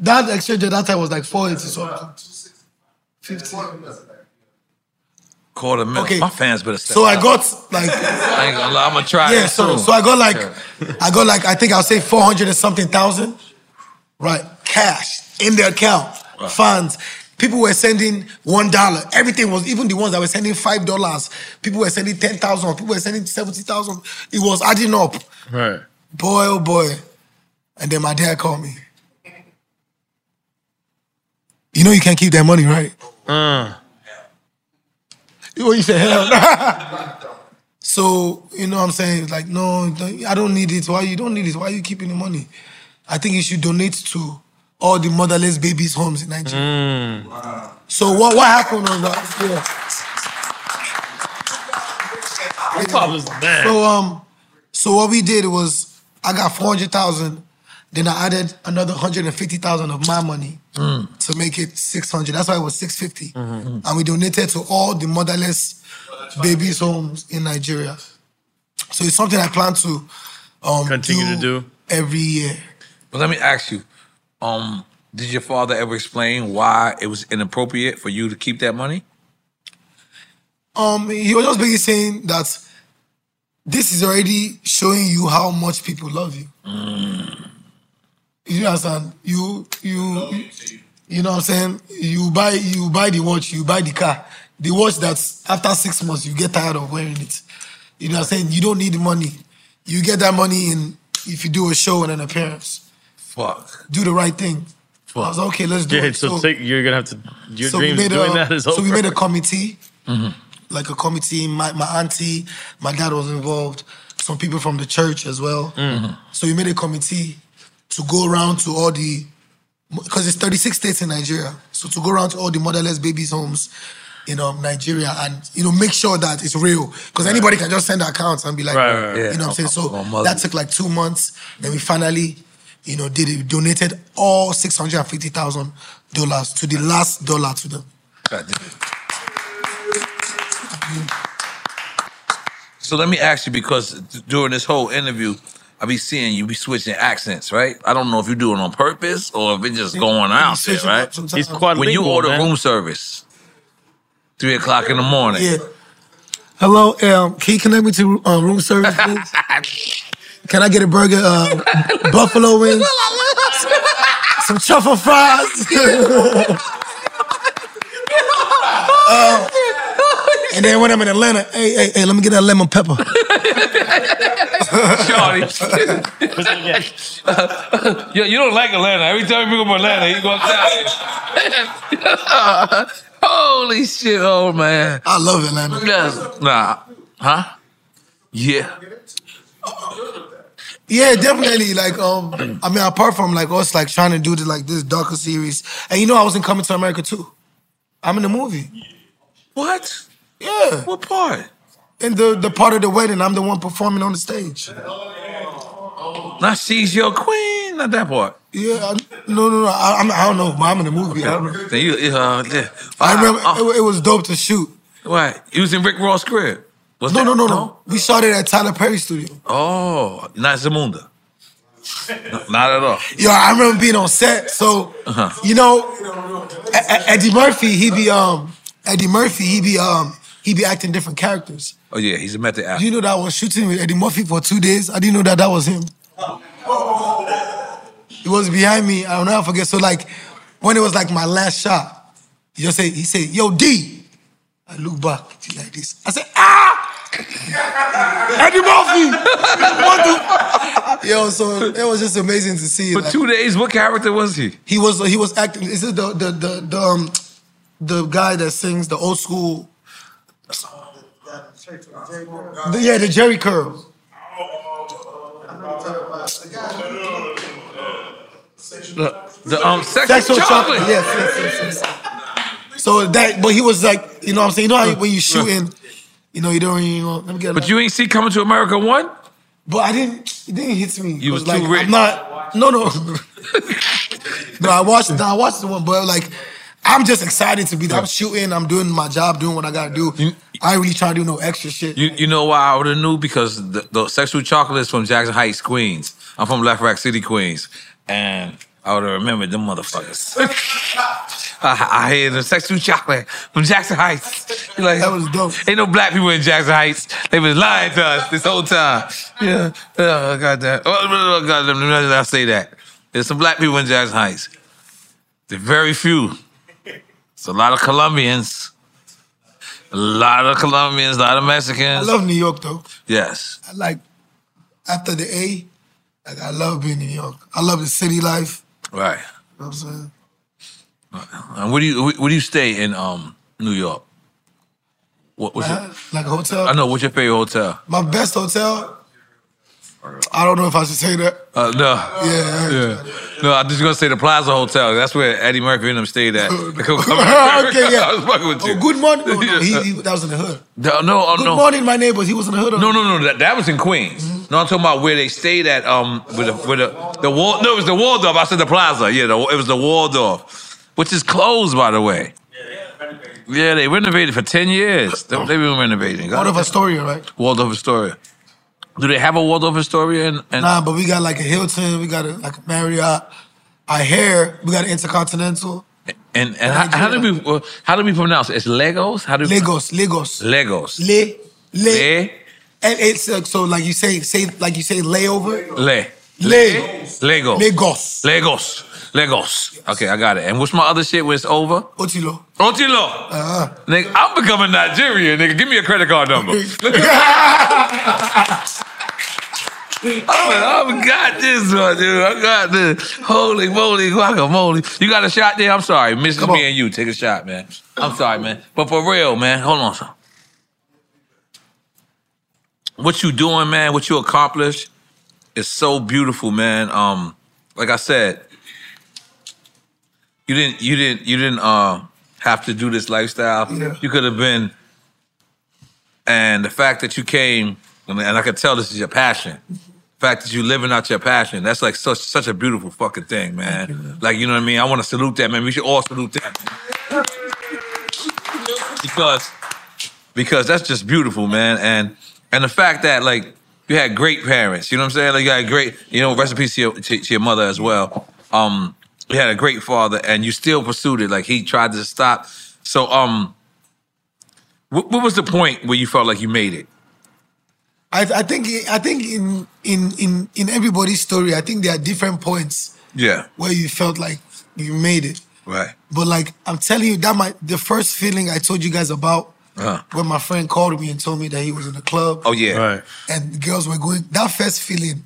That exchange rate that time was like 480 something. 50. Quarter mil. My fans better step So I up. got like I ain't gonna lie, I'm gonna try. Yeah, it so soon. so I got like Sure. I got like I think I'll say four hundred and something thousand, right? Cash in the account, funds. People were sending one dollar. Everything was even the ones that were sending five dollars. People were sending ten thousand. People were sending seventy thousand. It was adding up. Right. Boy, oh boy. And then my dad called me. You know you can't keep that money, right? Uh, What you say, hell. so, you know what I'm saying? It's Like, no, don't- I don't need it. Why you don't need it? Why are you keeping the money? I think you should donate to all the motherless babies' homes in Nigeria. So what, what happened was that, yeah. So um, so what we did was I got four hundred thousand, then I added another hundred and fifty thousand of my money to make it six hundred. That's why it was six fifty. Mm-hmm. and we donated to all the motherless babies' homes in Nigeria. So it's something I plan to um, Continue to do. every year. But let me ask you, um, did your father ever explain why it was inappropriate for you to keep that money? Um, he was just basically saying that this is already showing you how much people love you. You understand? You you you know what I'm saying? You buy you buy the watch, you buy the car, the watch that's after six months you get tired of wearing it. You know what I'm saying? You don't need money. You get that money in if you do a show and an appearance. Fuck. Do the right thing. Fuck. I was like, okay, let's do yeah, it. so, take, you're gonna have to. Your so we dreams of made doing a, that is so over. we made a committee Mm-hmm. like a committee. My, my auntie, my dad was involved, some people from the church as well. Mm-hmm. Mhm. So we made a committee to go around to all the, because it's 36 states in Nigeria. So to go around to all the motherless babies' homes in um, Nigeria and, you know, make sure that it's real. Because Right. anybody can just send their accounts and be like, Right, right, you right. know what I'm saying? So Oh, mother- that took like two months. Then we finally, you know, did it. We donated all $650,000 to the last dollar to them. God damn it. So let me ask you because during this whole interview, I be seeing you be switching accents, right? I don't know if you do it on purpose or if it's just going out there, switching right? up sometimes. He's when you quadlingual, order man. room service, three o'clock in the morning. Yeah. Hello, um, can you connect me to um, room service, please? can I get a burger, um, buffalo wings, some truffle fries, Um, and then when I'm in Atlanta, hey, hey, hey, let me get that lemon pepper. Charlie. you, you don't like Atlanta. Every time you bring up Atlanta, you go down. Holy shit, oh man. I love Atlanta. Yes. Nah. Huh? Yeah. Yeah, definitely. Like, um, I mean, apart from like us, like trying to do this, like this darker series, and you know, I wasn't coming to America too. I'm in the movie. What? Yeah. What part? In the the part of the wedding, I'm the one performing on the stage. Not she's your queen. Not that part. Yeah, I- no, no, no. I, I'm, I don't know. but I'm in the movie. I don't know. Then you, uh, yeah. oh. I remember it, wa- it was dope to shoot. Right. You was in Rick Ross' crib. Was No, that- no, no, no. We shot it at Tyler Perry Studio. Oh, not Zamunda. No, not at all. Yo, I remember being on set. So, Uh-huh. you know, E- E- Eddie Murphy, he be um, Eddie Murphy, he be um, he be acting different characters. Oh yeah, he's a method actor. You know that I was shooting with Eddie Murphy for two days. I didn't know that that was him. It was behind me. I'll never forget. So like, when it was like my last shot, he just say he said, "Yo, D." I look back he like this. I said, "Ah, Eddie Murphy." what the? Yo, so it was just amazing to see. For two days, what character was he? He was he was acting. Is it the the the the, um, the guy that sings the old school? The- yeah, the Jerry Curl. The, the, um, sexual, Sexual chocolate. chocolate, yes, So that, but he was like, you know, what I'm saying, you know, how when you shooting, you know, you don't, you know, let me get. a- But you ain't see Coming to America one. But I didn't. It didn't hit me. You was 'Cause, too like, rich. I'm not. No, no. no, I watched. No, I watched the one, but like, I'm just excited to be there. I'm shooting. I'm doing my job, doing what I gotta do. I really try to do no extra shit. You, you know why I would have knew because the, the sexual chocolate is from Jackson Heights, Queens. I'm from Left Rack City, Queens, and I would have remembered them motherfuckers. I, I hear the sexual chocolate from Jackson Heights. You're like, that was dope. Ain't no black people in Jackson Heights. They was lying to us this whole time. Yeah, oh, goddamn. Oh, goddamn. Let me not say that. There's some black people in Jackson Heights. They're very few. It's a lot of Colombians. A lot of Colombians, a lot of I Mexicans. love New York though. yes. I like after the A, like I love being in New York. I love the city life. Right. You know what I'm saying? And where do you where do you stay in um New York? What was it? Like a hotel. I know. What's your favorite hotel? My best hotel. I don't know if I should say that. Uh, no. Yeah. Yeah. No, I'm just gonna say the Plaza Hotel. That's where Eddie Murphy and them stayed at. okay, yeah. I was fucking with you. Oh, good morning. No, no, he, he, that was in the hood. No, no, oh, good no. morning, my neighbors. He was in the hood. Mm-hmm. No, no, no. That, that was in Queens. No, I'm talking about where they stayed at. Um, with the with the, the wall. No, it was the Waldorf. I said the Plaza. Yeah, the, it was the Waldorf, which is closed by the way. Yeah, they renovated for ten years. They, have been renovating. Out of Astoria, right? Waldorf Astoria. Do they have a Waldorf Astoria? And, and nah, but we got like a Hilton. We got a, like a Marriott. I hear we got an Intercontinental. and, and how, how do we well, how do we pronounce it? It's Legos. How do we, Legos? Legos. Legos. Le, le. And it's uh, so like you say, say like you say layover. Le. Le. Lego. Legos. Legos. Legos. Okay, I got it. And what's my other shit when it's over? Otilo. Otilo. Uh, Nigga, I'm becoming Nigerian, nigga. Give me a credit card number. Oh, I got this one, dude. I got this. Holy moly, guacamole. You got a shot there? I'm sorry. Miss me and you. Take a shot, man. I'm sorry, man. But for real, man, hold on. Son. What you doing, man, what you accomplished is so beautiful, man. Um, like I said, you didn't you didn't you didn't uh have to do this lifestyle. You could have been and the fact that you came, and and I could tell this is your passion. The fact that you living out your passion, that's like such such a beautiful fucking thing, man. like you know what I mean. I want to salute that, man. We should all salute that because because that's just beautiful, man. And and the fact that like you had great parents, you know what I'm saying? Like you had great, you know, recipes to your to, to your mother as well. Um, you had a great father, and you still pursued it. Like he tried to stop. So um, what, what was the point where you felt like you made it? I, I think I think in in in in everybody's story, I think there are different points Yeah, where you felt like you made it. right. But like I'm telling you, that my the first feeling I told you guys about Uh, when my friend called me and told me that he was in the club oh yeah, right. and the girls were going. That first feeling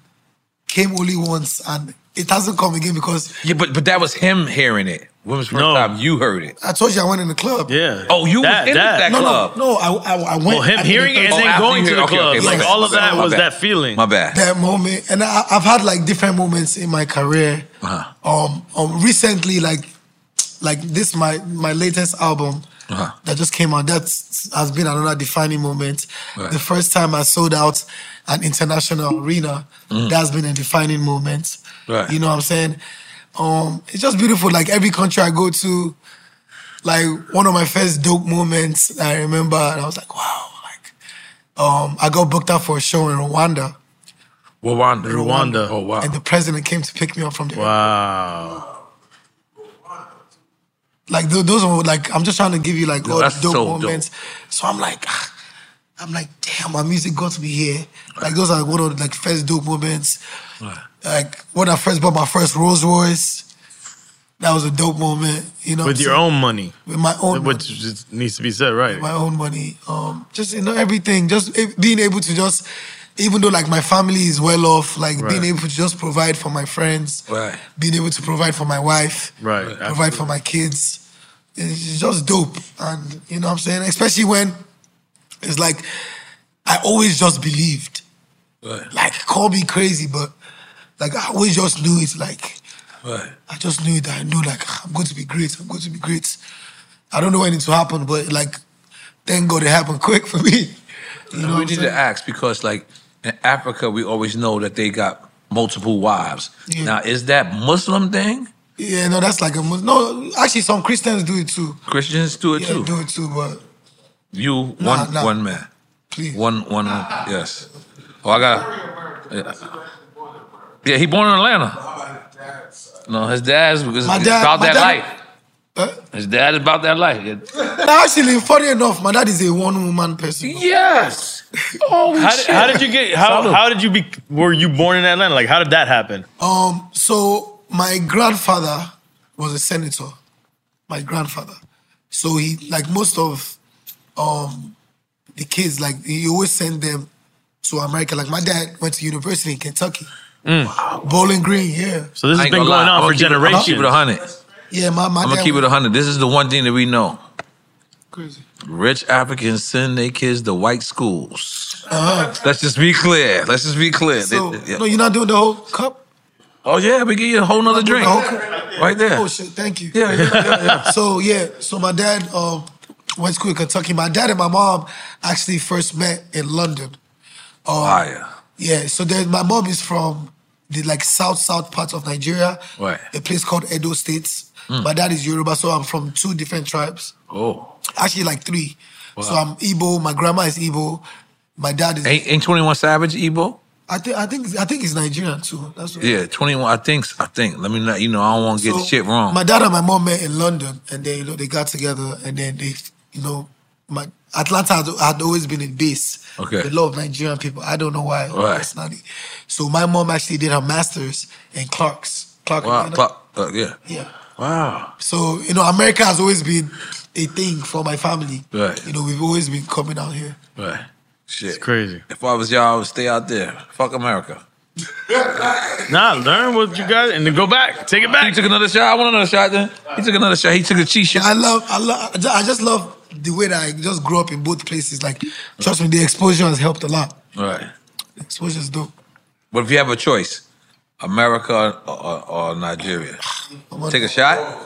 came only once, and it hasn't come again because Yeah, but but that was him hearing it. When was the first time you heard it? I told you I went in the club. Yeah. Oh, you was in that no, club. No, no, I, I, I went. Well, Oh, him I did hearing the it and third then time. going to the Okay, okay, club. okay, my Like, bad, all of my that bad, was my bad. that feeling. My bad. That moment, and I, I've had like different moments in my career. Uh-huh. Um, um, recently, like, like this my my latest album Uh-huh. that just came out. That has been another defining moment. Right. The first time I sold out an international arena, Mm. that's been a defining moment. Right. You know what I'm saying? Um, it's just beautiful. Like every country I go to, like one of my first dope moments I remember, and I was like, wow. Like, um, I got booked up for a show in Rwanda, Rwanda. Rwanda. Oh wow. and the president came to pick me up from there. Oh, Wow. Like th- those were like I'm just trying to give you like No, all the that's dope so dope. moments. So I'm like, ah, I'm like, damn, my music got to be here. Like those are like one of the like first dope moments. Like when I first bought my first Rolls Royce, that was a dope moment. You know, with what I'm your saying? own money. With my own Which just needs to be said, right? my own money. Um, just you know everything. Just eh, being able to just, even though like my family is well off, like Right. being able to just provide for my friends, Right. being able to provide for my wife, Right. provide for my kids. It's just dope. And you know what I'm saying? Especially when it's like I always just believed. Right. Like call me crazy, but like I always just knew it. Like Right. I just knew that I knew like ah, I'm going to be great. I'm going to be great. I don't know when it will happen, but like thank God it happened quick for me. You know what we need I'm to saying? ask because, like in Africa, we always know that they got multiple wives. Yeah. Now, is that Muslim thing? Yeah, no, that's like a Mus- no. Actually, some Christians do it too. Christians do it yeah, too. do it too, but You one Nah, nah. one man. Please. One one yes. Oh, I got. Yeah. yeah, he born in Atlanta. No, his dad's is My is dad- about my that dad- life. His dad is about that life. Yeah. Actually, funny enough, my dad is a one woman person. Yes. Oh, How did, how did you get? How, how did you be? Were you born in Atlanta? Like, how did that happen? Um, so my grandfather was a senator. My grandfather. So he like most of um the kids, like he always sent them to America. Like my dad went to university in Kentucky. Bowling Green, yeah. Mm. So this has I ain't been gonna going lie. on I'ma for keep it- I'ma generations. keep it 100. Yeah, my, my I'm gonna dad keep it was- 100. This is the one thing that we know. Crazy. Rich Africans send their kids to white schools. Uh-huh. Let's just be clear. Let's just be clear. So, They- yeah. No, you're not doing the whole cup? Oh yeah, we give you a whole nother Doing drink. the whole cup? Right there. Oh shit, thank you. Yeah, yeah, yeah, yeah. so yeah, so my dad um, went to school in Kentucky. My dad and my mom actually first met in London. Um, Fire. Yeah, so then my mom is from the like south south part of Nigeria, Right. a place called Edo States. Mm. My dad is Yoruba, so I'm from two different tribes. Oh. Actually, like three. So Wow. I'm Igbo. My grandma is Igbo. My dad is. Ain't, ain't 21 Savage Ebo? I think I think I think he's Nigerian too. That's what Yeah, 21. I think. I think. Let me not. You know, I don't want to get the So, shit wrong. My dad and my mom met in London, and then you know they got together, and then they, you know, my Atlanta had, had always been a base. Okay. with A lot of Nigerian people. I don't know why Right. personally. So my mom actually did her masters in Clark's. Clark. wow. Atlanta. Clock, uh, yeah. Yeah. Wow. So you know, America has always been a thing for my family. Right. You know, we've always been coming out here. Right. Shit. It's crazy. If I was y'all, I would stay out there. Fuck America. Nah, learn what you got and then go back. Take it back. He took another shot. I want another shot. Then he took another shot. He took a cheat shot. I love, I love, I just love the way that I just grew up in both places. Like, trust me, the exposure has helped a lot. Right. Exposure is dope. But if you have a choice, America or, or, or Nigeria, take a shot.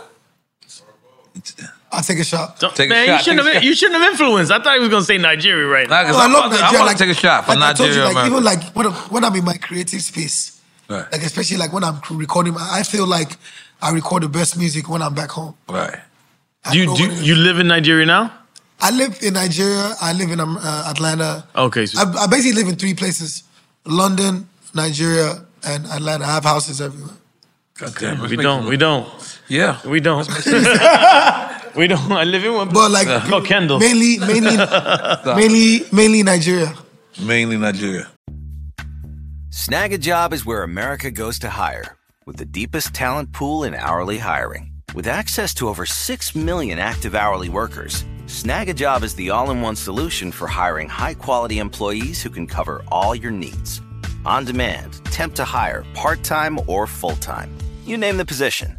I'll take a shot. Take Man, a shot. you shouldn't take a have. shot. You shouldn't have influenced. I thought he was gonna say Nigeria right now. Nah, 'cause I, want- I want to take a shot for Like I told you, Nigeria, like America. even like when I'm, when I'm in my creative space, Right. like especially like when I'm recording, I I feel like I record the best music when I'm back home. Right. Do you do you- you live in Nigeria now? I live in Nigeria. I live in um, uh, Atlanta. Okay. So, I, I basically live in three places: London, Nigeria, and Atlanta. I have houses everywhere. Damn, let's we make don't. some- We don't. Yeah. We don't. we don't. I live in one. But like oh, Kendall. mainly, mainly, mainly, mainly Nigeria. Mainly Nigeria. Snag a job is where America goes to hire, with the deepest talent pool in hourly hiring. With access to over 6 million active hourly workers, Snag a job is the all in one solution for hiring high quality employees who can cover all your needs. On demand, temp to hire, part time or full time. You name the position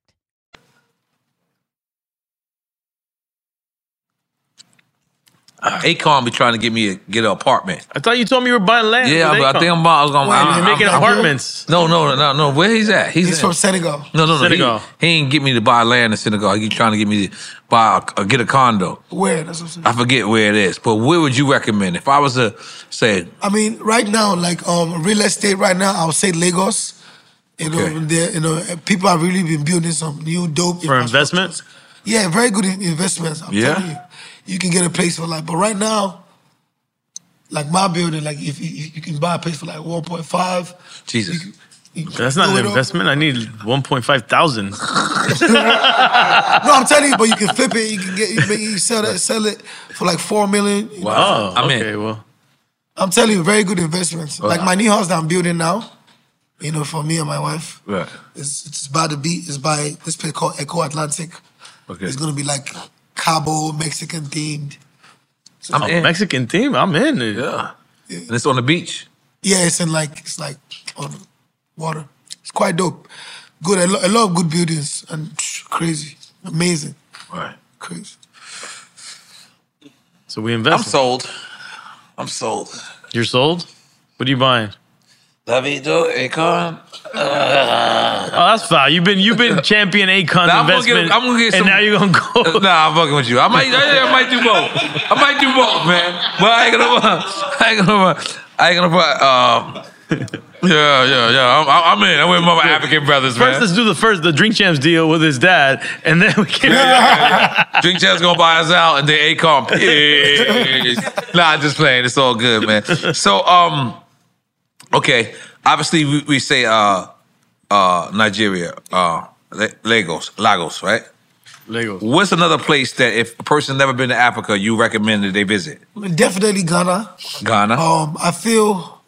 Akon be trying to get me a, get an apartment. I thought you told me you were buying land. Yeah, with but I Akon. think I'm about. I was gonna. Wait, I, you're I- making I- apartments. No, no, no, no. Where he's at? He's, He's at- from Senegal. No, no, no. Senegal. He, he ain't get me to buy land in Senegal. He trying to get me to buy a, get a condo. Where? That's what I'm saying. I forget where it is, but where would you recommend if I was to say I mean, right now, like um, real estate right now, I would say Lagos. You know, Okay. there, you know, people have really been building some new dope. For investment? Yeah, very good in- investments. I'm Yeah. telling you, you can get a place for like. But right now, like my building, like if you, if you can buy a place for like 1.5. Jesus? That's not an investment. I need 1.5 thousand. no, I'm telling you, but you can flip it. You can get you, make- you sell that, sell it for like four million. you know. Wow. I mean, Oh, okay, well. I'm telling you, very good investments. Wow. Like my new house that I'm building now, you know, for me and my wife. Right. It's it's by the beach. It's by this place called Echo Atlantic. Okay. It's gonna be like Cabo Mexican themed. I'm in. Oh, Mexican team. I'm in. Yeah. And it's on the beach. Yeah, it's in like it's like on water. It's quite dope. Good. A, lo- a lot of good buildings and crazy, amazing. Right. Crazy. So we invest. I'm sold. I'm sold. You're sold. What are you buying? Davido Akon. oh, that's foul. You've been you've been champion Acon's Nah, I'm gonna get- investment. I'm gonna get and some- now you're gonna go. nah, I'm fucking with you. I might, I, I might do both. I might do both, man. But I ain't gonna, I ain't gonna, I ain't gonna. Uh, yeah, yeah, yeah. I'm, I'm I'm in. I'm with my African brothers, First, man. let's do the first the Drink Champs deal with his dad, and then we can. Drink Champs gonna buy us out, and then Akon. Peace. nah, just playing. It's all good, man. So, um, okay. Obviously, we, we say uh, uh, Nigeria, uh, La- Lagos, Lagos, right? Lagos. What's another place that if a person never been to Africa, you recommend that they visit? Definitely Ghana. Ghana. Oh, Um, I feel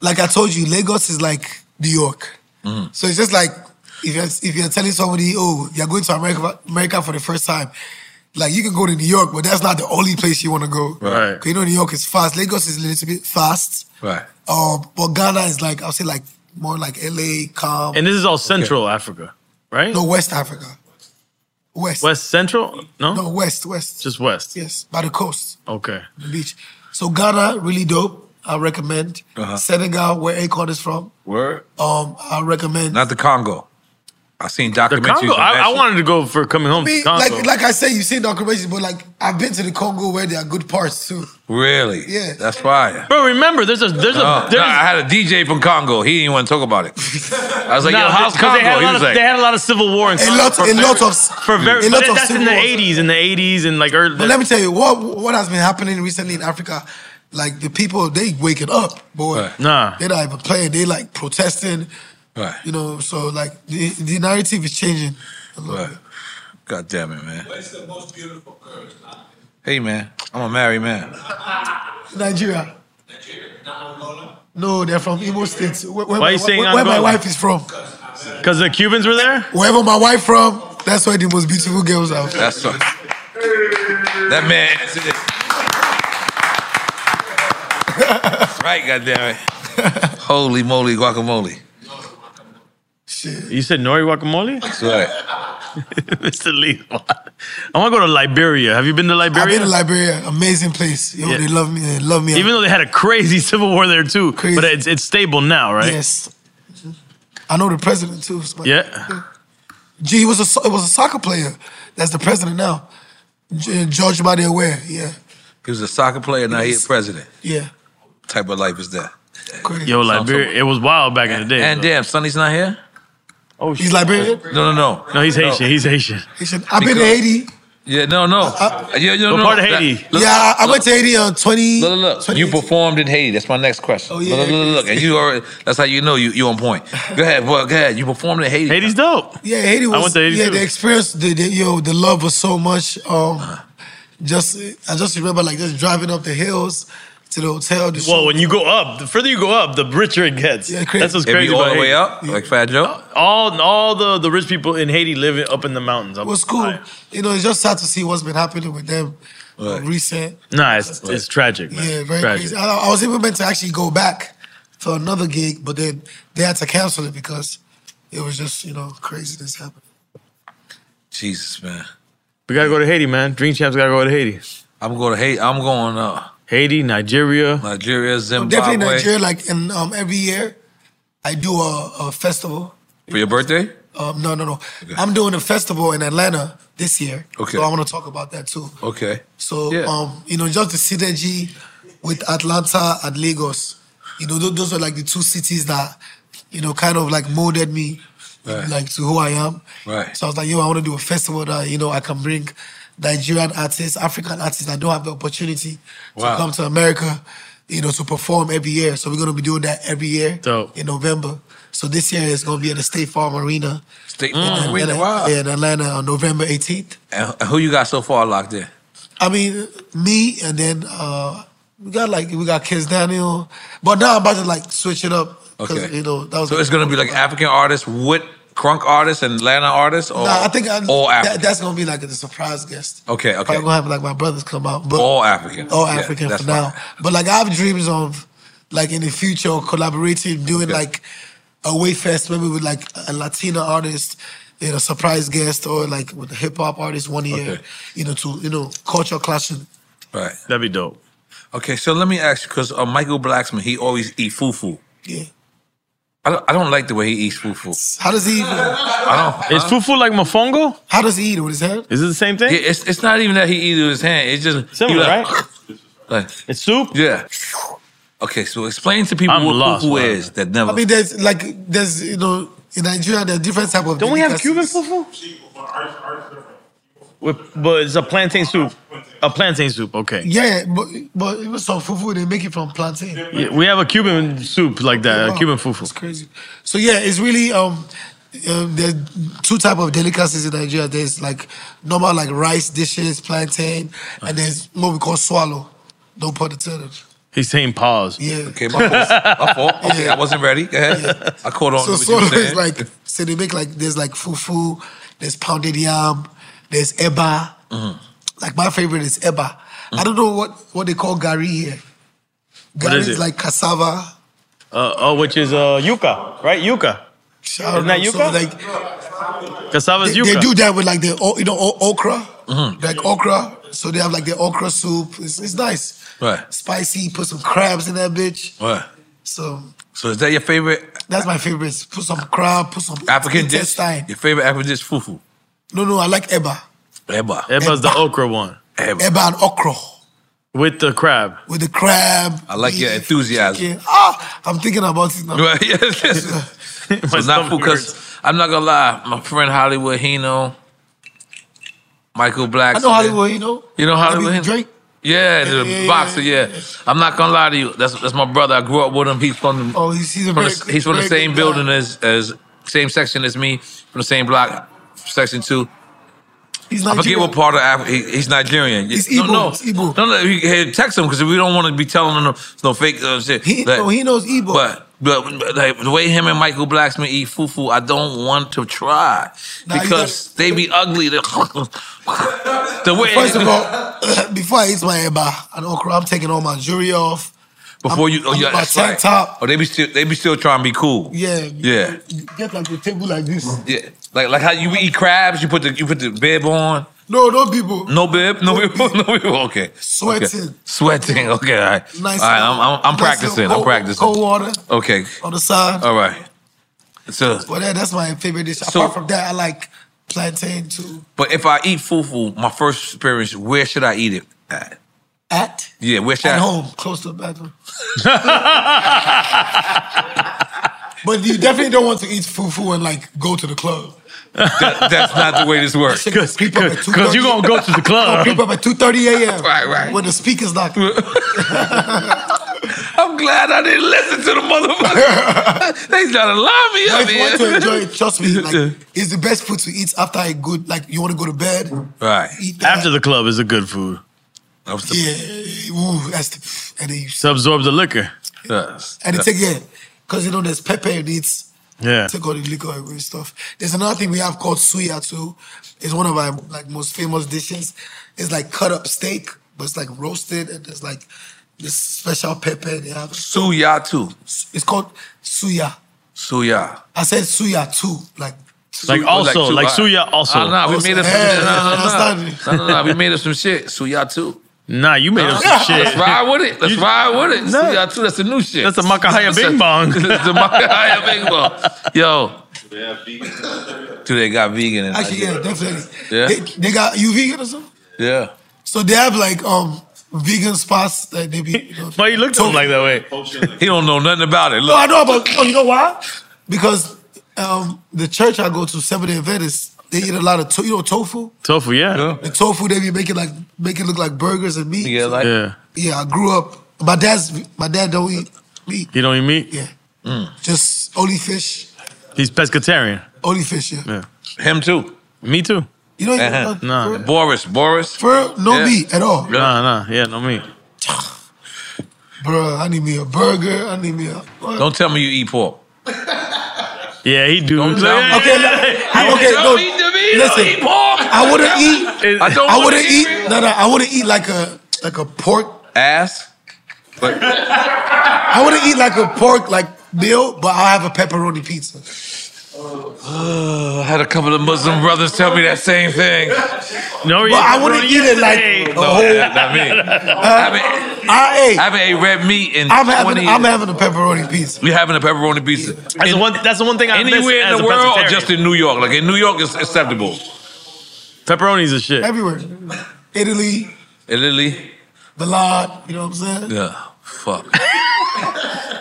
like I told you, Lagos is like New York. Mm. So it's just like if you're if you're telling somebody, oh, you're going to America America for the first time, like you can go to New York, but that's not the only place you want to go. Right. 'Cause You know, New York is fast. Lagos is a little bit fast. Right. Um, but Ghana is like I'll say like more like LA, calm. And this is all Central Africa, right? No, West Africa. West. West Central? No. No, West, West. Just West. Yes, by the coast, Okay. the beach. So Ghana, really dope. I recommend. Uh-huh. Senegal, where Akon is from. Word. Um, I recommend. Not the Congo. I seen Oh, The documentaries. Congo. on I, that I shit. wanted to go for coming home. I mean, to Congo. like like I say, you see documentaries, but like I've been to the Congo where there are good parts too. Really? Yeah. That's fire. Bro, remember, there's a there's No, a no, there's Oh, I had a DJ from Congo. He didn't want to talk about it. I was like, Nah, yo, how's because Congo? They had, a he lot was of, like, they had a lot of civil war in A Congo. lot, for a very- lot of for very, a lot but of that's in civil the wars. 80s, in the 80s, and like early. But let me tell you what what has been happening recently in Africa. Like the people, they waking up, boy. Nah. They're not even playing. They like protesting, Right. you know. So like the, the narrative is changing. Right. God damn it, man. Hey, man. I'm a married man. Nigeria. No, they're from Imo State. Where, where Why my, you saying where, where my Angola? wife is from. Because the Cubans were there? Wherever my wife from, that's where the most beautiful girls are. That's what. That man. answered it. That's right, goddammit. Holy moly, guacamole. You said Nori Guacamole? That's right. Mr. Lee. I want to go to Liberia. Have you been to Liberia? I've been to Liberia, amazing place. Yo, Yeah. they love me, they love me. Even though they had a crazy civil war there too, but it's it's stable now, right? Yes. I know the president too. It's my- Yeah. Gee, he was a so- it was a soccer player. That's the president now. G- George Body Aware. Yeah, He was a soccer player, now he's president. yeah. type of life is that? Yo, Liberia. It was wild back in the day. And though. damn, Sonny's not here? oh, He's Liberian. No, no, no. No, he's Haitian. He's Haitian. Haitian. I've been to Because- Haiti. Yeah, no, no. Uh, yeah, yeah, What no, part of that- Haiti? look, yeah, I I went look, to Haiti on twenty. Look, look, look. You performed in Haiti. That's my next question. Oh, yeah. Look, look, look, look. And you already, that's how you know you, you on point. Go ahead, well, go ahead. You performed in Haiti. Haiti's dope. Yeah, Haiti I was. went to Haiti yeah, too. the experience, the, the yo, the love was so much. Um, just I just remember like just driving up the hills to the hotel. The Well, when you go up, the further you go up, the richer it gets. Yeah, crazy. That's what's If crazy you all about the way Haiti. up, like Fat Joe. All all the, the rich people in Haiti live up in the mountains. It was cool. You know, it's just sad to see what's been happening with them. uh, recent. Nah, it's, it's tragic, man. Yeah, very tragic. crazy. I, I was even meant to actually go back for another gig, but then they had to cancel it because it was just, you know, craziness happening. Jesus, man. We gotta go to Haiti, man. Dream Champs gotta go to Haiti. I'm going to Haiti. I'm going uh Haiti, Nigeria, Nigeria, Zimbabwe. Definitely Nigeria. Like in um, every year, I do a, a festival. For your birthday? Um, no, no, no. I'm doing a festival in Atlanta this year. Okay. So I want to talk about that too. Okay. So um, you know, just the synergy with Atlanta and Lagos. You know, tho- those were like the two cities that you know kind of like molded me, Right. like to who I am. Right. So I was like, yo, I want to do a festival that you know I can bring Nigerian artists, African artists that don't have the opportunity Wow. to come to America, you know, to perform every year. So we're gonna be doing that every year Dope. in November. So this year it's gonna be at the State Farm Arena. State in Farm Arena, Atlanta- wow. Mm. yeah, in Atlanta on November 18th. And and who you got so far locked in? I mean, me and then uh, we got like we got Kiss Daniel, but now I'm about to like switch it up because Okay. you know that was So it's gonna be like African artists with crunk artists and Atlanta artists, or Nah, I think I, all that, African. that's gonna be like a surprise guest. okay, okay, I'm gonna have like my brothers come out, but all African, all Yeah, African that's for now. fine. But like I have dreams of like in the future collaborating, doing like a Wayfest maybe with like a Latina artist, you know, surprise guest, or like with a hip hop artist one year, you know, to you know culture clashing. Right, that'd be dope. Okay, so let me ask you because uh, Michael Blacksman he always eat fufu. Yeah. I don't, I don't like the way he eats fufu. How does he eat? it? I don't. Is fufu like mofongo? How does he eat it with his hand? Is it the same thing? Yeah, it's it's not even that he eats with his hand. It's just he Similar, like- right? like- it's soup. Yeah. Okay, so explain to people I'm what lost, fufu man. is that never. I mean, there's like there's you know in Nigeria there are different type of. Don't we have Cuban fufu? With, but it's a plantain soup. A plantain soup. Okay. Yeah, but but even some fufu they make it from plantain. Yeah, we have a Cuban soup like that, a Wow, Uh, Cuban fufu. It's crazy. So yeah, it's really um, um there's two type of delicacies in Nigeria. There's like normal like rice dishes, plantain, and there's what we call swallow. Don't put it in it. He's saying pause. Yeah. Okay, my fault. my fault. Okay, I wasn't ready. Go ahead. I caught on. So to what swallow you were is saying. like so they make like there's like fufu, there's pounded yam, there's eba. Mhm. Like my favorite is eba. I don't know what what they call gari here. What Gari is is, it? like cassava. Uh, oh, which is uh, yuca, right? Yuca. I Isn't don't that know. So, yuca? like- Cassava is They, yuca. they do that with like the o- you know o- okra, Mm-hmm. like okra. So they have like the okra soup. It's, it's nice, Right. spicy. Put some crabs in that bitch. Right. So So is that your favorite that's my favorite. Put some crab. Put some African dish? intestine. Your favorite African dish, fufu. No, no, I like eba. Eba. Eba's the okra one. Eba. Eba and okra With the crab. with the crab. I like your enthusiasm. Yeah. Ah, I'm thinking about it now. Right, yes, yes. so not because I'm not gonna lie, my friend Hollywood Hino, Michael Black. I know Hollywood, you know. You know Hollywood Hino? Drake. Yeah, the yeah, yeah, boxer. Yeah. I'm not gonna lie to you. That's that's my brother. I grew up with him. He's from the, oh, he's, he's, from very the, he's from the very same good guy. building as as same section as me, from the same block, section two. He's I forget Nigerian. what part of Africa. He, he's Nigerian. He's no, Igbo, no, he's Igbo. no, no. He, hey, text him because we don't want to be telling him no, no fake uh, shit. He, Like, no, he knows Igbo. but but, but, like, the way him and Michael Blacksmith eat fufu, I don't want to try Nah, you because they be ugly. They're- the way First of all, before I eat my eba and okra, I'm taking all my jewelry off. before you, oh, I'm yeah, in my that's tank right. top. Oh, they be still they be still trying to be cool. Yeah. Yeah. You get like a table like this. Yeah, like like how you eat crabs, you put the you put the bib on. No, no people. No bib, no bib, no bib. Okay, Sweating. okay. sweating. Okay, all right, Nice all right. I'm I'm, I'm nice practicing. little I'm cold- practicing. Cold water Okay, on the side. all right. So, But that, that's my favorite dish. So- Apart from that, I like plantain too. but if I eat fufu, my first experience, where should I eat it at? At? Yeah, where should At I? home, close to the bathroom. but you definitely don't want to eat fufu and like go to the club. That- that's not the way this works. Because you because you gonna go to the club. Creep up at two thirty a.m. Right, right. When the speakers knocking. I'm glad I didn't listen to the motherfucker. they trying to lie me Now, up if you want here. to enjoy it, trust me, like it's the best food to eat after a good like you want to go to bed. Right. After the club is a good food. Yeah, ooh, that's the, and then you It's to absorb the liquor. and it's again because you know there's pepper in it. Yeah. Take all the liquor away and stuff. There's another thing we have called suya too. It's one of our like most famous dishes. It's like cut up steak, but it's like roasted and there's like this special pepper they have. Suya too. It's called suya. Suya. I said suya too, like Like uh, also, like Suya also. Ah, nah, we made up some Yeah, shit. Nah, nah, nah. understand me. No, no, no. We made up some shit. Suya too. Nah, you made up some Let's shit. ride with it. Let's ride with it. See, No. that's, that's the new shit. That's a Makahaya That's a- Bing Bong. That's a Makahaya Bing Bong. Yo, do they got vegan? In Actually, yeah, definitely. Yeah. They, they got you vegan or something? Yeah. So they have like um vegan spots that they be. You know. Why you looked at him like that way? He don't know nothing about it. no, Look, I know, but oh, you know why? Because um, the church I go to, Seventh Day Adventist, they eat a lot of to- you know tofu. Tofu, yeah. The tofu they be making like make it look like burgers and meat. Yeah, like- Yeah. yeah. I grew up. My dad's my dad don't eat meat. He don't eat meat? Yeah. Mm. Just only fish. He's pescatarian. Only fish. Yeah. Yeah. Him too. Me too. You don't Uh-huh. even Nah. Boris, Boris. For no meat at all. Nah, nah. Yeah, no meat. Bruh, I need me a burger. I need me a. Don't tell me you eat pork. Yeah, he do. Don't tell me. Okay, I, okay, Don't no. eat the meat. Listen, Don't eat pork. I wouldn't eat. I don't I wanna wouldn't eat. it. No, no, I wouldn't eat like a like a pork. ass. But I wouldn't eat like a pork like meal, but I'll have a pepperoni pizza. uh, I had a couple of Muslim brothers tell me that same thing. No, But I wouldn't eat it like a No, whole. not me. I haven't, I ate. I haven't ate red meat in I'm 20 having years. I'm having a pepperoni pizza. You're having a pepperoni pizza. That's the In- one. That's the one thing I miss anywhere in as the a world or pescatarian. just in New York? Like in New York, it's acceptable. pepperonis and shit. everywhere. Italy, In Italy, Milan, you know what I'm saying? yeah, fuck.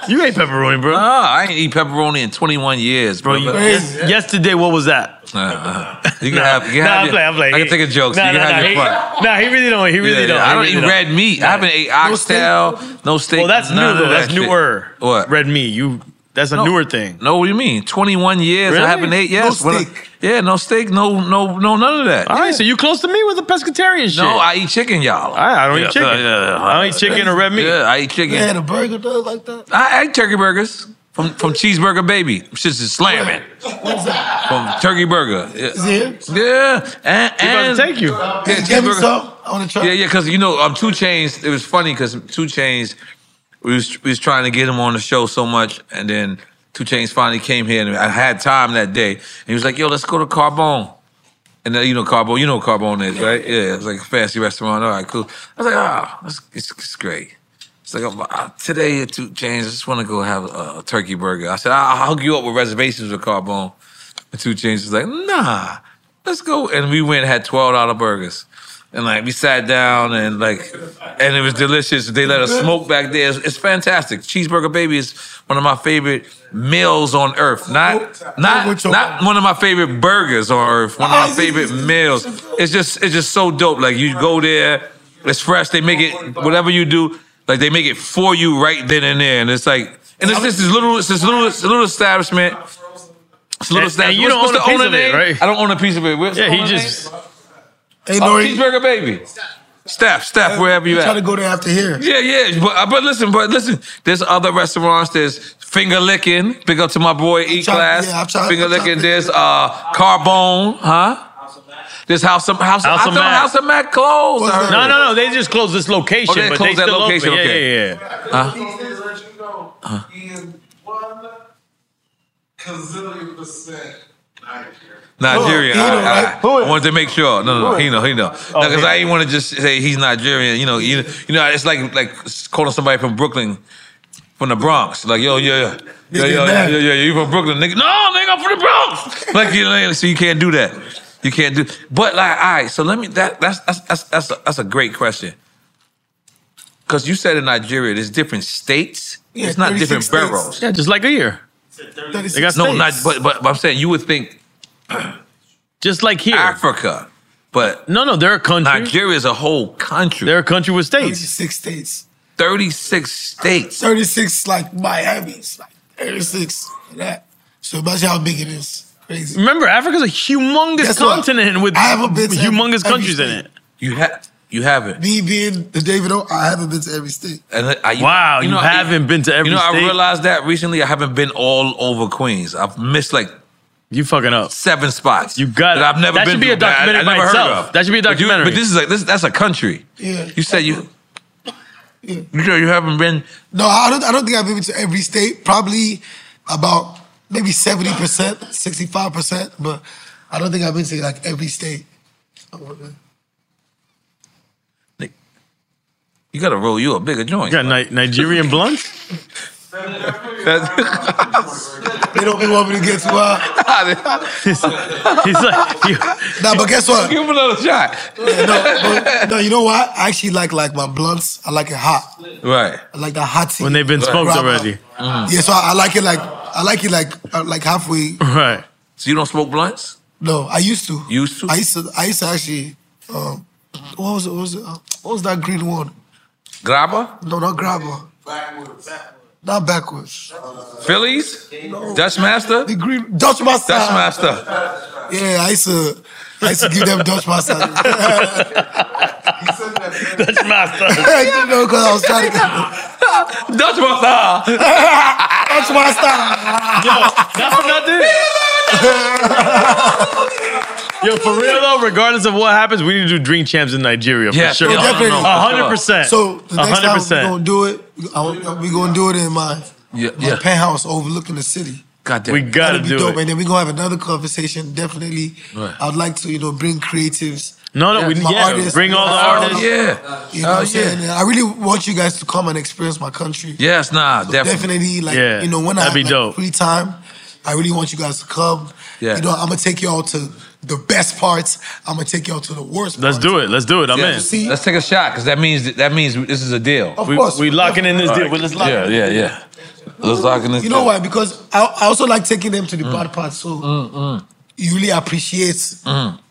You ate pepperoni, bro. Ah, I ain't eat pepperoni in 21 years, Bro, bro. you- Uh, yes- yesterday, what was that? uh, you can Nah, have. You can nah, have I'm your- playing. I'm playing. I can take a joke. so Nah, you can nah, have nah, your fun. he, nah, he really don't. He really Yeah, don't. I don't He eat really red meat. I haven't ate oxtail, no steak. Well, that's new none of though. that That's shit. newer. What? Red meat. You. That's a No. newer thing. No, what do you mean? Twenty one years. Really? I haven't ate. No Yes. When I- steak. yeah, no steak. No, no, no, none of that. All right, so you close to me with a pescatarian Ah, shit. no, I eat chicken, y'all. I- I don't eat chicken. yeah, I don't eat chicken or red meat. Yeah, I eat chicken. They had a burger though like that. I ate turkey burgers from from Cheeseburger Baby. Shit's just slamming What is that? from Turkey Burger. Yeah, Is it here? yeah. and, He about and to take you. Yeah, Give me cheeseburger. some. I want to try. Yeah, yeah, because you know, um, Two Chains. It was funny because Two Chains, we was we was trying to get him on the show so much, and then Two Chains finally came here, and I had time that day, and he was like, "Yo, let's go to Carbone." And then, you know Carbone, you know what Carbone is, right? Yeah, it's like a fancy restaurant. All right, cool. I was like, ah, it's, it's, it's great. It's like I'm, uh, today at Two Chains, I just want to go have a, a turkey burger. I said, I'll, I'll hook you up with reservations with Carbone. And Two Chains was like, nah, let's go. And we went and had twelve dollar burgers. And like we sat down and like, and it was delicious. They let us smoke back there. It's, it's fantastic. Cheeseburger Baby is one of my favorite meals on earth. Not not not one of my favorite burgers on earth. One of my favorite meals. It's just it's just so dope. Like you go there, it's fresh. They make it whatever you do. Like they make it for you right then and there. And it's like, and it's this is little it's this little it's a little establishment. It's a little And- and establishment. you don't What's own a the piece owner of it, name? right? I don't own a piece of it. What's the Yeah, he owner just. name? Hey, Oh, Nori, cheeseburger baby. Steph, Steph, wherever you try to at. go there after here. Yeah, yeah, but but listen, but listen. There's other restaurants. There's finger licking. Big up to my boy E tried- Class. yeah, I've tried- Finger I've tried- licking. There's uh Carbone, huh? There's House of House. House I thought of Mac. House of Mac closed. I heard. No, no, no. They just closed this location, Oh, they but closed they that still location, open. okay. Yeah, yeah, yeah. Nigeria. Who? Hino, I, I- right? Who is- I wanted to make sure. No, no, no. Who is- He know. He know. Because I ain't want to just say he's Nigerian. You know. You, you know. It's like like calling somebody from Brooklyn, from the Bronx. Like yo, yeah, yeah, yeah, Nigga, yeah, yeah, man. yeah, yeah. You from Brooklyn? Nigga. No, nigga, I'm from the Bronx. Like you know. So you can't do that. You can't do. But like, all right. So let me. That that's that's that's that's a, that's a great question. Because you said in Nigeria, there's different states. Yeah, it's not different 36 states. boroughs. Yeah, just like a year. 36 They got No, states. not. But, but but I'm saying you would think Just like here. Africa, but. No, no, they're a country. Nigeria is a whole country. They're a country with states. 36 states. 36 states. 36 like Miami's. Like 36 like that. So imagine how big it is. Crazy. Remember, Africa's a humongous Guess what? continent with I haven't been to every- humongous every countries in state. it. You have you haven't. Me being the David O, I haven't been to every state. And uh, I, Wow, you I- haven't been to every You know, state? I realized that recently. I haven't been all over Queens. I've missed like You fucking up. seven spots. You got it. that I've never That been should be to, a that I- I documentary by never heard itself. of. That should be a But you- documentary. But, this is like this. That's a country. Yeah. You said you. You know you haven't been. No, I don't I don't think I've been to every state. Probably about maybe 70%, 65%, but I don't think I've been to like every state. You gotta roll you a bigger joint. You got Ni- Nigerian blunts? They don't be wanting to get too high. he's like, nah, but guess what? Give him another shot. no, but- no, you know what? I actually like like my blunts. I like it hot. Right. I like that hot tea. When they've been smoked Right. Mm. already. Yeah, so I, I like it like I like it like uh, like halfway. Right. So you don't smoke blunts? No, I used to. Used to? I used to. I used to actually. Um, what was it? What was it? Uh, what was that green one? Grabba? No, not grabber. Backwards. Not backwards. Phillies? Dutch Master? The green Dutch Master. Dutch Master. Yeah, I used to. I used to give them Dutch Master. Dutch Master. you know, because I was trying to get them. Dutch Master. Dutch Master. That's what Yo, for real though, regardless of what happens, we need to do drink champs in Nigeria for Yeah, sure. yeah, definitely. A hundred percent. So the next time we're 100%. gonna do it, we're gonna do it in my, Yeah, my yeah. penthouse overlooking the city. God damn. we it. gotta That'd be do dope. it. And then we're gonna have another conversation. Definitely, Right. I'd like to you know bring creatives. No, no, we my yeah, artists, bring all the my artists. Oh, Yeah. You know what Oh, I'm saying? yeah. I really want you guys to come and experience my country. Yes, nah, definitely. Definitely, like Yeah, you know, when I that'd have be like, dope. free time, I really want you guys to come. Yeah. You know, I'm gonna take y'all to the best parts. I'm gonna take y'all to the worst. Let's do it. Let's do it. I'm Yeah. in. See, Let's take a shot, because that means that means this is a deal. of We, course, we locking in this deal. Well, let's lock Yeah, it. yeah, yeah. Let's lock in this You know deal. why? Because I, I also like taking them to the bad part. So you really appreciate,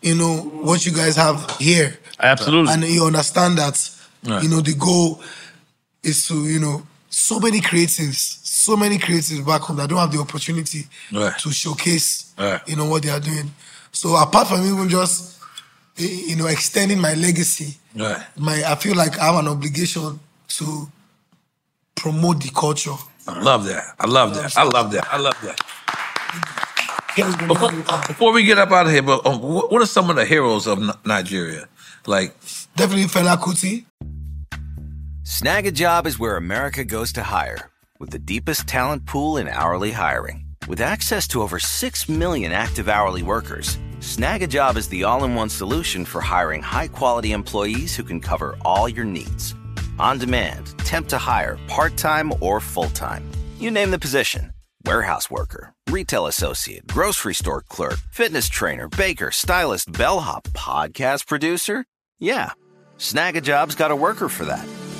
you know, what you guys have here, and Absolutely. you understand that, Right. you know, the goal is to, you know, so many creatives, so many creatives back home that don't have the opportunity Right. to showcase, Right. you know, what they are doing. So apart from even just, eh, you know, extending my legacy, Right. my I feel like I have an obligation to promote the culture. I love that. I love that. I love that. I love that. Guys, we Before, love you. before we get up out of here, but um, wh- what are some of the heroes of N- Nigeria? Like, Definitely Fela Kuti. Snag a job is where America goes to hire, with the deepest talent pool in hourly hiring. With access to over 6 million active hourly workers, Snag a job is the all in one solution for hiring high quality employees who can cover all your needs. On demand, temp to hire, part time or full time. You name the position warehouse worker, retail associate, grocery store clerk, fitness trainer, baker, stylist, bellhop, podcast producer. Yeah. Snag a job's got a worker for that.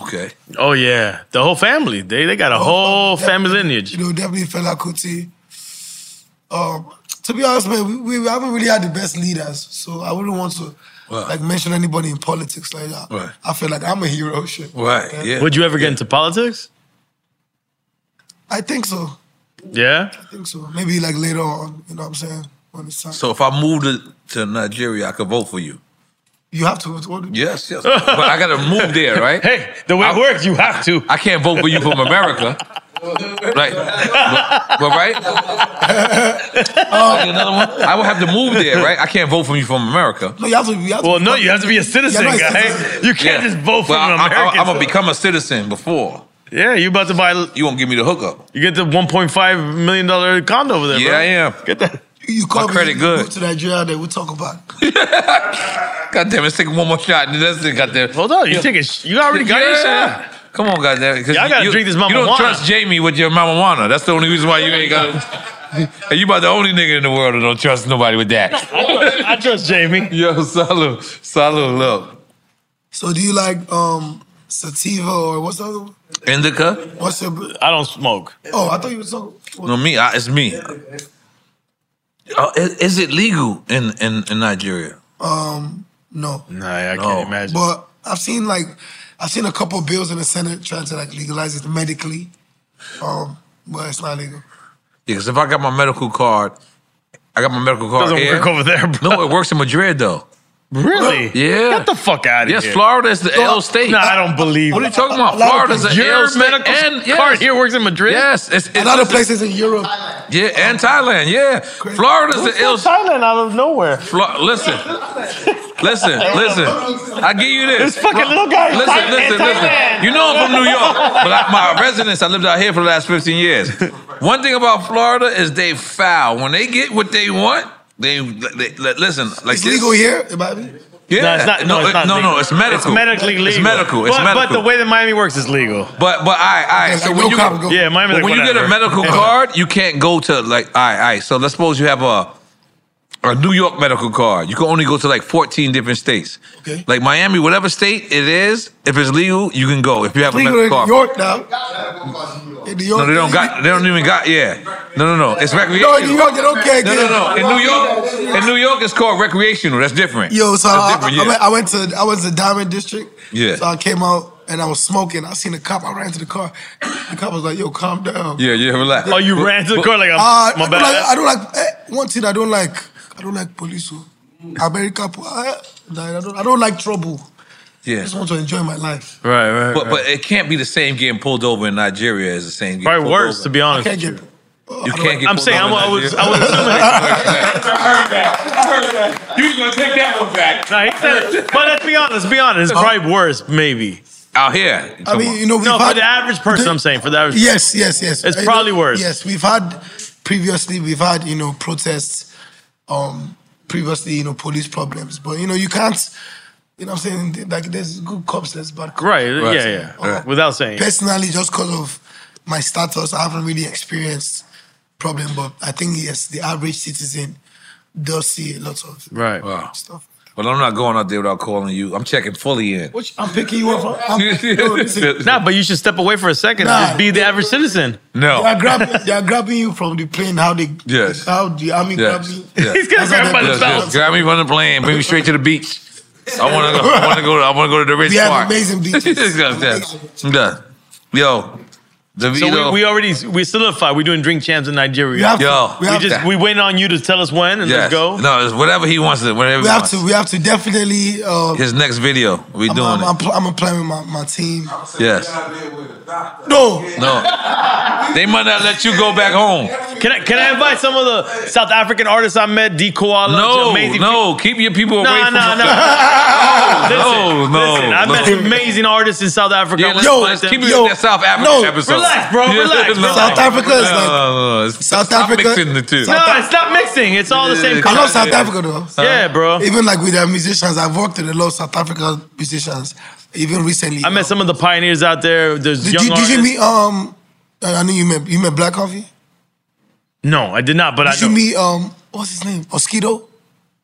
okay, Oh yeah. The whole family. They they Oh, got a whole family lineage. You know, Um, definitely Fela Kuti. Um, to be honest, man, we, we haven't really had the best leaders, so I wouldn't want to Right. like mention anybody in politics like that. Right. I feel like I'm a hero. Shit. right, yeah. Would you ever get into politics? I think so. Yeah? I think so. Maybe like later on. You know what I'm saying? When it's time. So if I moved to, to Nigeria, I could vote for you. you have to. What, Yes, yes. but I gotta move there, right? Hey, the way it works, you have to. I can't vote for you from America. Right. but, but right? Oh. Like another one? I would have to move there, right? I can't vote for you from America. No, you have to, you have to Well, no, you have to be a citizen, Yeah, right, guy. You can't Yeah. just vote for Well, an I- I- American. I'm gonna become a citizen before. Yeah, you about to buy. You won't give me the hookup. You get the 1.5 million dollar condo over there. Yeah, bro. I am. Get that. You My call me, credit you good. move to Nigeria, then we'll talk about. it. God damn, let's take one more shot. And that's it, goddamn. Hold on, you take a sh- you already got your shot. Come on, goddamn. it, 'cause Y'all gotta drink this You don't mamawana. trust Jamie with your marijuana. That's the only reason why you ain't got. And you about the only nigga in the world who don't trust nobody with that. I trust Jamie. Yo, salute, salute, look, So do you like um sativa or what's the other one? indica. What's your I don't smoke. Oh, I thought you were talking. No, me. I, it's me. Uh, i- is, it legal in in, in Nigeria? Um, no. Nah, I can't imagine. But I've seen like I've seen a couple of bills in the Senate trying to like legalize it medically. Um, but it's not legal. Because if I got my medical card, I got my medical card. Doesn't here. work over there, bro. No, it works in Madrid though. Really? Yeah. Get the fuck out of Yes, here. Florida is the L state. No, I don't believe What are it. you talking about? A lot of Florida's an Your L state. medical and, yes. card here works in Madrid? Yes, it's, it's A lot of it's- places in Europe. Yeah, and Thailand. Yeah, Florida's the L. Thailand out of nowhere. Flo- listen, listen, listen. I give you this. This fucking little guy is Listen, Thai- listen, in listen. Thailand. You know I'm from New York, but I, my residence, I lived out here for the last 15 years. One thing about Florida is they foul. When they get what they want, they, they, they- listen. Like It's this- legal here, Bobby. Yeah, No, it's not. No, it's it- not no, legal. no, it's medical. It's medically legal. It's medical. It's but, But medical. the way that Miami works is legal. But but I I Okay, so like, when no you cop, go- Yeah, Miami, but like, when you get a whatever. medical card, you can't go to like all right, all right. So let's suppose you have a a New York medical card. You can only go to like 14 different states. Okay. Like Miami, whatever state it is, if it's legal, you can go. If you have Legal a in medical New card. York now. In New York, No, they don't got. They don't even got. Yeah. No, no, no. It's recreational. No, in New York, they don't care, No, kid. no, no. In New York, in New York, it's called recreational. That's different. Yo, That's so I, different, I, yeah. went, I went to I was in Diamond District. Yeah. So I came out and I was smoking. I seen a cop. I ran to the car. The cop was like, "Yo, calm down." yeah, yeah. Relax. Oh, you But- ran to the but- car like I'm, Uh, my I, don't bad. like, I don't like eh, one thing. I don't like. I don't like police. oh. America, po- eh, nah, I don't. I don't like trouble. I Yeah. just want to enjoy my life. Right, right. But but it can't be the same getting pulled over in Nigeria as the same. getting Probably pulled worse, over. to be honest. Can't get. uh, You can't get. I'm pulled saying, over I'm, in I was, Nigeria. I was assuming. You was gonna take that one back. No, he said, but let's be honest. Be honest. It's probably worse, maybe. out here. I mean, you know, we've no, had- for the average person, I'm saying for the average. Yes, yes, yes. It's Uh, probably worse. Yes, we've had previously. We've had you know protests. Um, previously, you know police problems, but you know you can't. You know what I'm saying? Like there's good cops, there's bad cops. Right. Yeah. Yeah. Without saying. Personally, just because of my status, I haven't really experienced problem, but I think yes, the average citizen does see a lot of Right. Wow. stuff. Well, I'm not going out there without calling you. I'm checking fully in. Which I'm picking you up. I'm, no, listen, Nah, but you should step away for a second Nah. and just be the average citizen. they No. are grabbing. They are grabbing you from the plane. How they? Yes. How the army Yes. grabs you? Yes. He's gonna That's how grab they by do the it. Yes, yes. Grab me from the plane. Bring me straight to the beach. I want to go. I want to go. to- I want to go to the rich We have part. amazing beaches. yes. yes. Yo, DeVito. So we, we already we solidified. We're doing drink champs in Nigeria. We have to- Yo, we We have to- just we waiting on you to tell us when and yes. let's go. No, it's whatever he wants. To, whatever we he have wants. to. We have to definitely. Uh, His next video, we I'm, doing I'm, it. I'm, pl- I'm gonna play with my, my team. yes. No, No. They might not let you go back home. Can I can I invite some of the South African artists I met? D Koala. No, amazing no. Keep your people people. away No, from no, no. No, Listen, no, listen, I met no. some amazing artists in South Africa. Yeah, let's, Yo, let's keep it yo, in that South African no. episode. Relax, bro, relax, relax. South Africa is no, like- no, no, it's- South stop Africa- mixing the two. South- no, it's not mixing. It's all the same. I love content. South Africa though. Yeah, bro. Even like with their musicians, I've worked with a lot of South African musicians. Even recently, uh, I met some of the pioneers out there. There's Did young you, did artists. you meet um? I I knew you met you met Black Coffee. no, I did not. But I Did you know. meet um? What's his name? Oskido.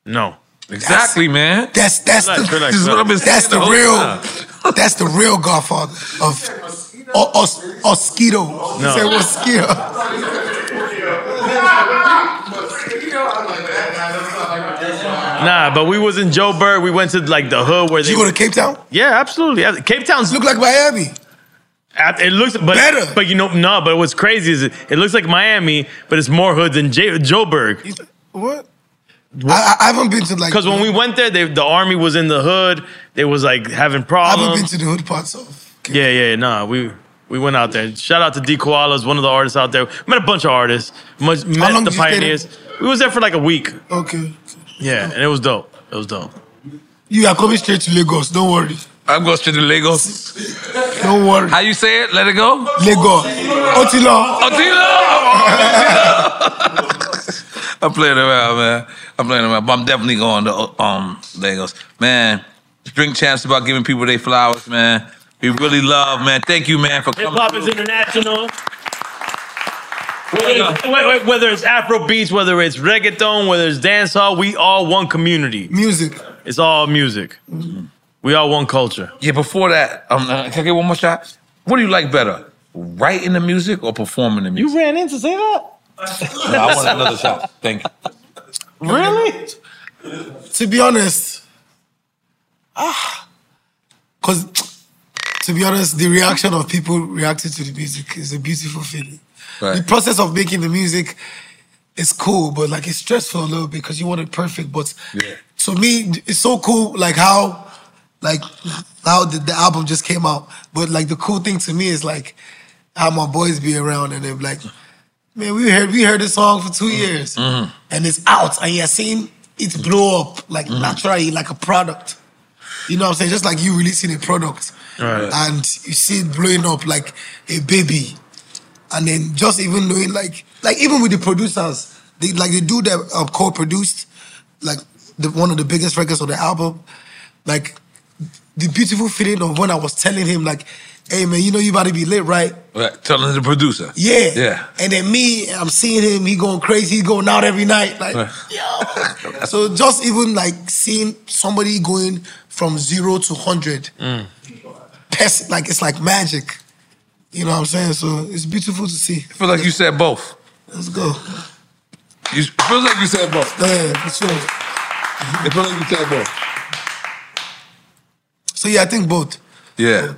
no. Exactly, man. That's that's Relax, the relax, This is what I've been saying. that's the whole real time. that's the real Godfather of O- Os- Oskido. No. Say Oskido. Nah, but we was in Joe Bird. We went to like the hood where they. You go to Cape Town? yeah, absolutely. Yeah, Cape Town's Look like Miami. Ab- It looks but, Better. but you know no. But what's crazy is it, it looks like Miami, but it's more hood than J- Joburg. What? I, I haven't been to like Because when we went there, they, the army was in the hood. They was like having I haven't problems. been to the hood parts of. yeah, yeah, nah. We We went out there. Shout out to D Koalas, one of the artists out there. Met a bunch of artists. Much, met long the did you stay there? pioneers. We was there for like a week. Okay. Yeah, and it was dope. It was dope. You are coming straight to Lagos. Don't worry. I'm going straight to Lagos. Don't worry. How you say it? Let it go. Lagos. Otilo. I'm playing around, man. I'm playing around, but I'm definitely going to um Lagos, man. Drink champs about giving people their flowers, man. We really love, man. Thank you, man, for Hip coming. hop is international. Whether it's, wait, wait, whether it's Afro beats, whether it's reggaeton, whether it's dancehall, we all one community. Music. It's all music. We all one culture. Yeah, before that, um, uh, can I get one more shot? What do you like better, writing the music or performing the music? You ran in to say that? No, I want another shot. Thank you. Really? To be honest, ah, because to be honest, the reaction of people reacting to the music is a beautiful feeling. The process of making the music is cool, but like it's stressful a little bit because you want it perfect. But Yeah. to me, it's so cool, like how, like how the, the album just came out. But like the cool thing to me is like how my boys be around and they're like, man, we heard we heard this song for two years Mhm. and it's out and you're seeing it blow up like naturally like a product you know what i'm saying just like you releasing a product Right. and you see it blowing up like a baby and then just even knowing like like even with the producers they like the dude that uh, co-produced like the one of the biggest records on the album like the beautiful feeling of when i was telling him like hey man you know you about to be lit right Right, telling the producer. Yeah. yeah. and then me i'm seeing him he going crazy he going out every night like Right. so just even like seeing somebody going from zero to hundred, pers- like it's like magic. You know what I'm saying? So it's beautiful to see. I feel like you said both. Let's go. You it feels like you said both. Yeah, for sure. It feels like you said both. So yeah, I think both. Yeah.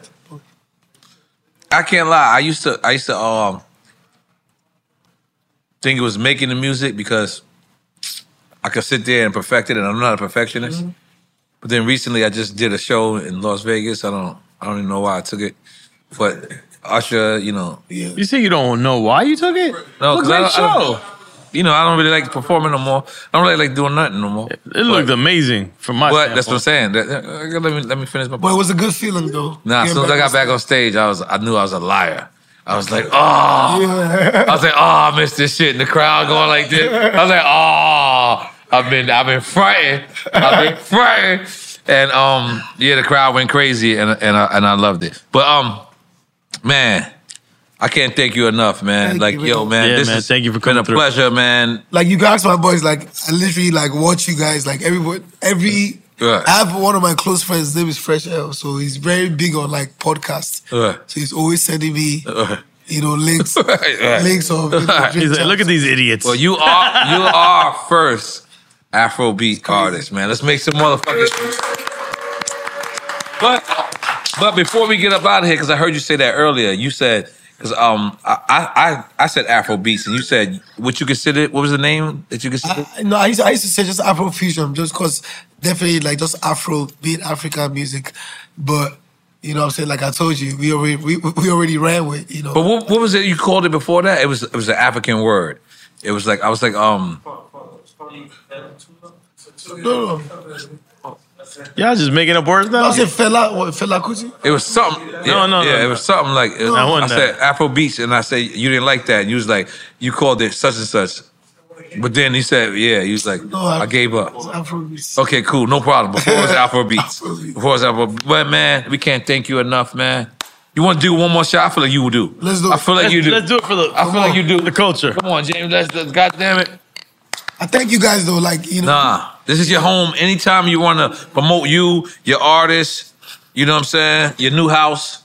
I can't lie. I used to I used to um think it was making the music because I could sit there and perfect it and I'm not a perfectionist. Mm-hmm. But then recently I just did a show in Las Vegas. I don't I don't even know why I took it. But Usher, you know, You say you don't know why you took it? no, what 'cause great I don't- I don't- show! you know, I don't really like performing no more. I don't really like doing nothing no more. It looked amazing from my. But that's what I'm saying. That- that- uh, Let me let me finish my. But it was a good feeling though. Nah, as Getting soon as I got back on stage, I was I knew I was a liar. I was like, oh, I was like, oh, I missed this shit, and the crowd going like this. I was like, oh, I've been, I've been frightened, I've been frightened, and um, yeah, the crowd went crazy, and and I, and I loved it. But um, man, I can't thank you enough, man. Thank like, you, yo, man. man, Yeah, this man, has thank you for coming been a pleasure, man. Like you guys, my boys, like I literally like watch you guys, like everybody, every. Right. I have one of my close friends. His name is Fresh L, so he's very big on like podcasts. Right. So he's always sending me, you know, links, right. links of. you know, drink champs. at these idiots. Well, you are you are first Afrobeat artist, man. Let's make some motherfuckers. But but before we get up out of here, because I heard you say that earlier, you said because um I, I I said Afrobeats and you said what you consider what was the name that you considered? No, I used, to, I used to say just Afro fusion, just cause definitely like just Afro beat African music, but you know what I'm saying. Like I told you, we already we, we already ran with you know. But what, what was it you called it before that? It was it was an African word. It was like I was like um no, no, Y'all just making up words now. I said Fela, what, Fela Kuti. it was something. Yeah, No, no, yeah, no, it was something like it was- I I, wasn't said Afrobeats and I said you didn't like that. And you was like you called it such and such. But then he said, yeah, he was like, I gave up. Afro Okay, cool. No problem. Before it was Afro Beats. Before it was Afro But man, we can't thank you enough, man. You want to do one more shot? I feel like you will do. Let's do it. I feel like you do. Let's do it for the. I feel like you do. The culture. Come on, James. Let's, let's God damn it. I thank you guys though. Like you know, Nah, this is your home. Anytime you want to promote you, your artist, you know what I'm saying? Your new house.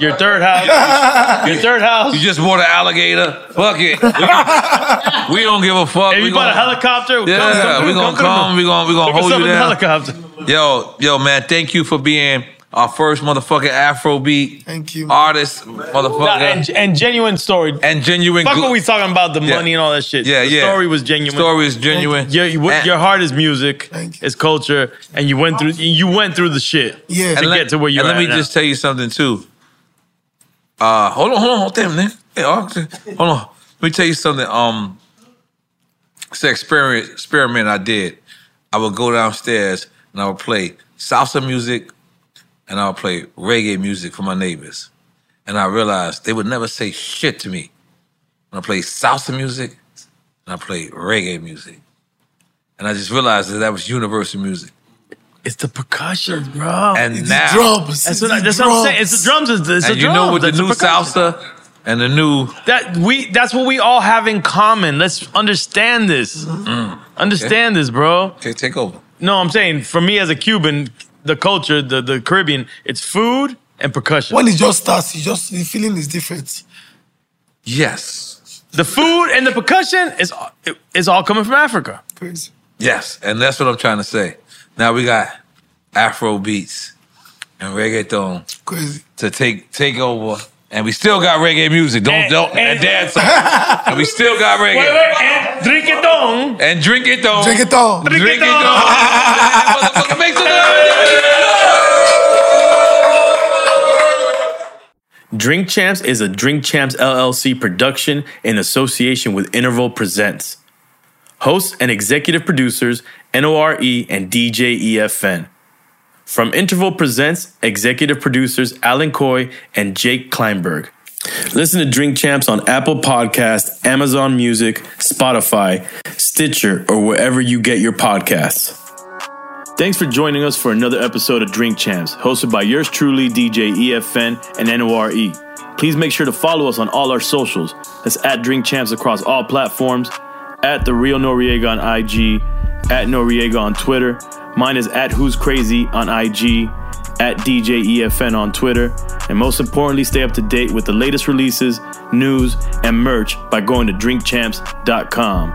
Your third house. Your third house. You just bought an alligator. Fuck it. We- We don't give a fuck. Hey, we you bought gonna- a helicopter. Yeah, we gonna come, we gonna- we gonna hold you the down. helicopter. Yo, yo, man, thank you for being our first motherfucking Afrobeat thank you. artist, Nah, motherfucker. and, and genuine story. And genuine. Fuck good- what we talking about the Yeah. money and all that shit. Yeah, the yeah. Story was genuine. Story is genuine. Your, your- And- your heart is music. It's culture, and you went through you went through the shit. Yeah. to and let- get to where you're And at. let me now. just tell you something too. Uh, hold on, hold on, hold on, man. Hey, I'll- hold on. Let me tell you something. Um, it's an experiment, experiment I did. I would go downstairs and I would play salsa music and I would play reggae music for my neighbors. And I realized they would never say shit to me when I played salsa music and I played reggae music. And I just realized that that was universal music. It's the percussion, bro. And It's now, drums. That's what I- that's what I'm saying. It's the drums. It's the- it's and the you know drums. with the That's the new percussion. salsa and the new That we that's what we all have in common. Let's understand this. Understand this, bro. Mm. Okay, take over. No, I'm saying for me as a Cuban, the culture, the, the Caribbean, it's food and percussion. When it just starts, it just the feeling is different. Yes. The food and the percussion is it- it's all coming from Africa. Crazy. Yes, and that's what I'm trying to say. Now we got Afro beats and reggaeton Crazy. to take take over, and we still got reggae music. Don't don't and, dance, and we still got reggae. Wait, wait, and drink it on. And drink it on. Drink it on. Drink, it on. Motherfucker, make some Drink Champs is a Drink Champs LLC production in association with Interval Presents. Hosts and executive producers NORE E and DJEFN. From Interval Presents, executive producers Alan Coy and Jake Kleinberg. Listen to Drink Champs on Apple Podcasts, Amazon Music, Spotify, Stitcher, or wherever you get your podcasts. Thanks for joining us for another episode of Drink Champs, hosted by yours truly, DJ EFN and NORE. E. Please make sure to follow us on all our socials. That's at Drink Champs across all platforms, at The Real Noriega on IG, at Noriega on Twitter. Mine is at Who's Crazy on IG, at DJ EFN on Twitter. And most importantly, stay up to date with the latest releases, news, and merch by going to drinkchamps.com.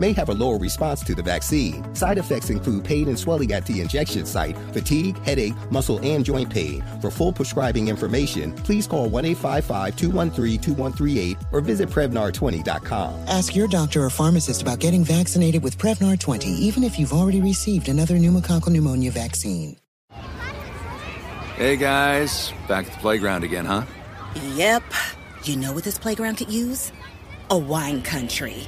may have a lower response to the vaccine. Side effects include pain and swelling at the injection site, fatigue, headache, muscle, and joint pain. For full prescribing information, please call 1 855 213 2138 or visit Prevnar20.com. Ask your doctor or pharmacist about getting vaccinated with Prevnar 20, even if you've already received another pneumococcal pneumonia vaccine. Hey guys, back at the playground again, huh? Yep. You know what this playground could use? A wine country.